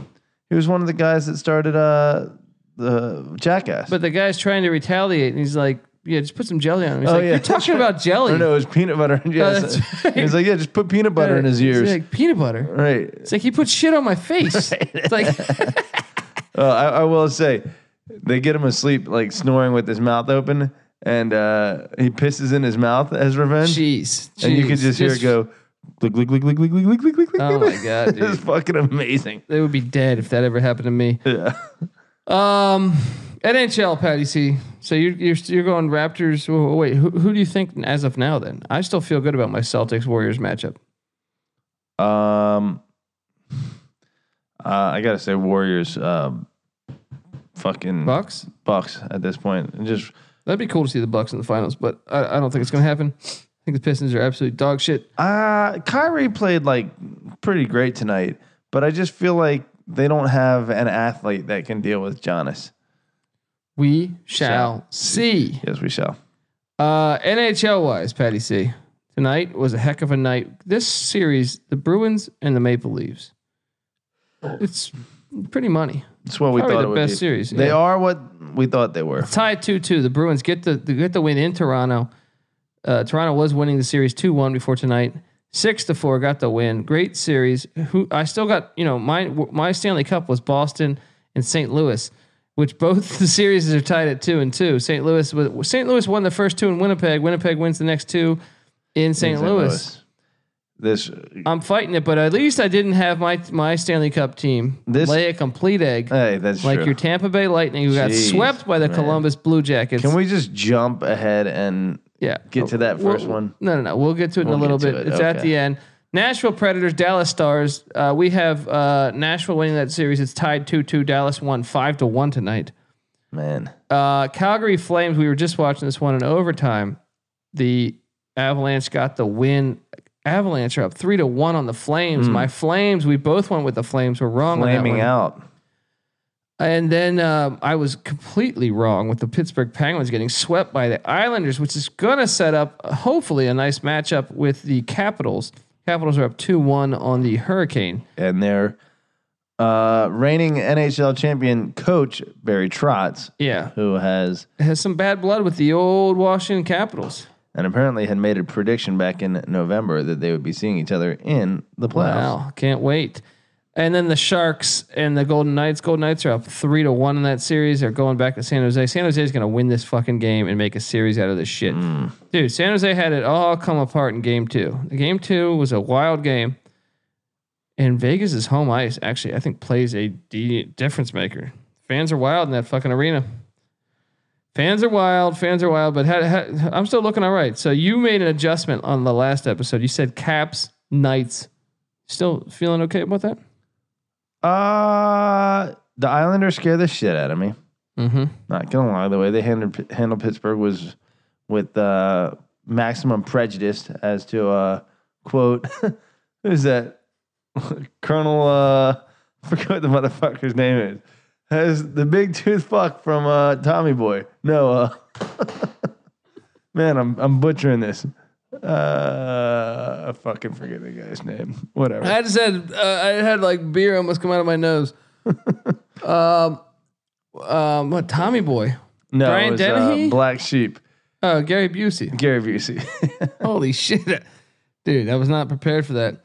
S3: he was one of the guys that started uh the Jackass.
S2: But the guy's trying to retaliate, and he's like, "Yeah, just put some jelly on him." He's
S3: Oh,
S2: like,
S3: yeah,
S2: "You're
S3: that's
S2: talking about jelly."
S3: no, no, it was peanut butter.
S2: [LAUGHS]
S3: [LAUGHS] yes.
S2: Oh, that's right.
S3: He's like, yeah, just put peanut butter in his
S2: He's
S3: ears.
S2: like peanut butter.
S3: right.
S2: It's like he put shit on my
S3: [LAUGHS]
S2: face. It's like
S3: Uh, I, I will say, they get him asleep, like snoring with his mouth open, and uh, he pisses in his mouth as revenge.
S2: jeez,
S3: and you can
S2: jeez,
S3: just hear it go, glick, glick, glick, glick, glick, glick, glick, glick, glick, glick.
S2: Oh my God, dude.
S3: [LAUGHS] it's fucking amazing.
S2: They would be dead if that ever happened to me.
S3: Yeah.
S2: Um, NHL, Patty C. So you're you're, you're going Raptors. Oh, Wait, who, who do you think as of now? Then I still feel good about my Celtics Warriors matchup.
S3: Um, uh, I gotta say, Warriors, um, fucking
S2: Bucks.
S3: Bucks at this point, and just
S2: That'd be cool to see the Bucks in the finals, but I, I don't think it's gonna happen. I think the Pistons are absolute dog shit.
S3: Uh, Kyrie played like pretty great tonight, but I just feel like they don't have an athlete that can deal with Giannis.
S2: We shall see.
S3: Yes, we shall.
S2: Uh, NHL wise, Patty C. Tonight was a heck of a night. This series, the Bruins and the Maple Leaves. It's pretty money.
S3: It's what we
S2: Probably
S3: thought
S2: the
S3: it would
S2: best
S3: be.
S2: series,
S3: They
S2: yeah.
S3: are what we thought they were.
S2: Tied two two. The Bruins get the they get the win in Toronto. Uh, Toronto was winning the series two one before tonight. Six to four got the win. Great series. Who I still got you know my my Stanley Cup was Boston and St. Louis, which both [LAUGHS] the series are tied at two and two. St. Louis was St. Louis won the first two in Winnipeg. Winnipeg wins the next two in St. Louis.
S3: This
S2: I'm fighting it, but at least I didn't have my my Stanley Cup team
S3: This-
S2: lay a complete egg
S3: hey, that's
S2: like
S3: true.
S2: your Tampa Bay Lightning who got
S3: Jeez,
S2: swept by the
S3: man.
S2: Columbus Blue Jackets.
S3: can we just jump ahead and
S2: Yeah.
S3: Get to that first
S2: We'll-
S3: one.
S2: No, no, no. We'll get to it in a
S3: We'll
S2: little bit.
S3: get to it.
S2: It's at
S3: Okay.
S2: the end. Nashville Predators, Dallas Stars. Uh, we have uh, Nashville winning that series. It's tied 2 2. Dallas won 5 to 1 tonight.
S3: Man.
S2: Uh, Calgary Flames, we were just watching this one in overtime. The Avalanche got the win. Avalanche are up 3 to 1 on the Flames. My Flames, we both went with the Flames. We're wrong. on that
S3: Hmm. Flaming
S2: one.
S3: out.
S2: And then um, I was completely wrong with the Pittsburgh Penguins getting swept by the Islanders, which is going to set up uh, hopefully a nice matchup with the Capitals. Capitals are up 2 1 on the Hurricane.
S3: And their uh, reigning NHL champion coach, Barry Trotz,
S2: Yeah.
S3: who has
S2: Has some bad blood with the old Washington Capitals.
S3: and apparently had made a prediction back in November that they would be seeing each other in the playoffs.
S2: Wow. Can't wait. And then the Sharks and the Golden Knights. Golden Knights are up 3 to 1 in that series. They're going back to San Jose. San Jose is going to win this fucking game and make a series out of this shit. Dude, San Jose had it all come apart in game two. Game two was a wild game. And Vegas is home ice, actually, I think plays a de- difference maker. Fans are wild in that fucking arena. Fans are wild. Fans are wild. But ha- ha- I'm still looking all right. So you made an adjustment on the last episode. You said Caps, Knights. Still feeling okay about that?
S3: Uh, the Islanders scare the shit out of me.
S2: Mm-hmm.
S3: Not gonna lie, the way they handled handled Pittsburgh was with uh, maximum prejudice as to uh, quote [LAUGHS] who's that [LAUGHS] Colonel uh, [LAUGHS] I forget what the motherfucker's name is has the big tooth fuck from uh, Tommy Boy. No, uh, [LAUGHS] man, I'm I'm butchering this. Uh, I fucking forget the guy's name. Whatever.
S2: I just had uh, I had like beer almost come out of my [LAUGHS] nose. um, um, what Tommy Boy?
S3: no,
S2: Brian
S3: it was, uh,
S2: Dennehy?
S3: Black Sheep.
S2: Oh, Gary Busey.
S3: Gary Busey.
S2: Holy shit, dude! I was not prepared for that.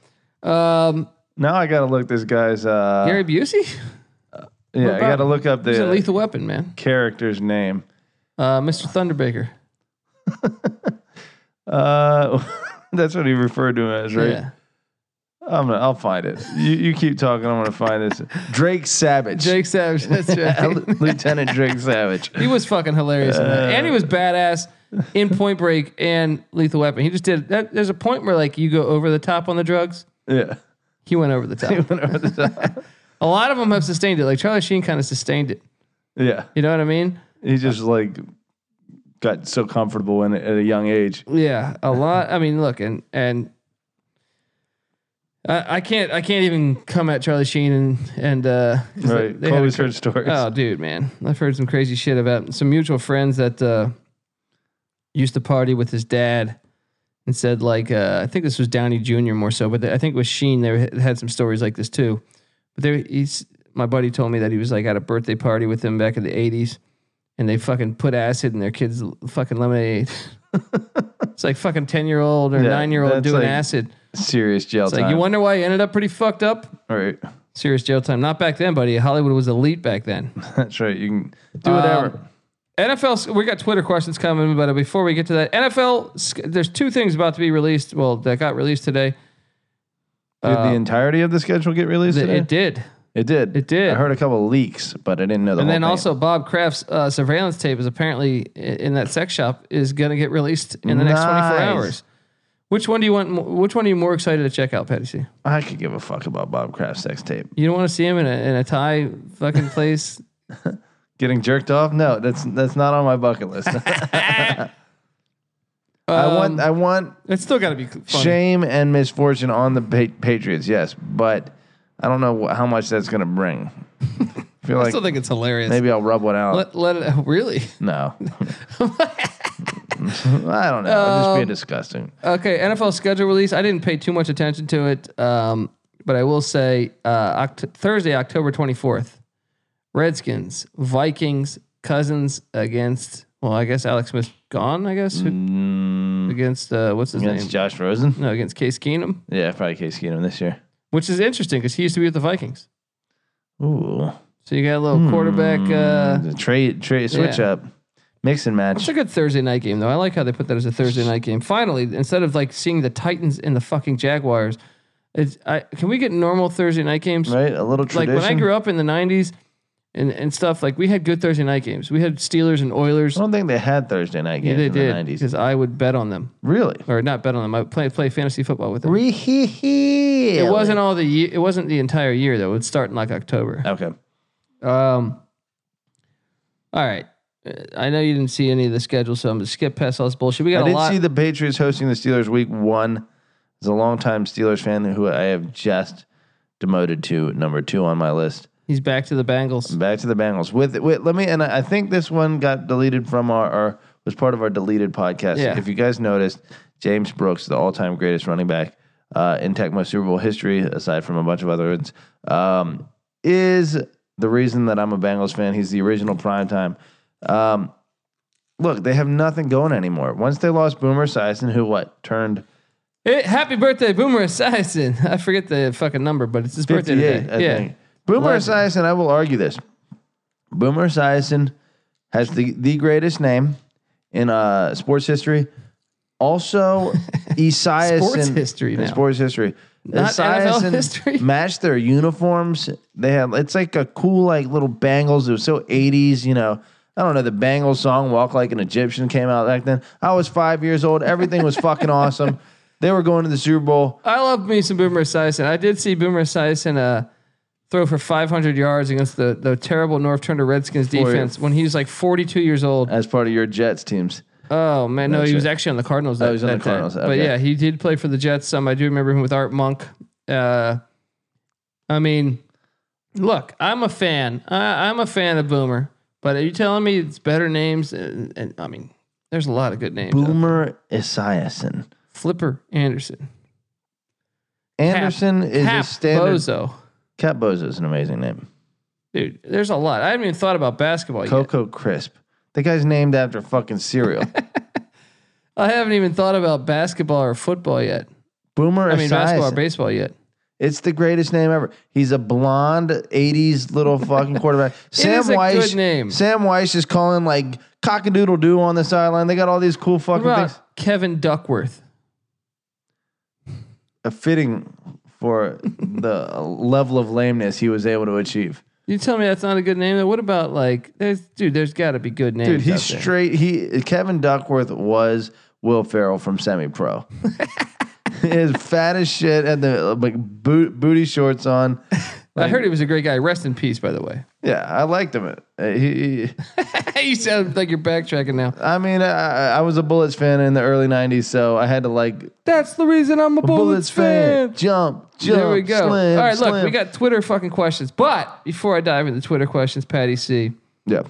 S2: Um,
S3: [LAUGHS] now I gotta look this guy's. Uh,
S2: Gary Busey.
S3: yeah, I
S2: about-
S3: gotta look up
S2: He's a
S3: the
S2: lethal weapon, man.
S3: character's name.
S2: Uh, Mr. Thunderbaker.
S3: Uh, [LAUGHS] that's what he referred to him as, right?
S2: Yeah.
S3: I'm gonna, I'll find it. You, you keep talking. I'm gonna
S2: [LAUGHS]
S3: find this. Drake Savage,
S2: Jake Savage. [LAUGHS] That's right.
S3: [LAUGHS] Lieutenant Drake Savage.
S2: He was fucking hilarious, in that. and he was badass in Point Break and Lethal Weapon. He just did. That, there's a point where like you go over the top on the drugs.
S3: [LAUGHS]
S2: [LAUGHS]
S3: Yeah.
S2: He went over the [LAUGHS] top. A lot of them have sustained it. Like Charlie Sheen kind of sustained it.
S3: yeah.
S2: You know what I mean?
S3: He just like got so comfortable in it at a young age.
S2: Yeah, a lot. I mean, look, and and I, I can't I can't even come at Charlie Sheen and and uh, 'cause they-
S3: Right.
S2: they had a
S3: Chloe's
S2: cra-
S3: heard stories.
S2: oh, dude, man, I've heard some crazy shit about some mutual friends that uh, used to party with his dad. And said like uh, I think this was Downey Jr. more so, but I think with Sheen they had some stories like this too. But there, he's my buddy told me that he was like at a birthday party with him back in the '80s, and they fucking put acid in their kids' l- fucking lemonade. [LAUGHS] it's like fucking ten year old or
S3: Yeah,
S2: nine year old
S3: that's
S2: doing
S3: like
S2: acid.
S3: [LAUGHS] Serious jail
S2: It's
S3: time.
S2: like you wonder why you ended up pretty fucked up.
S3: right. [LAUGHS]
S2: Serious jail time. Not back then, buddy. Hollywood was elite back then.
S3: That's right. You can do whatever.
S2: Um, NFL, we got Twitter questions coming, but before we get to that, NFL, sc- there's two things about to be released. Well, that got released today.
S3: Did the entirety of the schedule get released?
S2: Uh, It,
S3: today?
S2: it did.
S3: It did.
S2: It did.
S3: I heard a couple of leaks, but I didn't know the
S2: And
S3: whole
S2: then
S3: thing.
S2: also, Bob Kraft's uh, surveillance tape is apparently i- in that sex shop is going to get released in the next 24
S3: Nice.
S2: hours. Which one do you want? mo- Which one are you more excited to check out, Patty C?
S3: I could give a fuck about Bob Kraft's sex tape.
S2: You don't want to see him in a, in a tie fucking place.
S3: Getting jerked off? No, that's that's not on my bucket list. [LAUGHS] I want I want
S2: [LAUGHS] It's still got to be Um, fun.
S3: shame and misfortune on the pa- Patriots, yes, but I don't know wh- how much that's going to bring. [LAUGHS]
S2: [LAUGHS]
S3: I feel
S2: I
S3: like
S2: still think it's hilarious.
S3: maybe I'll rub one out.
S2: Let, let it [LAUGHS] really. [LAUGHS]
S3: No. [LAUGHS] I don't know. It'd
S2: Um,
S3: just be disgusting.
S2: Okay, NFL schedule release. I didn't pay too much attention to it, um, but I will say uh, Oct- Thursday, October 24th, Redskins, Vikings, Cousins against, well, I guess Alex Smith gone, I guess, who- against, uh, what's his
S3: Against
S2: name?
S3: Josh Rosen?
S2: no, against Case Keenum,
S3: Yeah, probably Case Keenum this year.
S2: which is interesting because he used to be with the Vikings.
S3: Ooh.
S2: So you got a little quarterback. Uh,
S3: The trade, trade switch
S2: Yeah.
S3: up. Mix and match.
S2: it's a good Thursday night game, though. I like how they put that as a Thursday night game. Finally, instead of like seeing the Titans and the fucking Jaguars, it's, I, can we get normal Thursday night games?
S3: Right? A little
S2: like
S3: tradition.
S2: when I grew up in the '90s, and, and stuff. Like we had good Thursday night games. We had Steelers and Oilers.
S3: I don't think they had Thursday night
S2: Yeah,
S3: games
S2: they
S3: in Oh, the
S2: did
S3: nineties.
S2: because I would bet on them
S3: Really?
S2: or not bet on them. I would play play fantasy football with them.
S3: It
S2: It wasn't all the year. It wasn't the entire year though. It's starting like October.
S3: Okay.
S2: Um. All right. Uh, I know you didn't see any of the schedule, so I'm gonna skip past all this bullshit. We
S3: I
S2: got a
S3: did
S2: lot.
S3: see the Patriots hosting the Steelers week one. As a longtime Steelers fan who I have just demoted to number two on my list.
S2: He's back to the Bengals.
S3: Back to the Bengals. With, with let me and I I think this one got deleted from our, our was part of our deleted podcast.
S2: Yeah.
S3: If you guys noticed, James Brooks, the all time greatest running back uh, in Tecmo Super Bowl history, aside from a bunch of other ones, um, is the reason that I'm a Bengals fan. He's the original primetime. Um, look, they have nothing going anymore. Once they lost Boomer Sison, who what turned
S2: Hey, Eh, happy birthday, Boomer Assassin. [LAUGHS] I forget the fucking number, but it's his birthday
S3: 58,
S2: today.
S3: I
S2: yeah.
S3: think. Boomer Esiason, I will argue this. Boomer Esiason has the, the greatest name in uh, sports history. Also,
S2: [LAUGHS]
S3: Esiason.
S2: Sports history
S3: in
S2: now.
S3: Sports history.
S2: Not NFL
S3: Esiason
S2: history. [LAUGHS]
S3: Matched their uniforms. They had, it's like a cool, like little bangles. It was so 80s, you know. I don't know. The Bangles song, Walk Like an Egyptian, came out back then. I was five years old. Everything
S2: [LAUGHS]
S3: was fucking awesome. They were going to the Super Bowl.
S2: I love me some Boomer Esiason. I did see Boomer Esiason uh, throw for 500 yards against the, the terrible North Turner Redskins defense when he was like 42 years old.
S3: As part of your Jets teams,
S2: Oh man, no,
S3: That's
S2: he was
S3: it.
S2: actually on the Cardinals. That,
S3: he was on
S2: that
S3: the
S2: time.
S3: Cardinals,
S2: But
S3: okay.
S2: yeah, he did play for the Jets. Some I do remember him with Art Monk. Uh, I mean, look, I'm a fan. I, I'm a fan of Boomer. But are you telling me it's better names? And, and I mean, there's a lot of good names. out there.
S3: Boomer Esiason.
S2: Flipper Anderson.
S3: Anderson is
S2: Cap
S3: a standard.
S2: Bozo.
S3: Cap Bozo is an amazing name.
S2: Dude, there's a lot. I haven't even thought about basketball yet.
S3: Coco Crisp. The guy's named after
S2: [LAUGHS]
S3: fucking cereal.
S2: I haven't even thought about basketball or football yet.
S3: Boomer
S2: I mean, basketball or
S3: Esiason.
S2: baseball yet.
S3: It's the greatest name ever. He's a blonde '80s little fucking
S2: [LAUGHS]
S3: quarterback. Sam
S2: is a good
S3: Weiss.
S2: name.
S3: Sam Weiss is calling like cockadoodle doo on the sideline. They got all these cool
S2: What
S3: fucking things.
S2: about Kevin Duckworth?
S3: A fitting for the level of lameness he was able to achieve.
S2: You tell me that's not a good name. Then what about like, there's, dude? There's got to be good names.
S3: Dude, he's
S2: out there.
S3: straight. He Kevin Duckworth was Will Ferrell from
S2: [LAUGHS]
S3: Semi Pro. He's fat as shit and the like boot, booty shorts on.
S2: I heard he was a great guy. Rest in peace, by the way. [LAUGHS]
S3: Yeah, I liked him. Uh, he- he-
S2: you sound like you're backtracking now.
S3: I mean, I, I was a Bullets fan in the early '90s, so I had to like
S2: That's the reason I'm a Bullets,
S3: Bullets
S2: fan.
S3: fan. Jump, jump.
S2: There we go.
S3: slam,
S2: All right, look,
S3: slam.
S2: we got Twitter fucking questions. But before I dive into Twitter questions, Patty C,
S3: Yeah,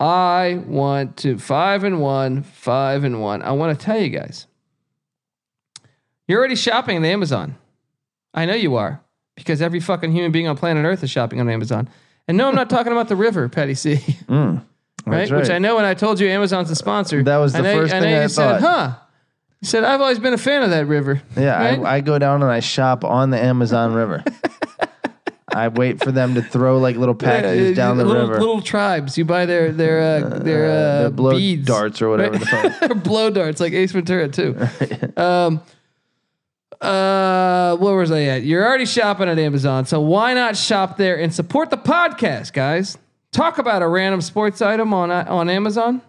S2: I want to five and one, five and one. I want to tell you guys. You're already shopping on Amazon. I know you are because every fucking human being on planet Earth is shopping on Amazon. And no, I'm not talking about the river, Patty
S3: [LAUGHS]
S2: C. right?
S3: Mm, right.
S2: Which I know when I told you Amazon's a sponsor.
S3: That was the
S2: I know,
S3: first
S2: I know
S3: thing
S2: you
S3: I
S2: said,
S3: thought.
S2: huh? You said, I've always been a fan of that river.
S3: yeah.
S2: Right?
S3: I, I go down and I shop on the
S2: [LAUGHS]
S3: Amazon River. I wait for them to throw like little packages
S2: Uh,
S3: down the
S2: little,
S3: river.
S2: Little tribes. You buy their their uh, their, uh,
S3: their blow
S2: beads.
S3: darts or whatever
S2: [LAUGHS]
S3: the fuck.
S2: They're blow darts, like Ace Ventura too. um, uh, where was I at? You're already shopping at Amazon, so why not shop there and support the podcast, guys? Talk about a random sports item on on Amazon.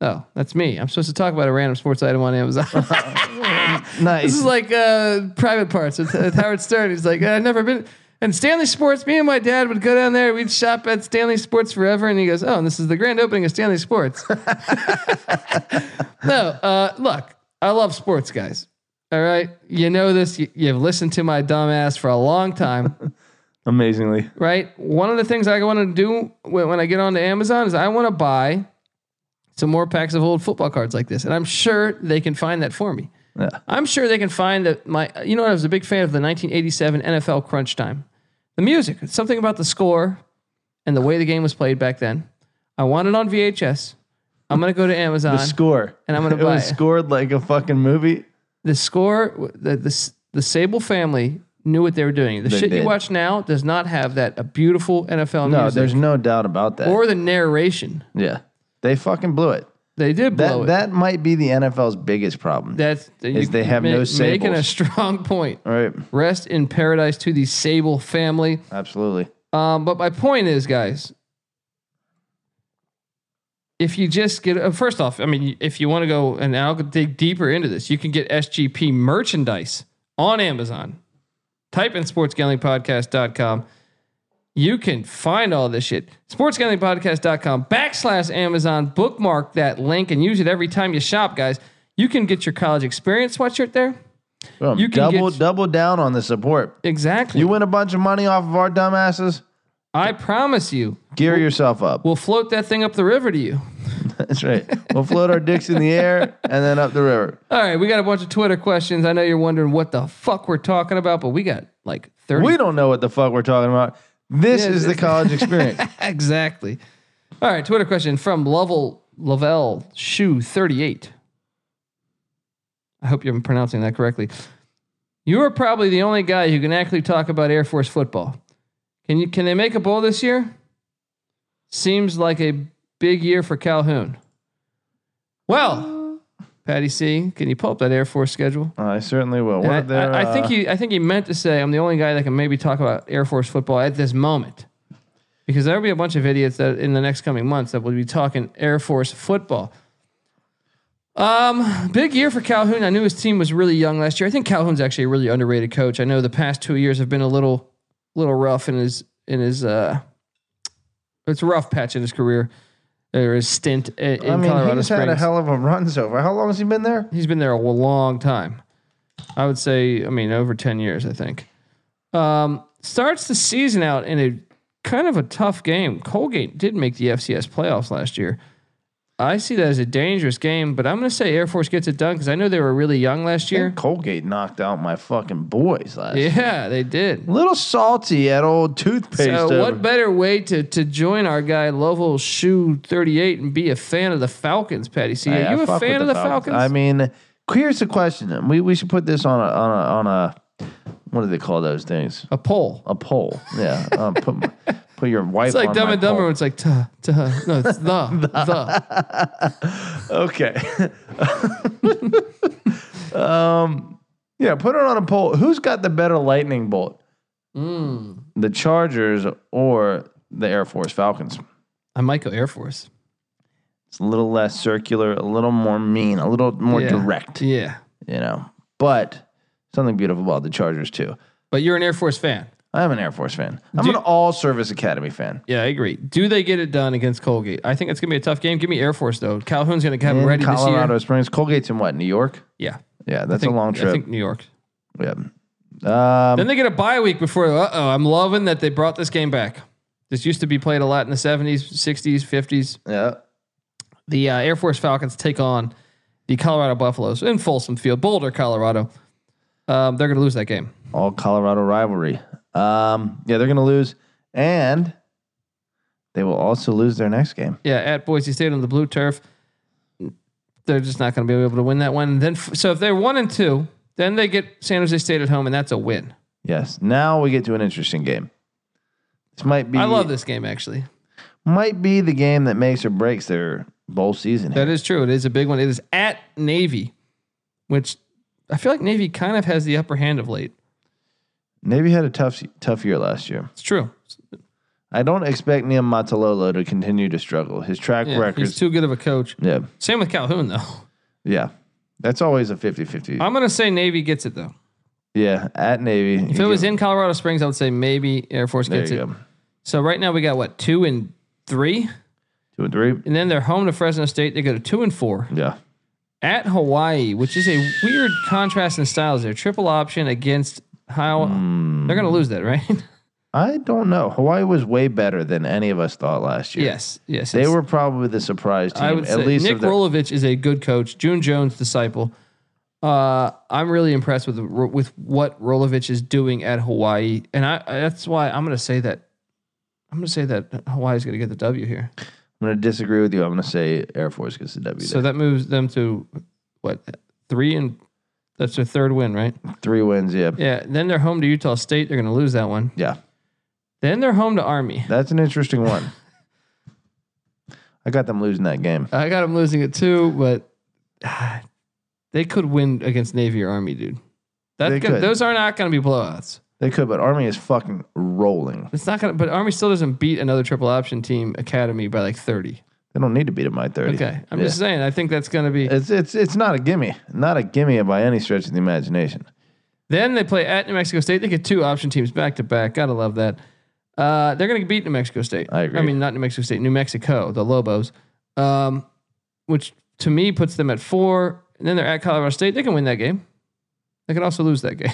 S2: Oh, that's me. I'm supposed to talk about a random sports item on Amazon.
S3: Nice.
S2: This is like uh, private parts with, with Howard Stern. He's like, I've never been. And Stanley Sports, me and my dad would go down there. We'd shop at Stanley Sports forever. And he goes, Oh, and this is the grand opening of Stanley Sports. no, uh, look, I love sports, guys. All right. You know this. You, you've listened to my dumb ass for a long time,
S3: Amazingly.
S2: right? One of the things I want to do when, when I get onto Amazon is I want to buy some more packs of old football cards like this. And I'm sure they can find that for me.
S3: Yeah.
S2: I'm sure they can find that my. You know, I was a big fan of the 1987 NFL Crunch Time. The music, it's something about the score and the way the game was played back then. I want it on VHS. I'm gonna go to Amazon.
S3: The score.
S2: And I'm gonna
S3: [LAUGHS] it was
S2: buy it.
S3: scored like a fucking movie.
S2: The score, the the, the Sable family knew what they were doing. The
S3: They
S2: shit you
S3: did.
S2: watch now does not have that a beautiful NFL
S3: No,
S2: music
S3: there's no doubt about that.
S2: or the narration.
S3: yeah. They fucking blew it.
S2: They did
S3: That
S2: blow it.
S3: that might be the NFL's biggest problem.
S2: That's
S3: is they have no
S2: making a
S3: Sables.
S2: [LAUGHS] strong point.
S3: All right.
S2: Rest in paradise to the Sable family.
S3: Absolutely.
S2: Um, but my point is, guys, if you just get uh, first off, I mean, if you want to go and I'll dig deeper into this, you can get SGP merchandise on Amazon. Type in sportsgamblingpodcast.com. You can find all this shit. Sportsgamblingpodcast.com backslash Amazon. Bookmark that link and use it every time you shop, guys. You can get your college experience sweatshirt there.
S3: Boom.
S2: You can
S3: double
S2: get-
S3: double down on the support.
S2: Exactly.
S3: You win a bunch of money off of our dumbasses.
S2: I promise you,
S3: Gear yourself up.
S2: we'll float that thing up the river to you.
S3: [LAUGHS] That's right. We'll float our dicks in the
S2: [LAUGHS]
S3: air and then up the river.
S2: All right, we got a bunch of Twitter questions. I know you're wondering what the fuck we're talking about, but we got like 30. [LAUGHS]
S3: We don't know what the fuck we're talking about. This
S2: Yeah,
S3: is the
S2: this- [LAUGHS]
S3: college experience.
S2: exactly. All right, Twitter question from Lovell Lovell Shoe 38. I hope you're pronouncing that correctly. You are probably the only guy who can actually talk about Air Force football. Can you can they make a bowl this year? Seems like a big year for Calhoun. Well, Patty C, can you pull up that Air Force schedule?
S3: I certainly will. What
S2: And I,
S3: if they're,
S2: I- I think
S3: uh,
S2: he I think he meant to say I'm the only guy that can maybe talk about Air Force football at this moment. Because there'll be a bunch of idiots that in the next coming months that will be talking Air Force football. Um, big year for Calhoun. I knew his team was really young last year. I think Calhoun's actually a really underrated coach. I know the past two years have been a little little rough in his in his uh it's a rough patch in his career. Or his stint i- in
S3: I mean,
S2: Colorado
S3: he's
S2: Springs.
S3: had a hell of a run so far. How long has he been there?
S2: He's been there a long time. I would say, I mean, over 10 years, I think. Um, starts the season out in a kind of a tough game. Colgate did make the FCS playoffs last year. I see that as a dangerous game, but I'm going to say Air Force gets it done because I know they were really young last year.
S3: Colgate knocked out my fucking boys last. year.
S2: Yeah, they did.
S3: Little salty at old toothpaste.
S2: So,
S3: over.
S2: what better way to to join our guy Lovell Shoe 38 and be a fan of the Falcons, Patty C? Are
S3: Hey, I
S2: you a
S3: fuck with
S2: fan of the Falcons?
S3: I mean, here's the question. and We we should put this on a on a on a what do they call those things?
S2: a poll.
S3: A poll. Yeah.
S2: [LAUGHS]
S3: Um, put my- put your wife.
S2: It's like
S3: on
S2: Dumb
S3: my
S2: and Dumber.
S3: poll.
S2: When it's like tuh tuh. No,
S3: [LAUGHS]
S2: it's the the.
S3: Okay. um. Um, Yeah. Put it on a poll. Who's got the better lightning bolt?
S2: Hmm.
S3: The Chargers or the Air Force Falcons?
S2: I might go Air Force.
S3: It's a little less circular, a little more mean, a little more
S2: Yeah.
S3: direct.
S2: Yeah,
S3: you know. But something beautiful about the Chargers too.
S2: but you're an Air Force fan.
S3: I'm an Air Force fan. I'm
S2: Do-
S3: an All Service Academy fan.
S2: Yeah, I agree. Do they get it done against Colgate? I think it's gonna be a tough game. Give me Air Force though. Calhoun's gonna have
S3: In
S2: them ready
S3: Colorado Springs, Colgate's in what? New York?
S2: this year. Yeah,
S3: Yeah, that's
S2: Think-
S3: a long
S2: I
S3: trip.
S2: think New York.
S3: yeah. Um,
S2: Then they get a bye week before. Uh oh, I'm loving that they brought this game back. This used to be played a lot in the 70s, 60s, 50s.
S3: yeah.
S2: The uh, Air Force Falcons take on the Colorado Buffaloes in Folsom Field, Boulder, Colorado. Um, they're gonna lose that game.
S3: All Colorado rivalry. Um, yeah, they're gonna lose, and they will also lose their next game.
S2: Yeah, at Boise State on the blue turf. They're just not going to be able to win that one. Then, f- so if they're one and two, then they get San Jose State at home, and that's a win.
S3: Yes. Now we get to an interesting game. This might be
S2: I love this game actually.
S3: might be the game that makes or breaks their bowl season.
S2: That is true. It is a big one. It is at Navy, which I feel like Navy kind of has the upper hand of late.
S3: Navy had a tough tough year last year.
S2: It's true.
S3: I don't expect Neil Matalolo to continue to struggle. His track
S2: Yeah,
S3: record.
S2: he's too good of a coach.
S3: yeah.
S2: Same with Calhoun though. [LAUGHS]
S3: Yeah. That's always a 50 50.
S2: I'm going to say Navy gets it though.
S3: Yeah. At Navy.
S2: Uh, If it was in Colorado Springs, I would say maybe Air Force
S3: there
S2: gets
S3: you
S2: it.
S3: go.
S2: So right now we got what two and three,
S3: Two and three.
S2: and then they're home to Fresno State. They go to two and four.
S3: Yeah.
S2: at Hawaii, which is a weird contrast in styles there. Triple option against how
S3: Hmm.
S2: they're going to lose that, right? [LAUGHS]
S3: I don't know. Hawaii was way better than any of us thought last year.
S2: yes, yes.
S3: They
S2: it's-
S3: were probably the surprise team.
S2: I would
S3: at
S2: say
S3: least
S2: Nick
S3: of the,
S2: Rolovich is a good coach. June Jones disciple. Uh, I'm really impressed with with what Rolovich is doing at Hawaii, and I that's why I'm going to say that. I'm going to say that Hawaii is going to get the W here.
S3: I'm going to disagree with you. I'm going to say Air Force gets the W.
S2: So that moves them to what three and that's their third win,
S3: [LAUGHS]
S2: right?
S3: there. Three wins. Yeah.
S2: Yeah. Then they're home to Utah State. They're going to lose that one.
S3: Yeah.
S2: Then they're home to Army.
S3: That's an
S2: [LAUGHS]
S3: interesting one. I got them losing that game.
S2: I got them losing it too, but ah, they could win against Navy or Army, dude. That's
S3: They
S2: gonna,
S3: could.
S2: those are not going to be blowouts.
S3: They could, but Army is fucking rolling.
S2: It's not going to, but Army still doesn't beat another triple option team academy by like 30.
S3: They don't need to beat him by thirty.
S2: Okay, I'm
S3: Yeah.
S2: just saying. I think that's going to be.
S3: It's it's it's not a gimme, not a gimme by any stretch of the imagination.
S2: Then they play at New Mexico State. They get two option teams back to back. Gotta love that. Uh, they're gonna beat New Mexico State.
S3: I agree.
S2: I mean, not New Mexico State, New Mexico, the Lobos, um, which to me puts them at four. And then they're at Colorado State. They can win that game. They could also lose that [LAUGHS] game.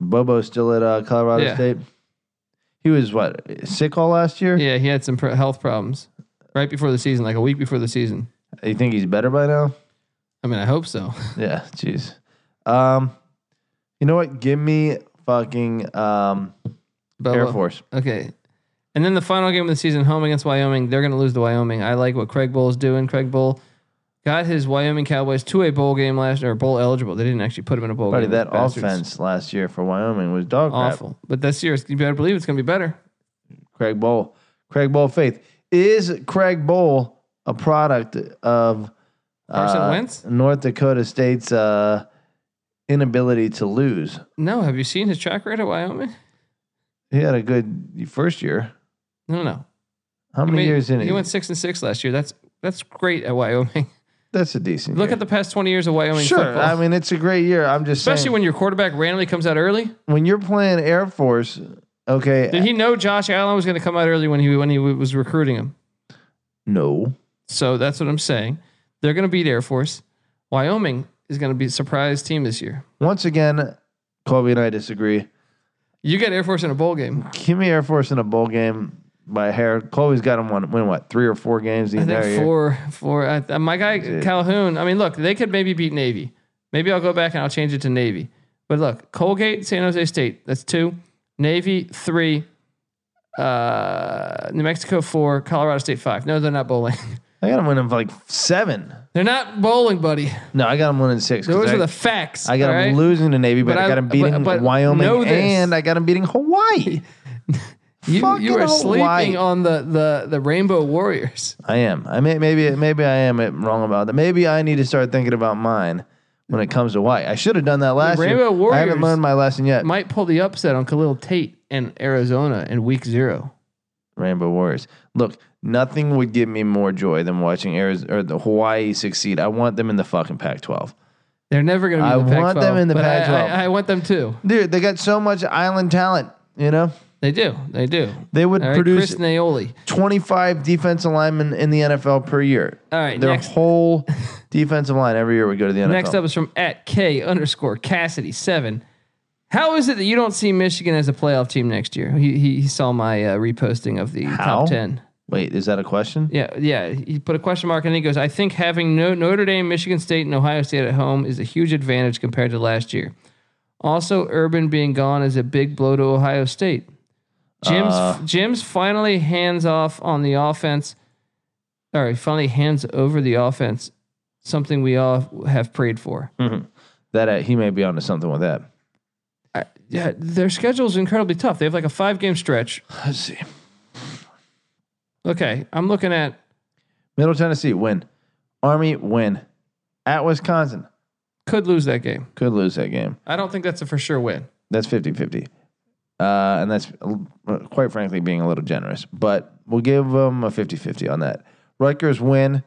S3: Bobo's still at uh, Colorado
S2: Yeah.
S3: State. He was what sick all last year.
S2: yeah, he had some pro- health problems right before the season, like a week before the season.
S3: You think he's better by now?
S2: I mean, I hope so. [LAUGHS]
S3: Yeah, jeez. Um, you know what? Give me fucking um,
S2: But
S3: Air
S2: well,
S3: Force.
S2: Okay. And then the final game of the season, home against Wyoming. They're going to lose to Wyoming. I like what Craig Bull is doing. Craig Bull got his Wyoming Cowboys to a bowl game last year, or bowl eligible. They didn't actually put him in a bowl
S3: Buddy,
S2: game.
S3: that
S2: Bastards.
S3: offense last year for Wyoming was dog crap.
S2: Awful. But this year, it's- you better believe it's going to be better.
S3: Craig Bowl. Craig Bowl faith. Is Craig Bowl a product of
S2: Carson
S3: uh,
S2: Wentz?
S3: North Dakota State's uh, inability to lose?
S2: No, have you seen his track record at Wyoming?
S3: He had a good first year.
S2: No, no.
S3: How
S2: I
S3: many
S2: mean,
S3: years in
S2: he
S3: it?
S2: went six and six last year. That's that's great at Wyoming. [LAUGHS]
S3: That's a decent.
S2: Look
S3: year.
S2: at the past twenty years of Wyoming
S3: sure.
S2: football.
S3: I mean, it's a great year. I'm just
S2: Especially
S3: saying,
S2: when your quarterback randomly comes out early.
S3: when you're playing Air Force. Okay,
S2: Did he know Josh Allen was going to come out early when he when he was recruiting him?
S3: no.
S2: So that's what I'm saying. They're going to beat Air Force. Wyoming is going to be a surprise team this year.
S3: Once again, Colby and I disagree.
S2: You get Air Force in a bowl game.
S3: Give me Air Force in a bowl game by a hair. Colby's got him one win what three or four games the
S2: I
S3: entire
S2: think
S3: year.
S2: four, four. I, th- my guy
S3: Dude.
S2: Calhoun. I mean, look, they could maybe beat Navy. Maybe I'll go back and I'll change it to Navy. But look, Colgate, San Jose State. That's two. Navy three. Uh, New Mexico four. Colorado State five. No, they're not bowling. [LAUGHS]
S3: I got him winning like seven.
S2: they're not bowling, buddy.
S3: No, I got him winning six. 'cause
S2: Those
S3: I,
S2: are the facts.
S3: I got
S2: all
S3: him
S2: right?
S3: losing to Navy, but,
S2: But
S3: I,
S2: I-
S3: got him
S2: but-
S3: beating
S2: but
S3: Wyoming,
S2: know this.
S3: and I got him beating Hawaii.
S2: [LAUGHS] You,
S3: Fucking
S2: you are
S3: Hawaii.
S2: sleeping on the, the, the Rainbow Warriors.
S3: I am. I may, maybe maybe I am wrong about that. Maybe I need to start thinking about mine when it comes to Hawaii. I should have done that last
S2: Rainbow
S3: year. I haven't
S2: Warriors.
S3: learned my lesson yet.
S2: Might pull the upset on Khalil Tate and Arizona in week zero.
S3: Rainbow Warriors. Look, nothing would give me more joy than watching Arizona or the Hawaii succeed. I want them in the fucking Pac-12.
S2: They're never going to be in the
S3: I
S2: Pac-12.
S3: want them in the
S2: but I-
S3: Pac-12.
S2: I, I want them too.
S3: Dude, they got so much island talent. You know,
S2: They do. They do.
S3: they would
S2: All right,
S3: produce
S2: Chris Naoli.
S3: 25 defensive linemen in the NFL per year.
S2: All right,
S3: Their
S2: next-
S3: whole [LAUGHS] defensive line every year would go to the NFL.
S2: Next up is from at K underscore Cassidy seven. How is it that you don't see Michigan as a playoff team next year? He he, he saw my uh, reposting of the
S3: How?
S2: top ten.
S3: Wait, is that a question?
S2: Yeah, yeah. He put a question mark and he goes, I think having no, Notre Dame, Michigan State, and Ohio State at home is a huge advantage compared to last year. Also, Urban being gone is a big blow to Ohio State. Jim's Jim's finally hands off on the offense. All right, finally hands over the offense, something we all have prayed for.
S3: That uh, he may be onto something with that.
S2: I- yeah, their schedule is incredibly tough. They have like a five game stretch.
S3: Let's see.
S2: Okay, I'm looking at
S3: Middle Tennessee win. Army win. At Wisconsin
S2: could lose that game.
S3: could lose that game.
S2: I don't think that's a for sure win.
S3: That's 50-50. Uh, and that's uh, quite frankly being a little generous, but we'll give them a 50-50 on that. Rutgers win.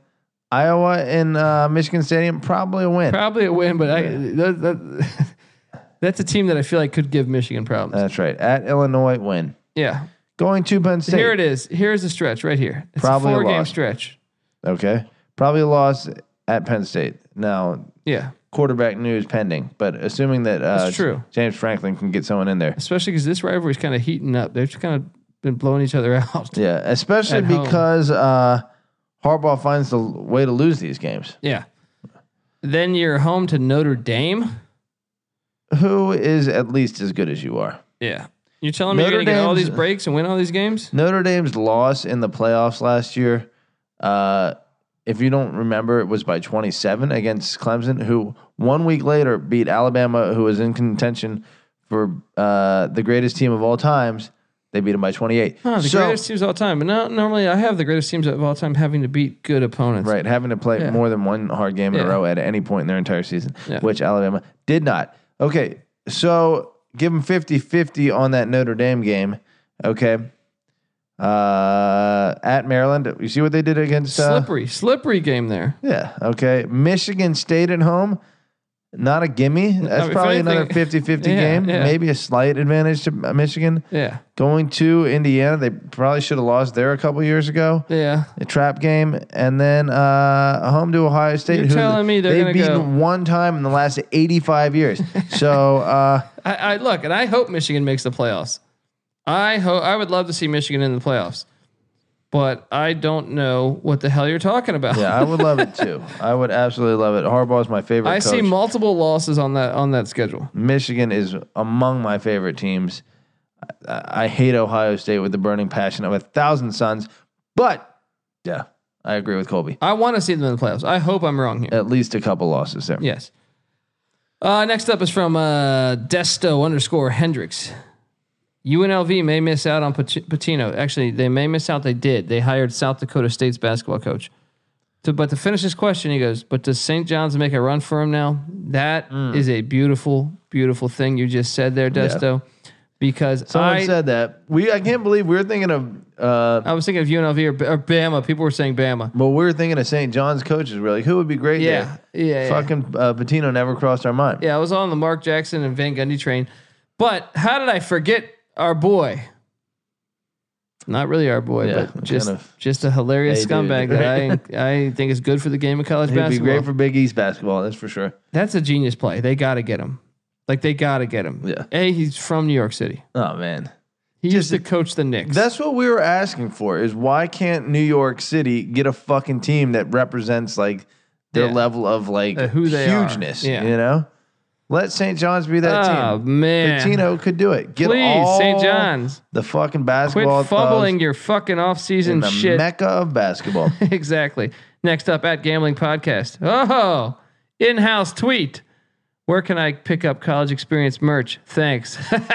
S3: Iowa and uh, Michigan Stadium probably a win.
S2: Probably a win, but I, that, that, [LAUGHS] that's a team that I feel like could give Michigan problems.
S3: That's right. At Illinois win.
S2: yeah.
S3: Going to Penn State.
S2: Here it is. Here's the stretch right here. It's
S3: Probably
S2: a
S3: a
S2: four game
S3: loss.
S2: stretch.
S3: Okay. Probably a loss at Penn State. Now,
S2: Yeah.
S3: quarterback news pending, but assuming that uh,
S2: That's true.
S3: James Franklin can get someone in there.
S2: Especially because this rivalry is kind of heating up. They've just kind of been blowing each other [LAUGHS] out.
S3: Yeah, especially
S2: At home.
S3: because uh, Harbaugh finds the l- way to lose these games.
S2: Yeah. Then you're home to Notre Dame.
S3: Who is at least as good as you are?
S2: Yeah. You're telling me
S3: Notre
S2: you're going to get all
S3: Dame's-
S2: these breaks and win all these games?
S3: Notre Dame's loss in the playoffs last year, uh, if you don't remember, it was by 27 against Clemson, who one week later beat Alabama, who was in contention for uh, the greatest team of all times. They beat them by 28.
S2: Huh, the
S3: so,
S2: greatest teams of all time. But no, normally I have the greatest teams of all time having to beat good opponents.
S3: Right, having to play
S2: Yeah.
S3: more than one hard game in a
S2: Yeah.
S3: row at any point in their entire season,
S2: Yeah.
S3: which Alabama did not. Okay, so give them 50 50 on that Notre Dame game. Okay. Uh, at Maryland, you see what they did against uh,
S2: Slippery, slippery game there.
S3: Yeah. Okay. Michigan State at home. Not a gimme. That's
S2: if
S3: probably another
S2: anything-
S3: 50
S2: [LAUGHS]
S3: 50
S2: Yeah,
S3: game.
S2: yeah.
S3: Maybe a slight advantage to uh, Michigan.
S2: Yeah,
S3: Going to Indiana, they probably should have lost there a couple years ago.
S2: yeah.
S3: A trap game. And then uh, home to Ohio State.
S2: You're telling me they're
S3: They've
S2: gonna
S3: beaten
S2: go-
S3: one time in the last
S2: [LAUGHS]
S3: 85 years. so, uh,
S2: I, I look, and I hope Michigan makes the playoffs. I hope I would love to see Michigan in the playoffs, but I don't know what the hell you're talking about.
S3: yeah, I would love it too. I would absolutely love it. Harbaugh's my favorite
S2: [LAUGHS] I
S3: coach.
S2: see multiple losses on that on that schedule.
S3: Michigan is among my favorite teams. I, I hate Ohio State with the burning passion of a thousand suns, but yeah, I agree with Colby.
S2: I want to see them in the playoffs. I hope I'm wrong here.
S3: At least a couple losses there.
S2: Yes. Uh, next up is from uh, Desto underscore Hendricks. UNLV may miss out on Pat- Patino. Actually, they may miss out. They did. They hired South Dakota State's basketball coach. To, but to finish his question, he goes, "But does St. John's make a run for him now? That is
S3: Mm.
S2: a beautiful, beautiful thing you just said there, Desto. Because
S3: Someone
S2: I,
S3: said that we. I can't believe we were thinking of. Uh,
S2: I was thinking of UNLV or, B- or Bama. People were saying Bama.
S3: well, we were thinking of St. John's coaches. We're like, who would be great?
S2: Yeah,
S3: there?
S2: yeah, yeah.
S3: Fucking uh, Patino never crossed our mind.
S2: Yeah, I was on the Mark Jackson and Van Gundy train. But how did I forget our boy? Not really our boy,
S3: Yeah,
S2: but just
S3: kind of.
S2: just a hilarious
S3: Hey, dude,
S2: scumbag that I I think is good for the game of college
S3: He'd be
S2: basketball.
S3: great for Big East basketball. That's for sure.
S2: That's a genius play. They got to get him. Like they got to get him.
S3: Yeah.
S2: A, he's from New York City.
S3: Oh man,
S2: He used to coach the Knicks.
S3: That's what we were asking for is why can't New York City get a fucking team that represents like their
S2: Yeah.
S3: level of like
S2: Uh, who they are.
S3: hugeness,
S2: Yeah.
S3: you know? Let St. John's be that
S2: oh
S3: team.
S2: man.
S3: Patino could do it. Get
S2: Please,
S3: all
S2: St. John's,
S3: the fucking
S2: quit
S3: basketball
S2: fumbling
S3: clubs
S2: your fucking
S3: in
S2: off-season
S3: the
S2: shit.
S3: mecca
S2: [LAUGHS]
S3: of basketball.
S2: exactly. Next up at Gambling Podcast. Oh, in house tweet. Where can I pick up college experience merch? Thanks. [LAUGHS]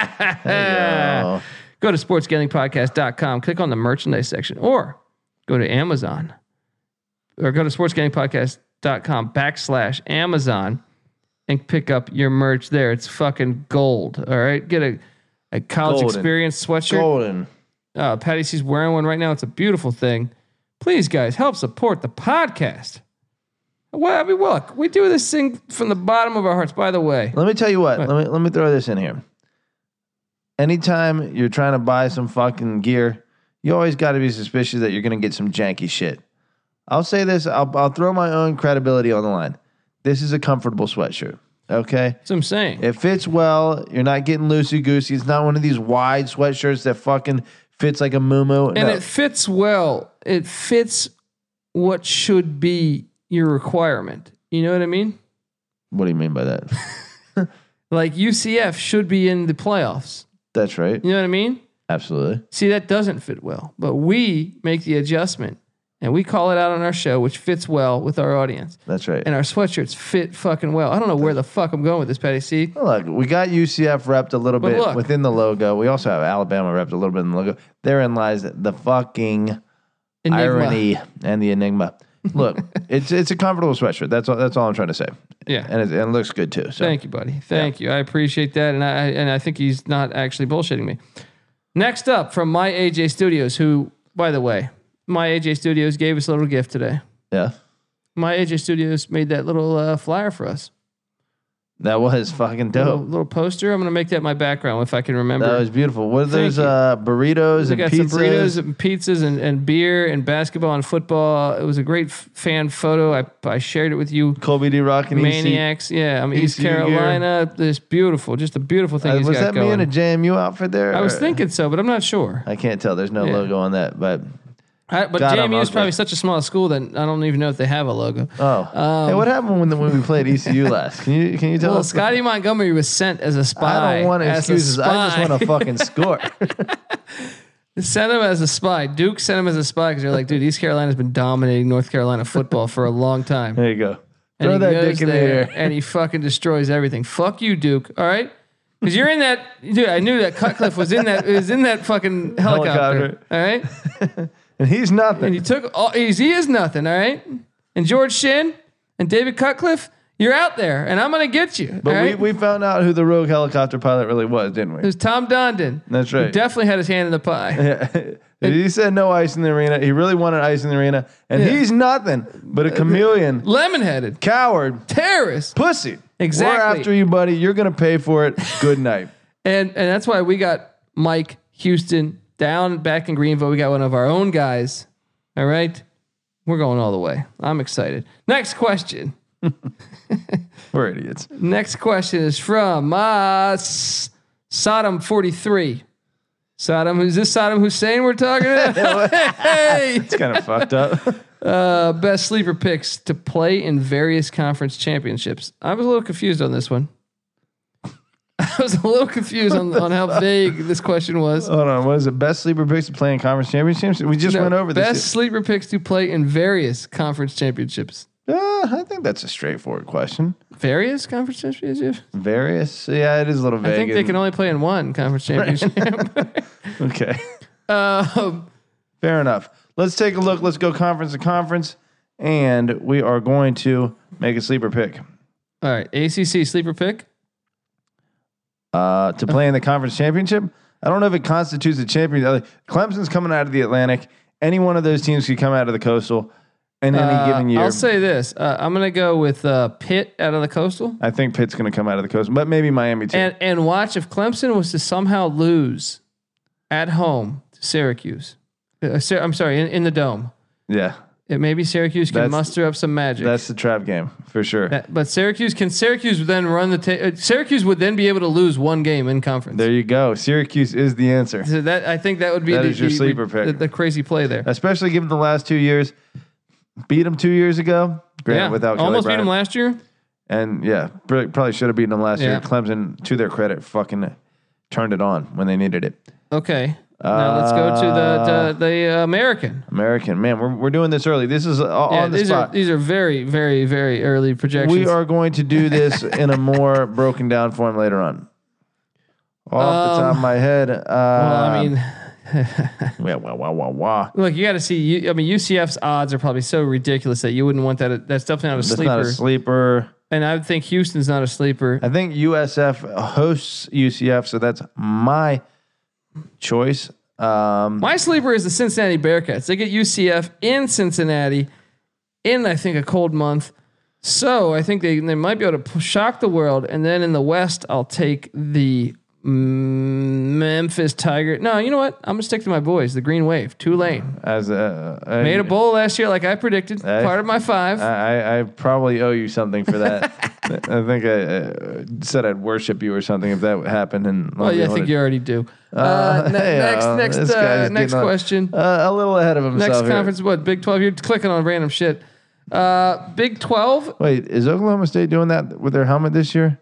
S3: Yeah.
S2: go to sportsgamblingpodcast.com, click on the merchandise section, or go to Amazon or go to sportsgamblingpodcast.com backslash Amazon and pick up your merch there. It's fucking gold. All right. Get a, a college
S3: Golden.
S2: experience sweatshirt.
S3: Golden.
S2: Uh, Patty C's wearing one right now. It's a beautiful thing. Please, guys, help support the podcast. Well, I mean, look, we do this thing from the bottom of our hearts. By the way,
S3: Let me tell you what. Let me let me throw this in here. Anytime you're trying to buy some fucking gear, you always got to be suspicious that you're going to get some janky shit. I'll say this. I'll I'll throw my own credibility on the line. This is a comfortable sweatshirt. Okay,
S2: that's what I'm saying.
S3: it fits well. You're not getting loosey goosey. It's not one of these wide sweatshirts that fucking fits like a muumuu.
S2: and
S3: No.
S2: it fits well. It fits what should be your requirement. You know what I mean?
S3: what do you mean by that?
S2: [LAUGHS] Like UCF should be in the playoffs.
S3: That's right.
S2: You know what I mean?
S3: Absolutely.
S2: See, that doesn't fit well, but we make the adjustment and we call it out on our show, which fits well with our audience.
S3: That's right.
S2: and our sweatshirts fit fucking well. I don't know where the fuck I'm going with this, Patty C.
S3: Look, we got UCF repped a little
S2: But
S3: bit
S2: look.
S3: within the logo. We also have Alabama repped a little bit in the logo. Therein lies the fucking
S2: Enigma.
S3: irony and the enigma.
S2: [LAUGHS]
S3: Look, it's it's a comfortable sweatshirt. That's all. That's all I'm trying to say.
S2: Yeah.
S3: and it, and it looks good too. So
S2: Thank you, buddy. Thank you. I appreciate that, and I and I think he's not actually bullshitting me. Next up from my AJ Studios, who, by the way, my AJ Studios gave us a little gift today.
S3: yeah,
S2: My AJ Studios made that little uh, flyer for us,
S3: that was fucking
S2: little,
S3: dope.
S2: little poster. I'm gonna make that my background if I can remember.
S3: That was beautiful. What are
S2: Thank
S3: those
S2: you.
S3: uh, burritos
S2: I
S3: and
S2: got
S3: pizzas?
S2: some burritos and pizzas and, and beer and basketball and football. It was a great f- fan photo. I, I shared it with you.
S3: Colby D. Rock and EC.
S2: Maniacs. Yeah, I'm East
S3: ECU gear.
S2: Carolina. This beautiful, just a beautiful thing.
S3: Uh,
S2: he's
S3: was
S2: got
S3: that
S2: going.
S3: me in a JMU outfit there?
S2: I was
S3: or-
S2: thinking so, but I'm not sure.
S3: I can't tell. There's no
S2: Yeah.
S3: logo on that, but
S2: I, but
S3: God, I'm
S2: JMU is
S3: ugly.
S2: probably such a small school that I don't even know if they have a logo.
S3: oh, hey, what happened when the, when we played ECU last? Can you can you tell
S2: Um, Well,
S3: us?
S2: Scotty Montgomery was sent as a spy.
S3: I don't want
S2: as a
S3: excuses. I just
S2: spy.
S3: want to
S2: [LAUGHS]
S3: fucking score.
S2: sent him as a spy. Duke sent him as a spy because they're like, dude, East Carolina's been dominating North Carolina football for a long time.
S3: there you go.
S2: And
S3: [LAUGHS] Throw
S2: he
S3: that
S2: goes
S3: dick in
S2: there
S3: the air.
S2: and he fucking destroys everything. Fuck you, Duke. All right, because you're in that dude. I knew that Cutcliffe was in that was in that fucking helicopter.
S3: [LAUGHS] Helicopter.
S2: All right,
S3: And he's nothing.
S2: and he took all. He's, he is nothing. All right, and George Shin and David Cutcliffe. You're out there, and I'm going to get you.
S3: But
S2: all right?
S3: we, we found out who the rogue helicopter pilot really was, didn't
S2: it
S3: we?
S2: was Tom Dondon.
S3: That's right.
S2: Definitely had his hand in the pie.
S3: Yeah. he said no ice in the arena. He really wanted ice in the arena, and he's nothing but
S2: Uh,
S3: a chameleon,
S2: Lemon headed.
S3: coward,
S2: Terrorist.
S3: pussy.
S2: Exactly.
S3: We're after you, buddy. You're gonna pay for it. Good night.
S2: And and that's why we got Mike Houston down back in Greenville. We got one of our own guys. All right. We're going all the way. I'm excited. Next question. [LAUGHS]
S3: We're idiots.
S2: Next question is from uh, S- Sodom 43. Sodom, who's this Sodom Hussein we're talking
S3: [LAUGHS]
S2: about? hey!
S3: It's kind of fucked up.
S2: Uh, best sleeper picks to play in various conference championships. I was a little confused on this one. [LAUGHS] I was a little confused on, on how vague this question was.
S3: Hold on. What is it? Best sleeper picks to play in conference championships? Oh, We just
S2: No,
S3: went over
S2: best
S3: this.
S2: sleeper picks to play in various conference championships.
S3: Uh, I think that's a straightforward question.
S2: Various conference championships?
S3: Various. Yeah, it is a little vague.
S2: I think they
S3: and-
S2: can only play in one conference championship.
S3: [LAUGHS] okay.
S2: um,
S3: Fair enough. Let's take a look. Let's go conference to conference, and we are going to make a sleeper pick.
S2: All right, ACC sleeper pick.
S3: uh, to play in the conference championship. I don't know if it constitutes a champion. uh, Clemson's coming out of the Atlantic. Any one of those teams could come out of the Coastal in any
S2: Uh,
S3: given year.
S2: I'll say this: uh, I'm going to go with uh, Pitt out of the Coastal,
S3: I think Pitt's going to come out of the Coastal, but maybe Miami too.
S2: and and watch if Clemson was to somehow lose at home to Syracuse. Uh, Sy- I'm sorry, in, in the dome.
S3: yeah,
S2: It maybe Syracuse can
S3: That's-
S2: muster up some magic.
S3: that's the trap game for sure.
S2: That- but Syracuse can Syracuse then run the ta- uh, Syracuse would then be able to lose one game in conference.
S3: There you go. Syracuse is the answer,
S2: so that I think that would be
S3: That
S2: the,
S3: is your
S2: the-
S3: sleeper
S2: the-
S3: pick.
S2: The, crazy play there.
S3: especially given the last two years. Beat them two years ago. Granted, without Kelly
S2: almost beat
S3: Bryant.
S2: them last year.
S3: And yeah, pr- probably should have beaten them last
S2: Yeah.
S3: year. Clemson, to their credit, fucking turned it on when they needed it.
S2: Okay, now let's go to the
S3: Uh,
S2: the, the American.
S3: American man, we're, we're doing this early. This is uh,
S2: Yeah,
S3: on the
S2: these
S3: spot.
S2: are these are very, very, very early projections.
S3: We are going
S2: [LAUGHS]
S3: to do this in a more broken down form later on. Off the top of my head, uh,
S2: Um, Well, I mean,
S3: wah, wah, wah, wah, wah.
S2: look, you got to see. you- I mean, UCF's odds are probably so ridiculous that you wouldn't want that. That's definitely not a
S3: That's
S2: sleeper.
S3: not a sleeper.
S2: and I would think Houston's not a sleeper.
S3: I think USF hosts UCF, so that's my choice. Um,
S2: My sleeper is the Cincinnati Bearcats. They get UCF in Cincinnati in I think a cold month. So I think they, they might be able to p- shock the world. And then in the West, I'll take the mm, Memphis Tiger. No, you know what? I'm gonna stick to my boys, the Green Wave, Tulane.
S3: as a, I-
S2: Made a bowl last year, like I predicted.
S3: Hey.
S2: part of my five.
S3: I, I probably owe you something for
S2: [LAUGHS]
S3: that. I think I uh, said I'd worship you or something if that happened. And
S2: well, yeah, I think you already do. Uh,
S3: [LAUGHS]
S2: ne-
S3: hey,
S2: next,
S3: uh,
S2: next,
S3: this
S2: uh,
S3: guy's
S2: next
S3: getting on-
S2: question.
S3: uh, a little ahead of himself.
S2: next
S3: here.
S2: conference, what? Big Twelve. You're clicking on random shit. Uh, Big Twelve.
S3: Wait, is Oklahoma State doing that with their helmet this year?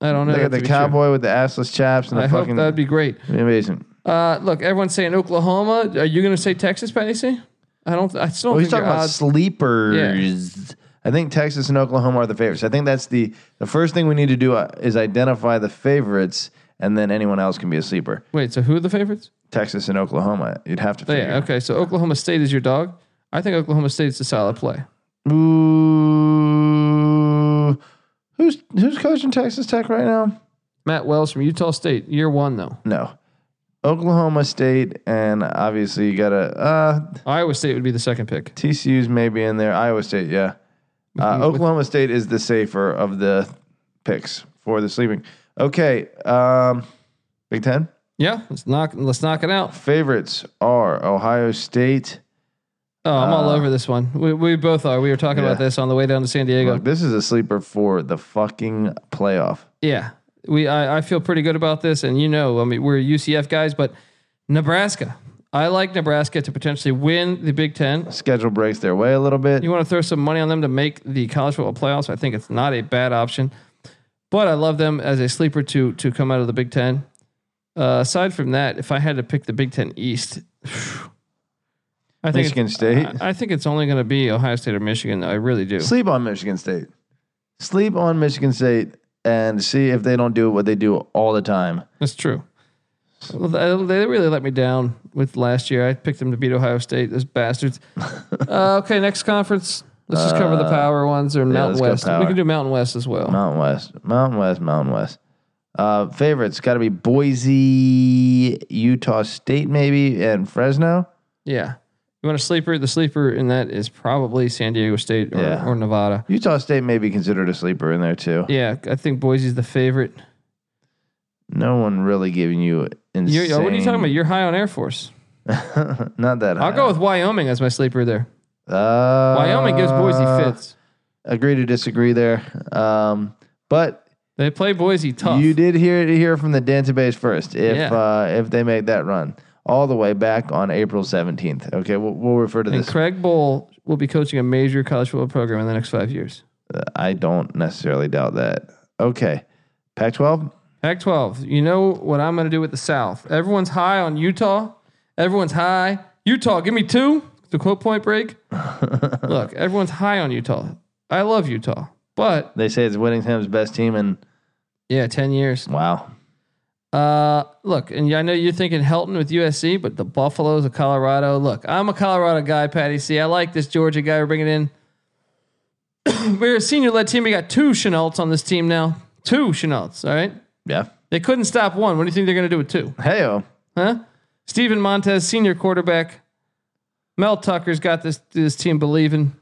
S2: I don't know.
S3: They got
S2: That's to be
S3: the
S2: true.
S3: cowboy with the assless chaps and the
S2: I hope
S3: fucking
S2: that'd be great.
S3: amazing.
S2: Uh, look, everyone's saying Oklahoma. Are you going to say Texas, Patty? C? I don't. I still
S3: Well,
S2: don't
S3: Oh, he's
S2: think
S3: talking
S2: your
S3: about
S2: odds.
S3: sleepers. I think Texas and Oklahoma are the favorites. I think that's the the first thing we need to do uh, is identify the favorites, and then anyone else can be a sleeper.
S2: Wait, so who are the favorites?
S3: Texas and Oklahoma, you'd have to
S2: Oh,
S3: figure.
S2: yeah. Okay. So Oklahoma State is your dog. I think Oklahoma State's a solid play.
S3: Ooh, who's who's coaching Texas Tech right now?
S2: Matt Wells from Utah State, year one though.
S3: No, Oklahoma State, and obviously you gotta. Uh,
S2: Iowa State would be the second pick.
S3: TCU's maybe in there. Iowa
S2: [LAUGHS]
S3: State, yeah. Uh, Oklahoma State is the safer of the picks for the sleeping. Okay, um, Big Ten
S2: Yeah. Let's knock. Let's knock it out.
S3: favorites are Ohio State.
S2: Oh, I'm all over this one. We, we both are. We were talking
S3: Uh, Yeah.
S2: about this on the way down to San Diego.
S3: Look, this is a sleeper for the fucking playoff.
S2: Yeah. We I, I feel pretty good about this. And you know, I mean we're UCF guys, but Nebraska. I like Nebraska to potentially win the Big Ten.
S3: Schedule breaks their way a little bit.
S2: You want to throw some money on them to make the college football playoffs? I think it's not a bad option. But I love them as a sleeper to to come out of the Big Ten. Uh, aside from that, if I had to pick the Big Ten East, [SIGHS] I think
S3: Michigan
S2: it's- uh,
S3: State.
S2: I, I think it's only going to be Ohio State or Michigan. I really do.
S3: Sleep on Michigan State. Sleep on Michigan State and see if they don't do what they do all the time.
S2: That's true. Well, th- they really let me
S3: [LAUGHS]
S2: down with last year. I picked them to beat Ohio State. Those bastards. uh, okay, Uh, next conference. Let's just cover the power ones or Mountain
S3: let's go
S2: West. We
S3: power.
S2: can do Mountain West as well.
S3: Mountain West, Mountain West, Mountain West. Uh, favorites got to be Boise, Utah State, maybe, and Fresno.
S2: Yeah. You want a sleeper? The sleeper in that is probably San Diego State or,
S3: Yeah.
S2: or Nevada.
S3: Utah State may be considered a sleeper in there too.
S2: Yeah, I think Boise's the favorite.
S3: No one really giving you
S2: You're,
S3: insane.
S2: what are you talking about? You're high on Air Force.
S3: [LAUGHS] Not that.
S2: I'll
S3: high.
S2: go with Wyoming as my sleeper there.
S3: Uh,
S2: Wyoming gives Boise fits.
S3: Agree to disagree there. Um, but
S2: They play Boise tough.
S3: you did hear hear from the database first. If
S2: Yeah.
S3: uh, if they make that run all the way back on April seventeenth. Okay, we'll, we'll refer to
S2: and
S3: this.
S2: Craig Bull will be coaching a major college football program in the next five years.
S3: I don't necessarily doubt that. Okay, Pac twelve.
S2: Pac 12, you know what I'm going to do with the South. Everyone's high on Utah. Everyone's high. Utah, give me two. The quote point break. Look, everyone's high on Utah. I love Utah, but
S3: They say it's Whittingham's best team, and
S2: yeah, 10 years.
S3: wow,
S2: Uh, look, and I know you're thinking Helton with USC, but the Buffaloes of Colorado. Look, I'm a Colorado guy, Patty C. I like this Georgia guy we're bringing in. [CLEARS THROAT] we're a senior led team. We got two Chenaults on this team now. Two Chenaults, all right?
S3: yeah.
S2: They couldn't stop one. What do you think they're going to do with two?
S3: Hey, oh,
S2: Huh? Steven Montez, senior quarterback. Mel Tucker's got this this team believing.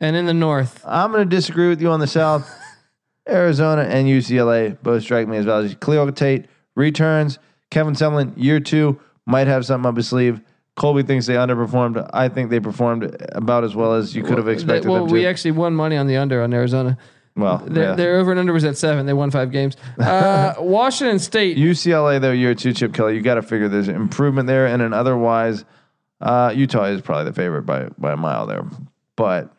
S2: And in the North,
S3: I'm going to disagree with you on the South. [LAUGHS] Arizona and UCLA both strike me as values. Cleo Tate returns. Kevin Sumlin, year two, might have something up his sleeve. Colby thinks they underperformed. I think they performed about as well as you could have expected
S2: well,
S3: them to.
S2: we actually won money on the under on Arizona.
S3: well,
S2: Their,
S3: yeah.
S2: their over and under was at seven. They won five
S3: [LAUGHS]
S2: games. Uh, Washington State.
S3: UCLA though, year two, Chip Kelly, you got to figure there's improvement there, and an otherwise, uh, Utah is probably the favorite by by a mile there, but.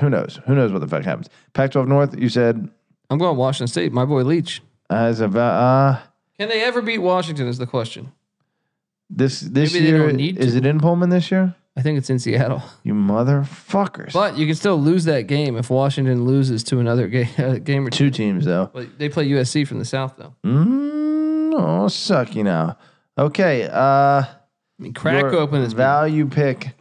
S3: Who knows? Who knows what the fuck happens? Pac-12 North, you said,
S2: I'm going Washington State. My boy Leach.
S3: as about uh,
S2: Can they ever beat Washington? Is the question.
S3: This this
S2: Maybe they
S3: year
S2: don't need
S3: is it in Pullman this year?
S2: I think it's in Seattle,
S3: You motherfuckers.
S2: but you can still lose that game if Washington loses to another [LAUGHS] game, game or two.
S3: Two teams though.
S2: But they play USC from the South though.
S3: Mm, oh, suck you now. Okay. Uh,
S2: I mean, crack
S3: your
S2: open this.
S3: value pick.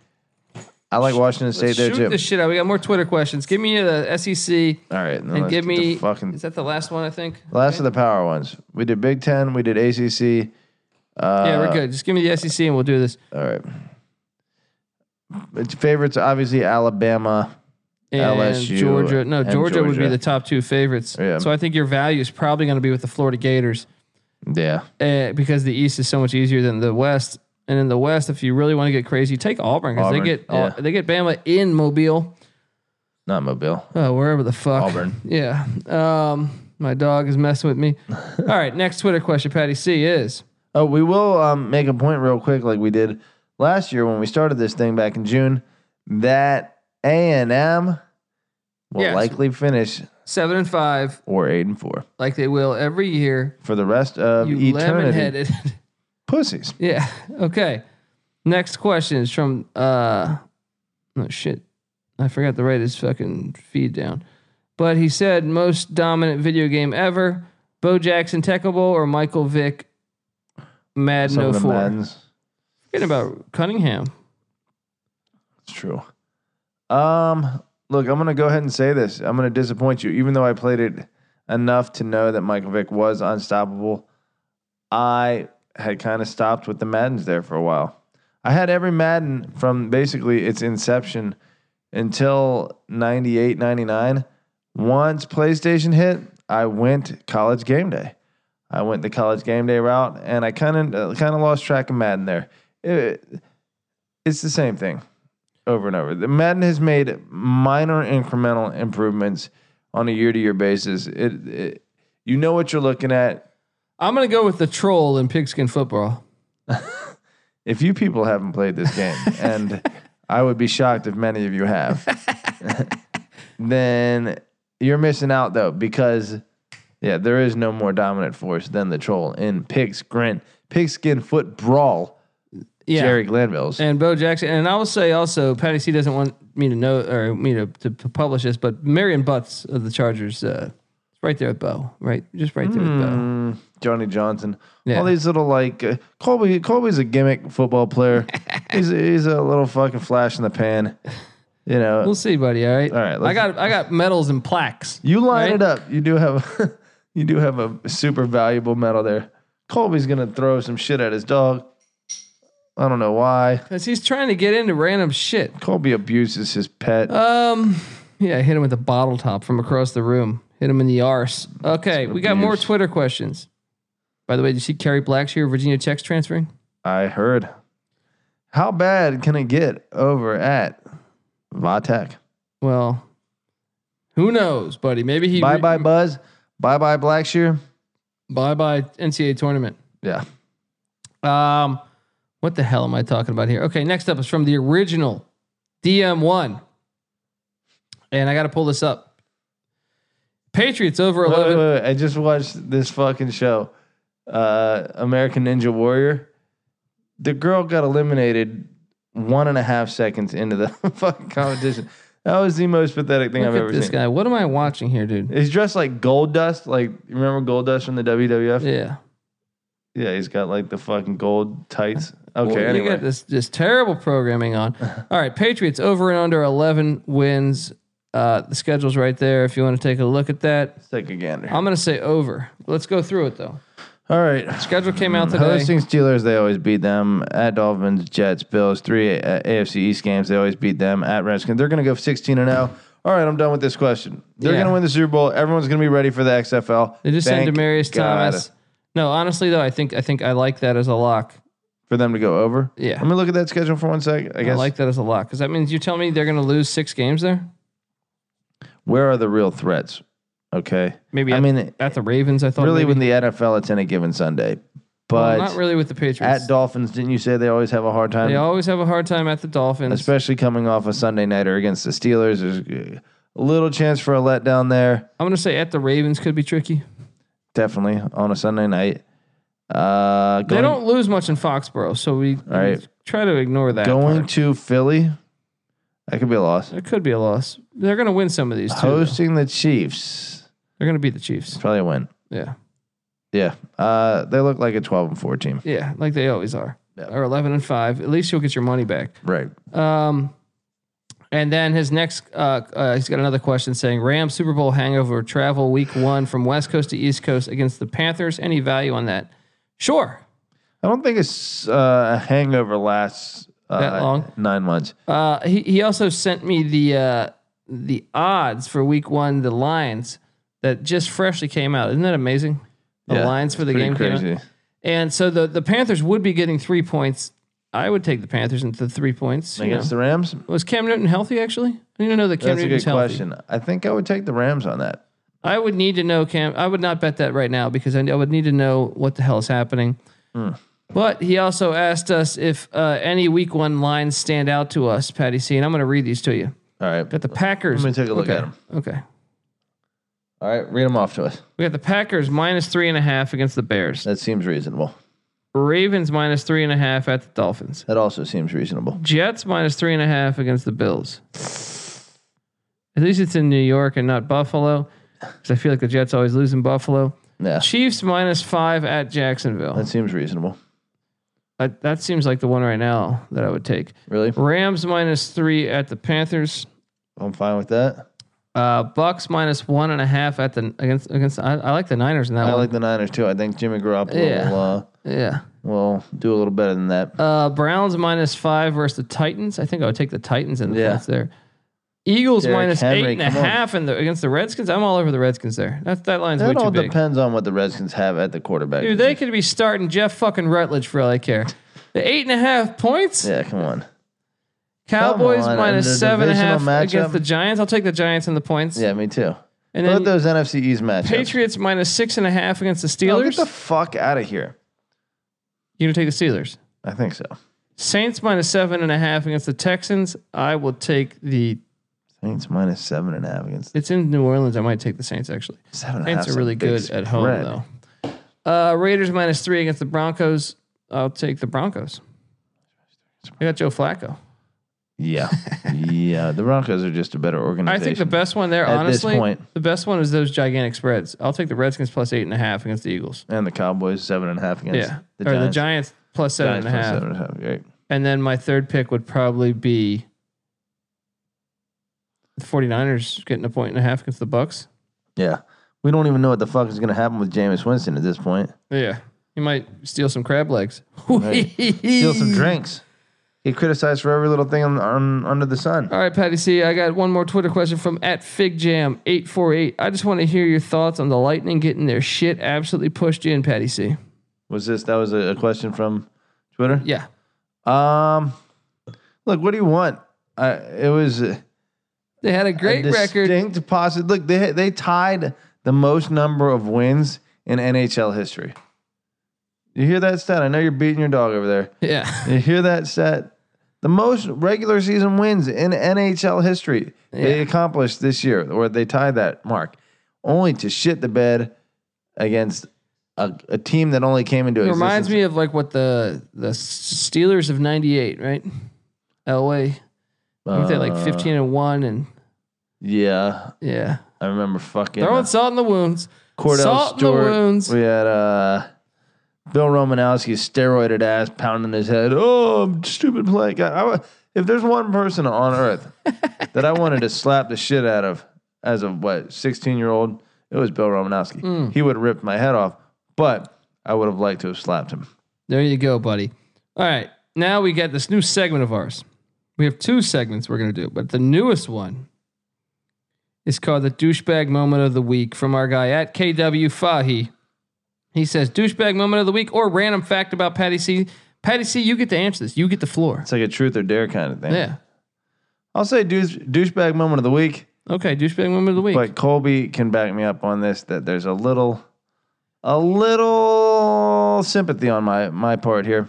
S3: I like Washington State there
S2: Shoot
S3: too.
S2: this shit out. We got more Twitter questions. Give me uh, E the SEC
S3: All right, then
S2: and
S3: let's
S2: give
S3: get the
S2: me.
S3: fucking
S2: Is that the last one? I think.
S3: last of the power ones. We did Big Ten. We did ACC. Uh,
S2: yeah, we're good. Just give me the SEC and we'll do this.
S3: All right. It's favorites obviously Alabama.
S2: And
S3: LSU
S2: Georgia. No,
S3: and
S2: Georgia, would be
S3: Georgia.
S2: the top two favorites.
S3: Yeah.
S2: So I think your value is probably going to be with the Florida Gators.
S3: Yeah,
S2: uh, because the East is so much easier than the West. And in the West, if you really want to get crazy, take Auburn because they
S3: Auburn,
S2: get
S3: yeah.
S2: they get Bama in Mobile,
S3: not Mobile.
S2: uh, wherever the fuck.
S3: Auburn.
S2: Yeah. Um, my dog is messing with me.
S3: [LAUGHS]
S2: All right. Next Twitter question, Patty C is
S3: Oh, we will um, make a point real quick, like we did last year when we started this thing back in June. That A and M will
S2: Yes.
S3: likely finish
S2: seven and five,
S3: or eight and four
S2: like they will every year.
S3: for the rest of
S2: You lemon
S3: eternity.
S2: headed.
S3: Pussies.
S2: yeah. [LAUGHS] Okay. Next question is from uh, oh shit, I forgot to write his fucking feed down. But he said most dominant video game ever: Bo Jackson Tecmo Bowl or Michael Vick Madden
S3: Some of the
S2: 04.
S3: Maddens.
S2: Forget about Cunningham.
S3: It's true. Um, look, I'm gonna go ahead and say this. I'm gonna disappoint you, even though I played it enough to know that Michael Vick was unstoppable. I had kind of stopped with the Maddens there for a while. I had every Madden from basically its inception until 98, 99. Once PlayStation hit, I went college game day. I went the college game day route, and I kind of kind of lost track of Madden there. It, it's the same thing over and over. The Madden has made minor incremental improvements on a year-to-year basis. It, it you know what you're looking at.
S2: I'm gonna go with the troll in pigskin football.
S3: If you people haven't played this game,
S2: [LAUGHS]
S3: and I would be shocked if many of you have, then you're missing out though because yeah, there is no more dominant force than the troll in pigskin pigskin foot brawl.
S2: Yeah.
S3: Jerry Glanville's.
S2: And Bo Jackson, and I will say also, Patty C doesn't want me to know or me to, to, to publish this, but Marion Butts of the Chargers, uh, is right there with Bo, right, just right there with Bo.
S3: Mm, Johnny Johnson.
S2: Yeah.
S3: All these little like uh,
S2: [LAUGHS]
S3: Colby. Colby's a gimmick football player. he's he's a little fucking flash in the pan. You know,
S2: We'll see, buddy. All right.
S3: All right,
S2: I
S3: let's-
S2: got I got medals and plaques.
S3: you line
S2: right?
S3: it up. You do have, [LAUGHS] you do have a super valuable medal there. Colby's gonna throw some shit at his dog. I don't know why.
S2: Cause he's trying to get into random shit.
S3: Colby abuses his pet.
S2: Um, yeah, hit him with a bottle top from across the room. Hit him in the arse. Okay, we got more
S3: abuse.
S2: Twitter questions. By the way, did you see Carrie Black's here? Virginia Tech's transferring.
S3: I heard. How bad can it get over at Vatech?
S2: Well, who knows, buddy? Maybe he
S3: Bye bye Buzz. Bye bye Blackshear.
S2: bye bye NCAA tournament.
S3: Yeah.
S2: Um, what the hell am I talking about here? Okay, next up is from the original DM1. And I got to pull this up. Patriots over
S3: Wait,
S2: 11.
S3: wait, wait. I just watched this fucking show, uh, American Ninja Warrior. The girl got eliminated one and a half seconds into the [LAUGHS] fucking competition. That was the most pathetic thing
S2: Look
S3: I've
S2: at
S3: ever
S2: this
S3: seen.
S2: guy. What am I watching here, dude?
S3: He's dressed like Gold Dust. Like, you remember Gold Dust from the WWF? Yeah,
S2: Yeah.
S3: he's got like the fucking gold tights. Okay,
S2: Well, You
S3: anyway.
S2: got this this terrible programming
S3: [LAUGHS]
S2: on. All right, Patriots over and under 11 wins. Uh, the schedule's right there if you want to take a look at that.
S3: Let's take a gander.
S2: I'm going to say over. Let's go through it though.
S3: All right.
S2: Schedule came
S3: Mm,
S2: out today.
S3: Hosting Steelers, they always beat them. At Dolphins, Jets, Bills, three uh, AFC East games, they always beat them. At Redskins, they're going to go 16 and 0. All right, I'm done with this question. They're
S2: Yeah.
S3: going to win the Super Bowl. Everyone's going to be ready for the XFL.
S2: They just sent
S3: Thank
S2: Demarius
S3: God
S2: Thomas. No, honestly though, I think I think I like that as a lock.
S3: for them to go over.
S2: Yeah.
S3: Let me look at that schedule for one sec. I
S2: I
S3: guess.
S2: like that as a lock because that means you tell me they're going to lose six games there.
S3: where are the real threats? Okay.
S2: Maybe
S3: I
S2: at,
S3: mean,
S2: at the Ravens, I thought
S3: really,
S2: maybe.
S3: with the NFL, it's any given Sunday. But
S2: Well, not really with the Patriots.
S3: at Dolphins, didn't you say they always have a hard time?
S2: they always have a hard time at the Dolphins.
S3: especially coming off a Sunday nighter against the Steelers. There's a little chance for a letdown there,
S2: I'm going to say at the Ravens could be tricky.
S3: definitely on a Sunday night. Uh,
S2: They
S3: going,
S2: don't lose much in Foxborough, so we, we
S3: right.
S2: try to ignore that.
S3: going
S2: part.
S3: to Philly. That could be a loss.
S2: It could be a loss. They're going to win some of these too. though.
S3: Hosting the Chiefs,
S2: They're going to beat the Chiefs.
S3: probably a win.
S2: Yeah,
S3: Yeah, uh, they look like a twelve and four team.
S2: yeah, like they always are.
S3: Yeah.
S2: Or 11 and five. At least you'll get your money back.
S3: Right.
S2: Um, and then his next, uh, uh, he's got another question saying Rams Super Bowl hangover travel week one from West Coast to East Coast against the Panthers. Any value on that? Sure.
S3: I don't think it's uh, a hangover lasts uh,
S2: That long?
S3: nine months.
S2: Uh, he, he also sent me the uh, the odds for week one, the lines that just freshly came out. Isn't that amazing? The
S3: Yeah,
S2: lines for the
S3: Pretty
S2: game came out.
S3: crazy.
S2: And so the, the Panthers would be getting three points. I would take the Panthers into the three points. you
S3: Against
S2: know.
S3: the Rams,
S2: Was Cam Newton healthy actually? I didn't know that Cam
S3: that's a
S2: Newton was
S3: good
S2: healthy.
S3: question. I think I would take the Rams on that.
S2: I would need to know Cam. I would not bet that right now because I, I would need to know what the hell is happening.
S3: Hmm.
S2: But he also asked us if uh, any week one lines stand out to us, Patty C. And I'm going to read these to you.
S3: All right,
S2: Got the Packers.
S3: Let me take a look
S2: okay.
S3: at 'em.
S2: Okay.
S3: all right, read them off to us.
S2: We got the Packers minus three and a half against the Bears.
S3: That seems reasonable.
S2: Ravens minus three and a half at the Dolphins.
S3: That also seems reasonable.
S2: Jets minus three and a half against the Bills. At least it's in New York and not Buffalo, because I feel like the Jets always lose in Buffalo.
S3: Yeah,
S2: Chiefs minus five at Jacksonville.
S3: that seems reasonable.
S2: That, that seems like the one right now that I would take.
S3: Really,
S2: Rams minus three at the Panthers.
S3: I'm fine with that.
S2: Uh, Bucks minus one and a half at the against against. I, I like the Niners in that
S3: I
S2: one.
S3: like the Niners too. I think Jimmy Garoppolo
S2: Yeah.
S3: will, uh,
S2: yeah.
S3: will do a little better than that.
S2: Uh, Browns minus five versus the Titans. I think I would take the Titans in the
S3: Yeah.
S2: yeah. there. Eagles
S3: Derrick
S2: minus
S3: Henry,
S2: eight and a
S3: come on.
S2: half in the, against the Redskins. I'm all over the Redskins there. That that line's way
S3: That all
S2: too big.
S3: depends on what the Redskins have at the quarterback.
S2: Dude, they could be starting Jeff fucking Rutledge for all I care. The eight and a half points.
S3: yeah, come on.
S2: Cowboys
S3: Come on, and the
S2: minus seven and a half
S3: divisional matchup.
S2: against the Giants. I'll take the Giants and the points.
S3: Yeah, me too.
S2: And
S3: What about
S2: then
S3: those NFC East matchups?
S2: Patriots minus six and a half against the
S3: No,
S2: Steelers.
S3: Oh, get the fuck out of here.
S2: You're gonna take the Steelers.
S3: I think so.
S2: Saints minus seven and a half against the Texans. I will take the.
S3: Saints minus seven and a half against
S2: It's in New Orleans. I might take the Saints actually.
S3: seven and a half.
S2: Saints
S3: is
S2: are
S3: a
S2: really
S3: big
S2: good at home
S3: spread.
S2: though. Uh, Raiders minus three against the Broncos. I'll take the Broncos. I got Joe Flacco. [LAUGHS]
S3: Yeah, yeah. The Broncos are just a better
S2: I
S3: organization.
S2: think the best one there,
S3: At this
S2: honestly,
S3: point.
S2: the best one is those gigantic spreads. I'll take the Redskins plus eight and a half against the Eagles.
S3: and the Cowboys seven and a half against
S2: yeah,
S3: the
S2: or
S3: Giants.
S2: the Giants plus seven and
S3: Giants
S2: a
S3: plus
S2: half.
S3: seven and a half. Right.
S2: And then my third pick would probably be The 49ers getting a point and a half against the Bucks.
S3: Yeah. We don't even know what the fuck is going to happen with Jameis Winston at this point.
S2: Yeah. You might steal some crab legs.
S3: Steal
S2: Mm.
S3: some drinks. Get criticized for every little thing on, on under the sun.
S2: [LAUGHS] All right, Patty C. I got one more Twitter question from at FigJam848. I just want to hear your thoughts on the Lightning getting their shit absolutely pushed in, Patty C.
S3: Was this that was a, a question from Twitter?
S2: Yeah.
S3: Um, look, what do you want? I, it was a
S2: They had a great record.
S3: distinct positive. Look, they they tied the most number of wins in NHL history. You hear that stat? I know you're beating your dog over there.
S2: Yeah.
S3: You hear that stat? The most regular season wins in NHL history they
S2: Yeah.
S3: accomplished this year, or they tied that mark, only to shit the bed against a, a team that only came into
S2: It reminds
S3: existence.
S2: me of like what the the Steelers of 98, right? Elway. I think they like
S3: Uh,
S2: 15 and 1 and
S3: Yeah,
S2: yeah.
S3: I remember fucking
S2: Throwing
S3: uh,
S2: salt in the wounds.
S3: Cordell
S2: salt in the
S3: Stewart.
S2: wounds.
S3: We had uh, Bill Romanowski's steroided ass pounding his head. Oh, I'm stupid play. God, I wa- if there's one person
S2: [LAUGHS]
S3: on earth that I wanted to slap the shit out of as a what 16 year old, it was Bill Romanowski.
S2: Hmm.
S3: He would have ripped my head off, but I would have liked to have slapped him.
S2: There you go, buddy. All right. Now we got this new segment of ours. We have two segments we're going to do, but the newest one is called the douchebag moment of the week from our guy at KW Fahi. He says douchebag moment of the week or random fact about Patty C. Patty C, you get to answer this. You get the floor.
S3: It's like a truth or dare kind of thing.
S2: Yeah.
S3: I'll say douche, douchebag moment of the week.
S2: Okay. Douchebag moment of the week.
S3: But Colby can back me up on this that there's a little, a little sympathy on my my part here.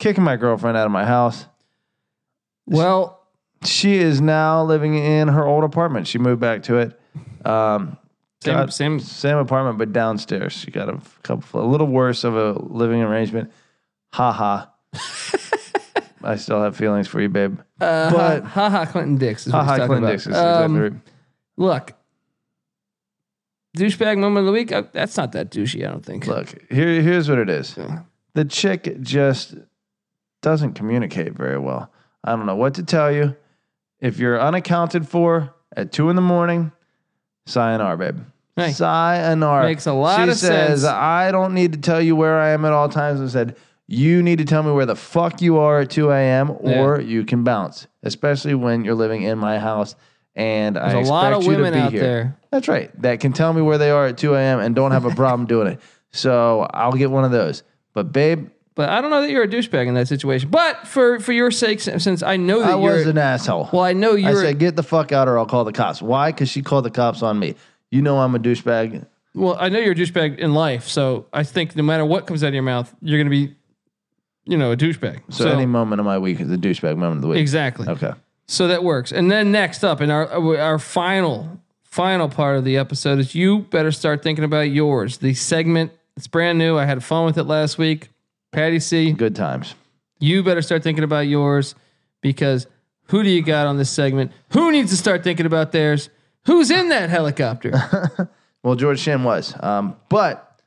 S3: Kicking my girlfriend out of my house.
S2: well,
S3: She is now living in her old apartment. She moved back to it. Um,
S2: same,
S3: God,
S2: same.
S3: same apartment, but downstairs. She got a couple, a little worse of a living arrangement.
S2: [LAUGHS]
S3: Ha ha. I still have feelings for you, babe.
S2: Uh,
S3: but-
S2: ha, ha, Clinton Dix is what
S3: Ha
S2: he's
S3: ha.
S2: talking
S3: Clint
S2: about.
S3: Dix is
S2: Um,
S3: exactly right.
S2: Look, douchebag moment of the week. Uh, that's not that douchey, I don't think.
S3: Look, here, here's what it is.
S2: Yeah.
S3: The chick just doesn't communicate very well. I don't know what to tell you. If you're unaccounted for at two in the morning, sayonara, babe.
S2: Hey.
S3: Sayonara.
S2: Makes a lot
S3: she
S2: of
S3: says,
S2: sense.
S3: I don't need to tell you where I am at all times. I said, you need to tell me where the fuck you are at 2 a.m. or you can bounce, especially when you're living in my house and I
S2: There's a
S3: expect
S2: lot of
S3: you
S2: women
S3: to be
S2: out
S3: here.
S2: there.
S3: That's right. That can tell me where they are at 2 a.m. and don't have a problem doing it. So I'll get one of those. But babe,
S2: But I don't know that you're a douchebag in that situation. But for for your sake, since since I know that
S3: I
S2: you're
S3: was an asshole.
S2: well, I know
S3: I
S2: you're
S3: said, get the fuck out or I'll call the cops. Why? Because she called the cops on me. You know I'm a douchebag.
S2: well, I know you're a douchebag in life. So I think no matter what comes out of your mouth, you're gonna be, you know, a douchebag.
S3: So,
S2: So,
S3: any moment of my week is a douchebag moment of the week.
S2: exactly.
S3: Okay.
S2: So that works. And then next up in our our final final part of the episode is you better start thinking about yours. The segment it's brand new. I had fun with it last week. Patty C,
S3: Good times.
S2: you better start thinking about yours because who do you got on this segment? Who needs to start thinking about theirs? Who's in that
S3: [LAUGHS]
S2: helicopter?
S3: Well, George Shin was. Um, but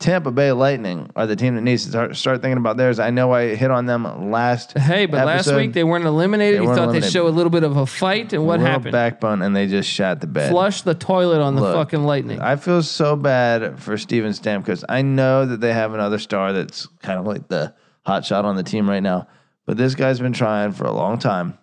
S3: Tampa Bay Lightning are the team that needs to start, start thinking about theirs. I know I hit on them last.
S2: Hey, but last
S3: Episode-
S2: week they weren't eliminated.
S3: They
S2: you
S3: weren't
S2: thought
S3: eliminated.
S2: they'd show a little bit of a fight, and what
S3: Real
S2: happened?
S3: backbone, and they just shot the bed.
S2: Flush the toilet on the
S3: Look,
S2: fucking lightning.
S3: I feel so bad for Steven Stamkos. I know that they have another star that's kind of like the hot shot on the team right now, but this guy's been trying for a long time,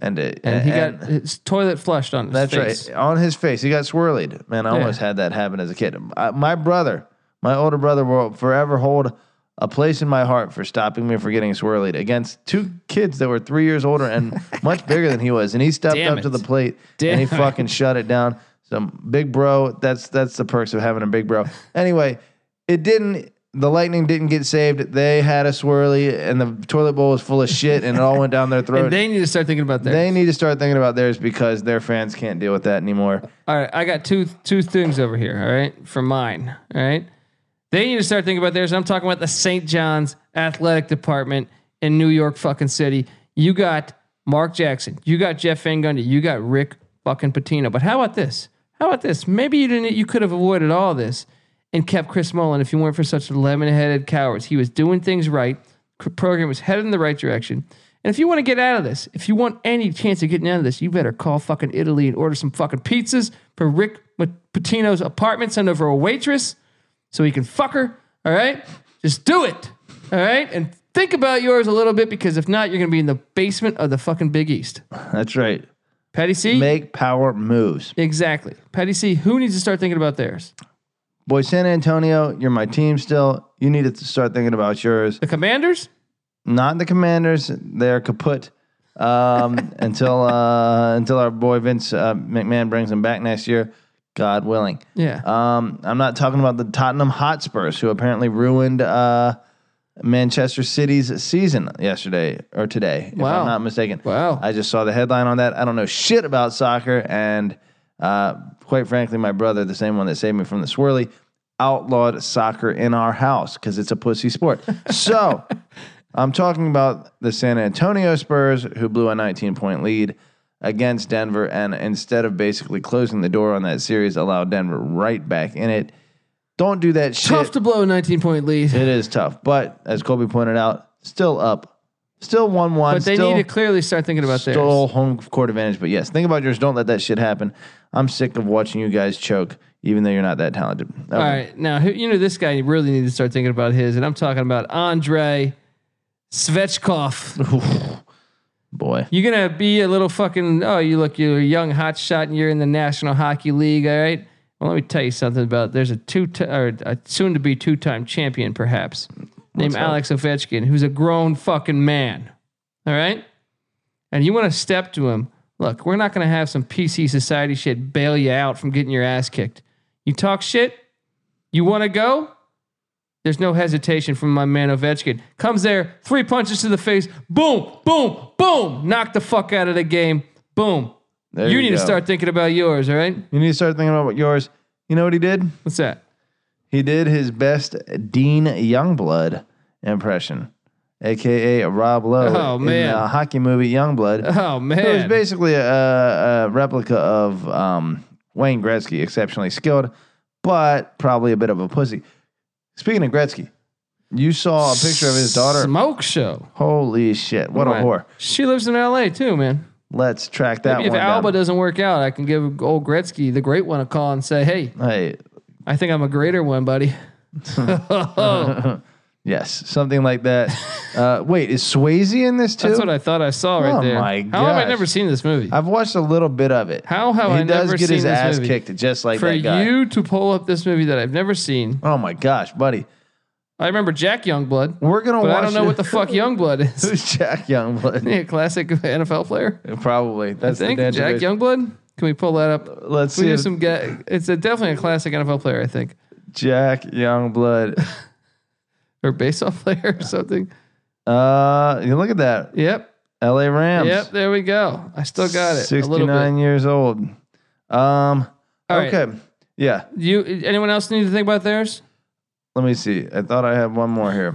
S3: and it,
S2: and he
S3: and-
S2: got his toilet flushed on his
S3: that's
S2: face.
S3: right on his face. He got swirled. Man, I
S2: Yeah.
S3: almost had that happen as a kid. I, my brother, my older brother, will forever hold a place in my heart for stopping me for getting swirled against two kids that were three years older
S2: [LAUGHS]
S3: and much bigger than he was, and he stepped
S2: Damn
S3: up to
S2: it.
S3: the plate
S2: Damn
S3: and he
S2: it.
S3: fucking shut it down. Some big bro. That's that's the perks of having a big bro. Anyway, it didn't. The lightning didn't get saved. They had a swirly, and the toilet bowl was full of shit, and it all went down their
S2: [LAUGHS]
S3: throat.
S2: And they need to start thinking about that.
S3: They need to start thinking about theirs because their fans can't deal with that anymore.
S2: All right, I got two two things over here. All right, for mine. All right, they need to start thinking about theirs. I'm talking about the St. John's athletic department in New York fucking city. You got Mark Jackson. You got Jeff Van Gundy. You got Rick fucking Patino. But how about this? How about this? Maybe you didn't. You could have avoided all this and kept Chris Mullen if you weren't for such lemon-headed cowards. He was doing things right. C- Program was headed in the right direction, And if you want to get out of this, if you want any chance of getting out of this, you better call fucking Italy and order some fucking pizzas for Rick Patino's apartment. Send over a waitress so he can fuck her. All right, just do it. All right, and think about yours a little bit because if not, you're gonna be in the basement of the fucking Big East.
S3: That's right.
S2: Patty C.
S3: Make power moves.
S2: Exactly. Patty C, who needs to start thinking about theirs?
S3: Boy, San Antonio, you're my team still. You need to start thinking about yours.
S2: The Commanders?
S3: Not the Commanders. They're kaput um, [LAUGHS] until uh, until our boy Vince uh, McMahon brings them back next year, God willing.
S2: Yeah.
S3: Um, I'm not talking about the Tottenham Hotspurs, who apparently ruined uh, Manchester City's season yesterday or today, if
S2: Wow.
S3: I'm not mistaken.
S2: Wow.
S3: I just saw the headline on that. I don't know shit about soccer, and uh, quite frankly, my brother, the same one that saved me from the swirly, outlawed soccer in our house because it's a pussy sport. so I'm talking about the San Antonio Spurs, who blew a 19 point lead against Denver, and instead of basically closing the door on that series, allowed Denver right back in it. Don't do that shit.
S2: Tough to blow a 19 point lead.
S3: It is tough, but as Colby pointed out, still up, still one-one.
S2: But they
S3: still,
S2: need to clearly start thinking about theirs.
S3: Stole home court advantage, but yes, think about yours. Don't let that shit happen. I'm sick of watching you guys choke, even though you're not that talented. Oh, Okay.
S2: All right. Now, who, you know, this guy, you really need to start thinking about his. And I'm talking about Andre Svechkov.
S3: boy,
S2: You're going to be a little fucking, oh, you look, you're a young hot shot and you're in the National Hockey League. All right. Well, let me tell you something about there's a two ti- or a soon to be two time champion, perhaps, named
S3: hope.
S2: Alex Ovechkin, who's a grown fucking man. All right. and you want to step to him, look, we're not going to have some PC society shit bail you out from getting your ass kicked. You talk shit, you want to go? There's no hesitation from my man Ovechkin. Comes there, three punches to the face, boom, boom, boom, knock the fuck out of the game, boom.
S3: There
S2: you
S3: you
S2: need to
S3: go.
S2: start thinking about yours, all right?
S3: you need to start thinking about what yours. You know what he did?
S2: What's that?
S3: He did his best Dean Youngblood impression, aka Rob Lowe
S2: Oh,
S3: in
S2: man.
S3: the hockey movie Youngblood.
S2: Oh
S3: It was
S2: man,
S3: basically a, a replica of um, Wayne Gretzky, exceptionally skilled, but probably a bit of a pussy. Speaking of Gretzky, you saw a picture of his daughter.
S2: Smoke show.
S3: Holy shit! What a
S2: Right.
S3: whore.
S2: She lives in L.A. too, man.
S3: Let's track that
S2: Maybe if
S3: one
S2: Alba
S3: down.
S2: doesn't work out, I can give old Gretzky, the great one, a call and say, "Hey,
S3: Hey,
S2: I think I'm a greater one, buddy. That's
S3: yes, something
S2: [LAUGHS]
S3: like that. uh, wait, is Swayze in this too?
S2: what I thought I saw right
S3: Oh
S2: there.
S3: my
S2: How have I
S3: gosh.
S2: never seen this movie?
S3: I've watched a little bit of it.
S2: How have
S3: he
S2: I
S3: does
S2: never
S3: get
S2: seen
S3: his
S2: this
S3: ass
S2: movie?
S3: kicked just like
S2: For
S3: that guy.
S2: you to pull up this movie that I've never seen,
S3: Oh my gosh, buddy,
S2: I remember Jack Youngblood,
S3: we're gonna
S2: but
S3: watch.
S2: I don't know
S3: it.
S2: what the
S3: [LAUGHS]
S2: fuck Youngblood is. [LAUGHS]
S3: Who's Jack Youngblood? [LAUGHS]
S2: yeah, classic NFL player.
S3: Probably that's
S2: I think
S3: the
S2: Jack
S3: database.
S2: Youngblood. Can we pull that up?
S3: Let's
S2: We
S3: see.
S2: do
S3: if
S2: some. Ga- it's a, definitely a classic NFL player, I think,
S3: Jack Youngblood. [LAUGHS]
S2: or baseball [LAUGHS] player or something.
S3: Uh, you look at that.
S2: Yep,
S3: L.A. Rams.
S2: yep. There we go. I still got it. A little bit.
S3: Sixty-nine years old. Um.
S2: All right.
S3: okay. Yeah.
S2: You. Anyone else need to think about theirs?
S3: Let me see. I thought I had one more
S2: [LAUGHS]
S3: here.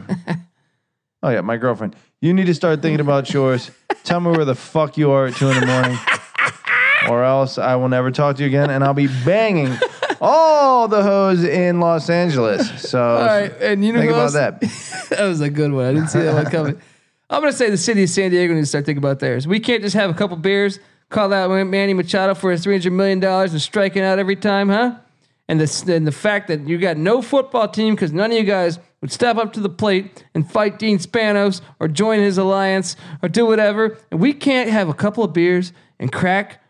S3: oh yeah, my girlfriend. You need to start thinking about yours. Tell me where the fuck you are at two in
S2: [LAUGHS]
S3: the morning, or else I will never talk to you again, and I'll be banging all the hoes in Los Angeles. So
S2: All right, and you know
S3: think
S2: who
S3: about
S2: else? [LAUGHS]
S3: that.
S2: that was a good one. I didn't see that one coming. I'm gonna say the city of San Diego needs to start thinking about theirs. We can't just have a couple beers, call out Manny Machado for his 300 million dollars and striking out every time, huh? And the and the fact that you got no football team because none of you guys would step up to the plate and fight Dean Spanos or join his alliance or do whatever, and we can't have a couple of beers and crack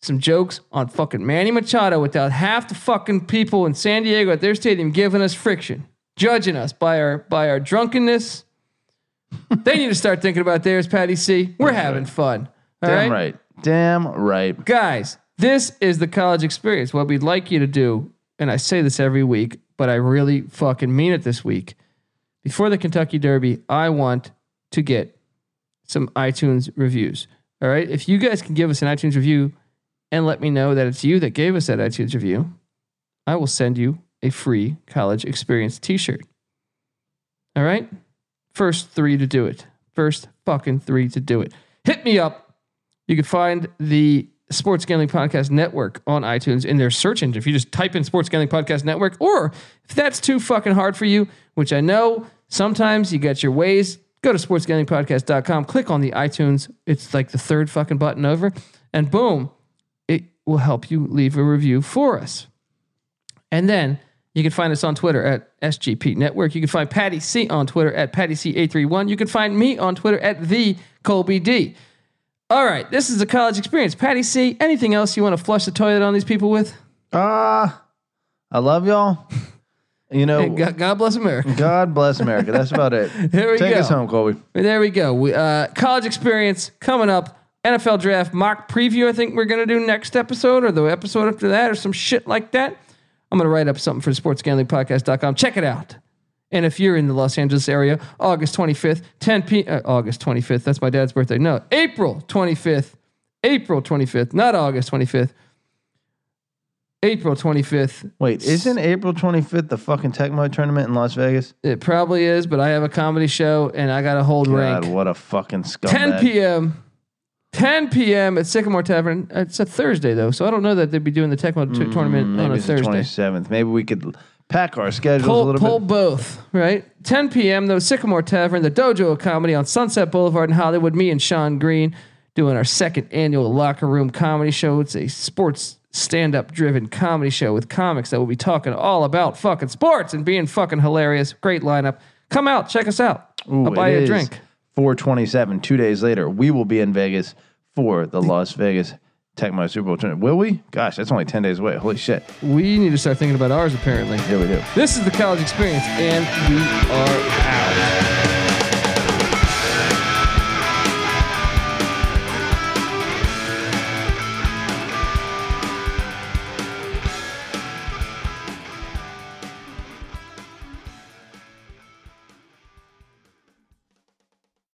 S2: some jokes on fucking Manny Machado without half the fucking people in San Diego at their stadium giving us friction, judging us by our by our drunkenness. they need to start thinking about theirs, Patty C. We're having fun. all
S3: Damn right. Damn right.
S2: Guys, this is the college experience. What we'd like you to do, and I say this every week, but I really fucking mean it this week. Before the Kentucky Derby, I want to get some iTunes reviews. All right. If you guys can give us an iTunes review and let me know that it's you that gave us that iTunes review, I will send you a free college experience t shirt. All right. First three to do it. First fucking three to do it. Hit me up. You can find the Sports Gambling Podcast Network on iTunes in their search engine. If you just type in Sports Gambling Podcast Network, or if that's too fucking hard for you, which I know sometimes you got your ways Go to sportsgamblingpodcast.com, click on the iTunes. It's like the third fucking button over, and boom, it will help you leave a review for us. And then you can find us on Twitter at SGP Network. You can find Patty C on Twitter at Patty C831. You can find me on Twitter at the Colby D. All right, this is a college experience. Patty C, anything else you want to flush the toilet on these people with?
S3: Ah, I love y'all. You know,
S2: Hey, God, God bless America.
S3: God bless America. That's about it.
S2: [LAUGHS] Here we
S3: Take
S2: go.
S3: us home, Colby.
S2: Mm-hmm. There we go. We, uh, college experience coming up. NFL draft mock preview. I think we're gonna do next episode or the episode after that or some shit like that. I'm gonna write up something for sportsgamblingpodcast.com. Check it out. And if you're in the Los Angeles area, August 25th, 10 p. Uh, August 25th. That's my dad's birthday. No, April 25th. April 25th, not August 25th. April 25th.
S3: Wait, isn't April 25th the fucking Tecmo tournament in Las Vegas?
S2: It probably is, but I have a comedy show and I got to hold rank.
S3: God, what a fucking scumbag.
S2: 10 p.m. 10 p.m. at Sycamore Tavern. Uh, It's a Thursday though, so I don't know that they'd be doing the Tecmo t- tournament
S3: Mm,
S2: on
S3: Maybe
S2: a
S3: it's the
S2: Thursday.
S3: 27th. Maybe we could pack our schedules a
S2: Pull,
S3: little
S2: pull
S3: bit.
S2: both, right? 10 p.m. though, Sycamore Tavern, the Dojo of Comedy on Sunset Boulevard in Hollywood. Me and Sean Green doing our second annual locker room comedy show. It's a sports stand-up driven comedy show with comics that will be talking all about fucking sports and being fucking hilarious. Great lineup. Come out, check us out.
S3: Ooh,
S2: I'll buy
S3: it
S2: you a
S3: is
S2: drink.
S3: 427. Two days later, we will be in Vegas for the Las Vegas Tecmo Super Bowl tournament. Will we? Gosh, that's only 10 days away. Holy shit.
S2: We need to start thinking about ours apparently.
S3: Here we do.
S2: This is the college experience, and we are out.